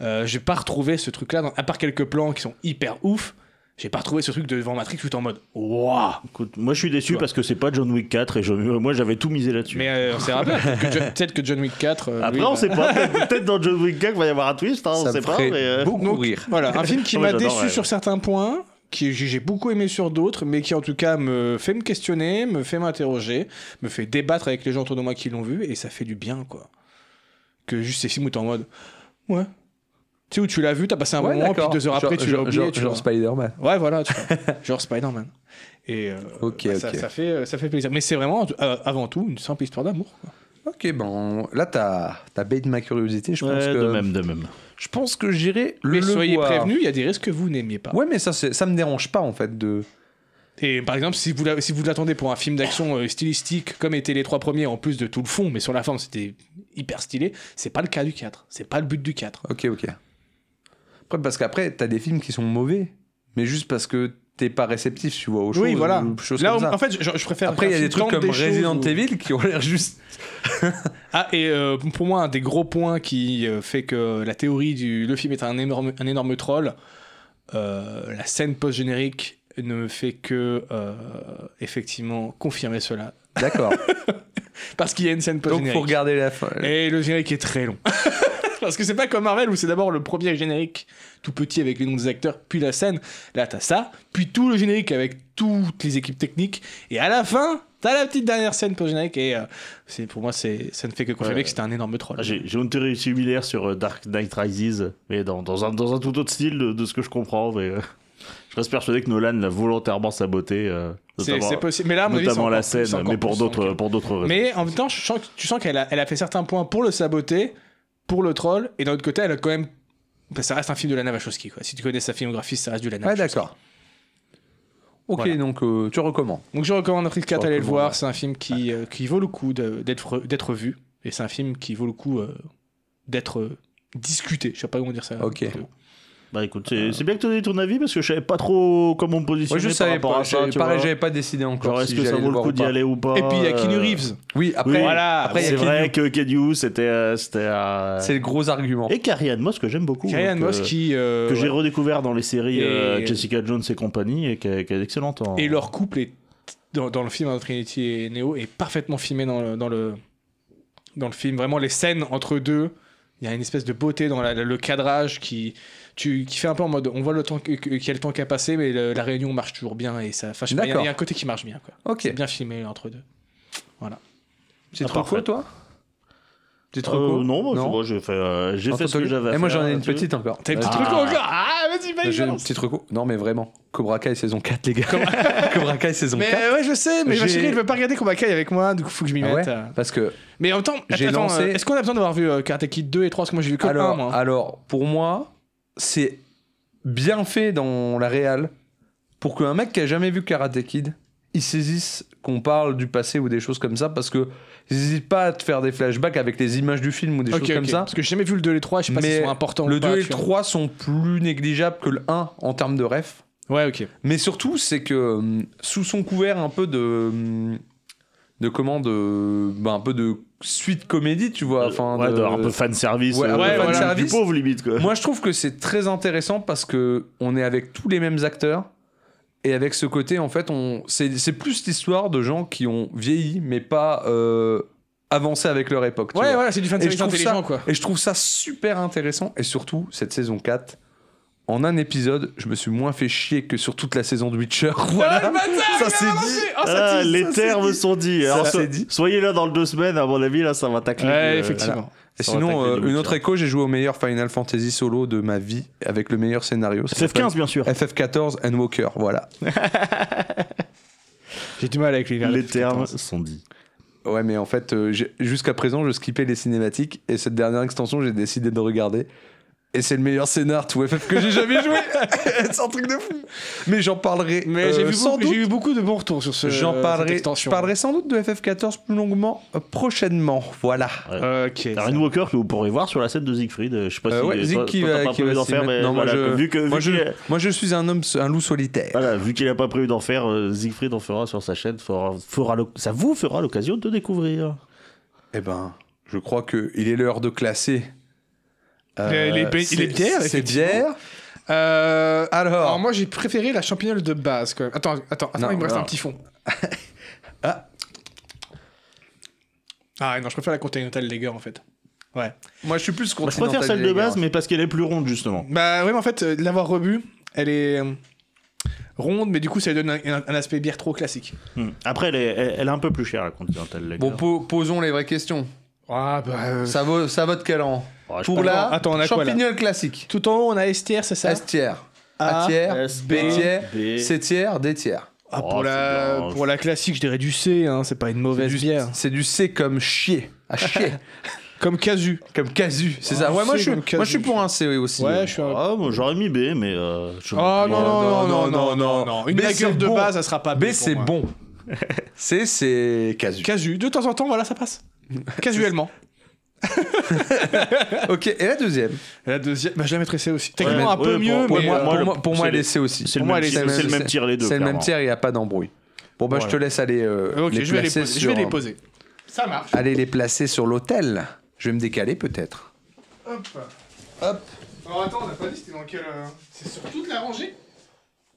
euh, j'ai pas retrouvé ce truc-là, dans- à part quelques plans qui sont hyper ouf, j'ai pas retrouvé ce truc de devant Matrix où t'es en mode Waouh Écoute, moi, je suis déçu Ouais. parce que c'est pas John Wick 4 et je- moi, j'avais tout misé là-dessus. Mais euh, on s'est rappelé, peut-être que, Jo- peut-être que John Wick 4. euh, Après, lui, on euh, sait pas. Peut-être peut-être dans John Wick 4, il va y avoir un twist. hein, on Ça me sait pas. ferait mais, euh, beaucoup donc, rire. Voilà, (laughs) un film qui Ouais, m'a j'adore, déçu ouais. sur certains points, qui j'ai j'ai beaucoup aimé sur d'autres, mais qui en tout cas me fait me questionner, me fait m'interroger, me fait débattre avec les gens autour de moi qui l'ont vu, et ça fait du bien, quoi. Que juste ces films où t'es en mode, ouais. Tu sais, où tu l'as vu, t'as passé un Ouais, moment, puis d'accord. deux heures Genre- après, tu l'as genre- oublié. genre- tu genre vois. Spider-Man. Ouais, voilà, tu (laughs) vois. genre Spider-Man. Et euh, Ok, bah, ça, ok. ça fait, euh, ça fait plaisir. Mais c'est vraiment, euh, avant tout, une simple histoire d'amour. quoi. Ok, bon, là, t'as as bête ma curiosité. Je pense ouais, de que même, de même. je pense que j'irai le Mais soyez voir. prévenus, il y a des risques que vous n'aimiez pas. Ouais, mais ça, c'est- ça me dérange pas en fait de. Et par exemple, si vous la- si vous l'attendez pour un film d'action euh, stylistique, comme étaient les trois premiers, en plus de tout le fond, mais sur la forme c'était hyper stylé, c'est pas le cas du 4. C'est pas le but du 4. Ok, ok. Après, parce qu'après, t'as des films qui sont mauvais, mais juste parce que t'es pas réceptif, tu vois, aux choses. Oui, voilà. ou choses Là, comme ça. en fait, je, je préfère. Après, il y a faire des sous- trucs tente comme choses Resident où- Evil qui ont l'air juste. (laughs) Ah, et euh, pour moi, un des gros points qui euh, fait que la théorie du le film est un énorme, un énorme troll, euh, la scène post-générique ne fait que euh, effectivement confirmer cela. D'accord. Parce qu'il y a une scène Donc, post-générique. faut regarder la fin. Et le générique est très long. (laughs) Parce que c'est pas comme Marvel où c'est d'abord le premier générique tout petit avec les noms des acteurs, puis la scène. Là, t'as ça, puis tout le générique avec toutes les équipes techniques. Et à la fin, t'as la petite dernière scène pour le générique. Et euh, c'est pour moi, c'est ça ne fait que confirmer Ouais. que c'était un énorme troll. Ah, J'ai j'ai une théorie similaire sur euh, Dark Knight Rises, mais dans, dans, un, dans un tout autre style de, de ce que je comprends. Mais, euh, (laughs) je reste persuadé que Nolan l'a volontairement saboté, euh, C'est notamment, c'est possible. Mais là, à mon avis, c'est notamment encore la plus, c'est scène, encore mais pour plus d'autres euh, tranquille. pour d'autres raisons. Mais en même temps, je sens que- tu sens qu'elle a, elle a fait certains points pour le saboter, pour le troll, et d'un autre côté, elle a quand même. Parce que ça reste un film de Lana Wachowski, quoi. Si tu connais sa filmographie, ça reste du Lana Ouais, Wachowski. d'accord. Ok, Voilà. donc euh, tu recommandes. Donc je recommande Matrix 4, Je allez le recommande, voir. ouais. C'est un film qui, euh, qui vaut le coup de- d'être d'être vu, et c'est un film qui vaut le coup euh, d'être euh, discuté. Je sais pas comment dire ça. Ok. Bah écoute, c'est Euh. c'est bien que tu donné ton avis parce que je savais pas trop comment me positionner Moi, je par savais rapport pas. à ça. j'avais- tu Pareil, vois. j'avais pas décidé encore. Genre, si est-ce que ça j'allais le vaut le voir coup ou d'y pas. aller ou pas Et puis il y a Keanu euh, Reeves. Oui, après, Voilà, après il y a C'est Keanu. vrai que Keanu, c'était. euh, c'était, euh, C'est le gros argument. Et Carrie-Anne Moss, que j'aime beaucoup. Carrie Anne donc, euh, Moss qui euh, que j'ai ouais. redécouvert dans les séries Et- euh, Jessica Jones et compagnie et qui est, qui est excellente. en- et leur couple est dans, dans le film hein, Trinity et Neo est parfaitement filmé dans le, dans le dans le film vraiment les scènes entre deux il y a une espèce de beauté dans la- la- le cadrage qui tu qui fait un peu en mode on voit le temps que- que- qu'il y a le temps qui a passé mais le- la réunion marche toujours bien et ça enfin je sais pas, il y, a- D'accord. il y a un côté qui marche bien quoi Ok. c'est bien filmé entre deux C'est Ah, trop parfait. cool, toi T'es trop Euh, cool non, moi, je- moi, j'ai fait, euh, j'ai Non, fait ce t'as que lu j'avais à Et moi faire j'en ai une là-dessus. petite encore. t'as une Vas-y. petite Ah. truc encore ah vas-y Bah, J'ai une Vengeance petite reco. Non, mais vraiment. Cobra Kai saison 4, les gars. Cobra Kai saison mais 4. ouais je sais mais ma J'ai- chérie elle veut pas regarder Combat Kai avec moi du coup faut que je m'y Ah mette ouais euh. Parce que, mais en même temps J'ai attends, lancé- euh, est-ce qu'on a besoin d'avoir vu euh, Karate Kid 2 et 3 parce que moi j'ai vu que le 1 alors, ah, moi alors, pour moi, c'est bien fait dans la réal pour qu'un mec qui a jamais vu Karate Kid, il saisisse qu'on parle du passé ou des choses comme ça, parce que ils n'hésitent pas à te faire des flashbacks avec les images du film ou des Ok, choses comme ok. ça. Parce que j'ai jamais vu le 2 et le 3, je sais pas Mais s'ils sont importants Le ou pas. 2 et le tu vois. 3 sont plus négligeables que le 1 en termes de ref. Ouais, ok. Mais surtout, c'est que hum, sous son couvert un peu de hum, de comment de ben, un peu de suite comédie, tu vois. Enfin, Euh, Ouais, de- de- un peu fan service. Ouais, un peu fan Du service. pauvre limite quoi. Moi, je trouve que c'est très intéressant parce que on est avec tous les mêmes acteurs et avec ce côté, en fait, on c'est c'est plus l'histoire de gens qui ont vieilli mais pas euh, avancé avec leur époque. tu Ouais, vois. voilà, c'est du fan Et je service trouve intelligent, ça- quoi. Et je trouve ça super intéressant. Et surtout, cette saison 4, en un épisode, je me suis moins fait chier que sur toute la saison de Witcher. (laughs) Ah, Voilà. ça c'est dit. Ah, ça, les c'est termes dit. sont dits. Ça, Alors, c'est so- dit. Soyez là dans le deux semaines, à mon avis, là, ça va tacler. Ouais, euh, effectivement. Et Ça sinon, attaque les euh, deux une Witcher. autre écho, j'ai joué au meilleur Final Fantasy solo de ma vie, avec le meilleur scénario. voilà. FF15, bien sûr. FF14 and Walker, voilà. J'ai du mal avec les Les termes sont dits. Ouais, mais en fait, euh, j'ai- jusqu'à présent, je skippais les cinématiques, et cette dernière extension, j'ai décidé de regarder. Et c'est le meilleur scénar tout FF que (laughs) j'ai jamais joué. c'est un truc de fou. Mais j'en parlerai. Mais euh, j'ai vu sans beaucoup- j'ai doute. eu beaucoup de bons retours sur ce. euh, J'en cette parlerai, je extension. parlerai sans doute de FF14 plus longuement euh, prochainement. Voilà. Ok. Alors, Une Walker que vous pourrez voir sur la scène de Siegfried. euh, Je sais pas si Euh, ouais, toi- Zig toi, qui t'as va- pas qui prévu va d'en s'y faire, mettre. mais Non, moi, voilà, je- que- vu que Moi vu je, qu'il a- moi, je suis un homme, un loup solitaire. Voilà, vu qu'il n'a pas prévu d'en faire, euh, Siegfried en fera sur sa chaîne. fera- fera l'oc- ça vous fera l'occasion de découvrir. Eh ben, je crois que il est l'heure de classer. euh, Les- les ba- ces- les bières, ces effectivement. bières. Euh, Alors, Alors, moi, j'ai préféré la champignole de base, quand même. Attends, attends, attends, Non, il me reste non. un petit (laughs) fond. Ah. Ah, non, je préfère la continentale Lager, en fait. Ouais. moi, je suis plus Moi, je préfère celle de base, mais parce qu'elle est plus ronde, justement. Bah, ouais, mais en fait, euh, de l'avoir rebu, elle est euh, ronde, mais du coup, ça lui donne un, un- un aspect bière trop classique. Hmm. Après, elle est, elle, elle est un peu plus chère, la Continental Lager. Bon, po- posons les vraies questions. Ah, bah. euh, Ça vaut, ça vaut de quel rang Oh, je Pour pas- la Attends, on a quoi, là champignole classique. Tout en haut, on a STR, c'est ça S tiers, A, A tiers, S, B A, tiers, B. C tiers, D tiers. Ah, Oh, pour, c'est la, bien. pour la classique, je dirais du C, hein, c'est pas une mauvaise C'est du- bière. C'est du C comme chier. (laughs) À chier. Comme casu. comme casu. C'est Ah, ça. Ouais, C moi je, suis, comme moi casu, je suis pour un C aussi. Ouais, je suis un... Ah, moi, j'aurais mis B, mais. euh, je- Oh non, non, non, non, non, non, non, non. Une B, lagueur c'est de bon. base, ça sera pas B. B pour c'est moi. (laughs) bon. C c'est casu. (laughs) Casu, de temps en temps, voilà, ça passe. Casuellement. Ok, et la deuxième La deuxième, bah, je la mettrais C aussi. Ouais, Techniquement un ouais, peu bon, mieux, pour mais. moi, euh, pour le- moi, pour moi, c'est elle le- est C aussi. C'est le, Pour moi, même elle est- tir- c'est le même tir les deux. C'est le même clairement. tiers, il n'y a pas d'embrouille. Bon, bah, je te Voilà. laisse aller euh, Ok, les je vais les placer poser. Je sur- vais les poser. Ça marche. aller les placer sur l'hôtel. Je vais me décaler peut-être. Hop. Hop. Alors attends, on n'a pas dit c'était dans quel. euh, C'est sur toute la rangée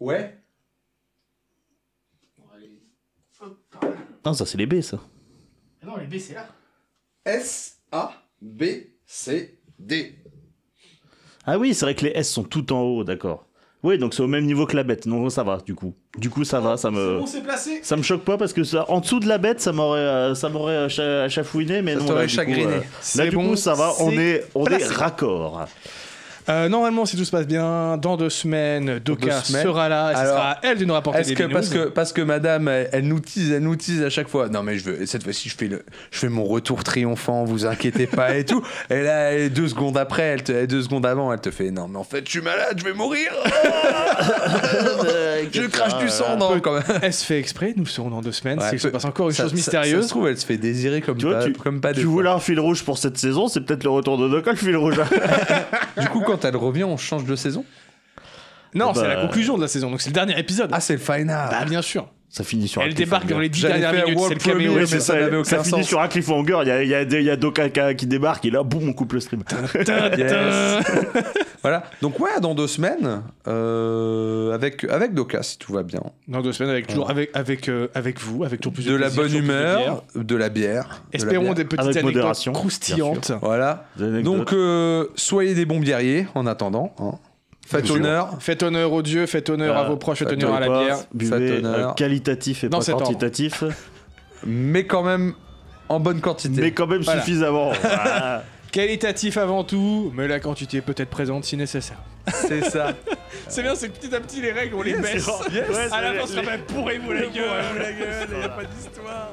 Ouais. Non, ça c'est les B ça. Ah Non, les B, c'est là. S A B C D. Ah oui, c'est vrai que les S sont tout en haut, d'accord. Oui, donc c'est au même niveau que la bête. Non, ça va du coup. Du coup, ça va, ça Euh. me. s'est placé. Ça me choque pas parce que ça, en dessous de la bête, ça m'aurait, euh, ça m'aurait euh, cha- chafouiné, mais Ça non. t'aurait là, du coup, chagriné. euh, C'est là, du bon, coup, ça va. On c'est est, on est placé. raccord. Euh, normalement, si tout se passe bien, dans deux semaines, Doka deux semaines. sera là. Et ce Alors, sera à elle de nous rapporter Est-ce des que news. parce que parce que Madame elle, elle nous tease, elle nous tease à chaque fois. Non mais je veux cette fois-ci je fais le je fais mon retour triomphant. Vous inquiétez pas et tout. (laughs) Et là elle- deux secondes après elle te elle- deux secondes avant elle te fait non mais en fait je suis malade je (laughs) vais mourir. (laughs) je crache du sang dans quand même. Elle se fait exprès, nous serons dans deux semaines. Ouais, c'est que se peu- passe encore une Ça- chose ça- Ça, mystérieuse. se trouve elle se fait désirer comme Tu vois, pas, tu, Bah, comme pas des tu fois. voulais un fil rouge pour cette saison, c'est peut-être le retour de Doka, le fil rouge. Du coup quand elle revient on change de saison. non, Bah, c'est la conclusion de la saison, donc c'est le dernier épisode. Ah c'est le final. bah, bien sûr. ça finit sur. un Elle débarque cliffhanger. dans les dix J'allais dernières faire minutes, c'est le World Premiere, caméo. mais Oui, ça c'est ça, n'avait ça aucun finit sens. sur un cliffhanger. Il y a, il y a des- il y a Doka qui- qui débarque et là, boum, on coupe le stream. Yes. voilà. Donc ouais, dans deux semaines, euh, avec avec Doka, si tout va bien, Dans deux semaines, avec, toujours avec, avec, euh, avec vous, avec toujours plus de la plaisir, bonne toujours plus de bière. humeur, de la bière. de la Espérons bière. des petites Avec anecdotes modération, bien croustillantes. Voilà. (laughs) Des anecdotes. Donc euh, soyez des bons bières en attendant. hein. Faites Toujours. honneur. Faites honneur aux dieux, faites honneur Ah, à vos proches, faites faites honneur à la Pas bière. Buvez Faites honneur. euh, qualitatif et Dans pas cet ordre. quantitatif, mais quand même en bonne quantité. mais quand même Voilà. (laughs) suffisamment. Voilà. Qualitatif avant tout, mais la quantité peut être présente si nécessaire. C'est ça. C'est bien, c'est que petit à petit les règles, on les baisse. Yes. À la Les- (laughs) fin, ce sera pas pourrez-vous la gueule, Pourrez-vous la gueule, y a pas d'histoire.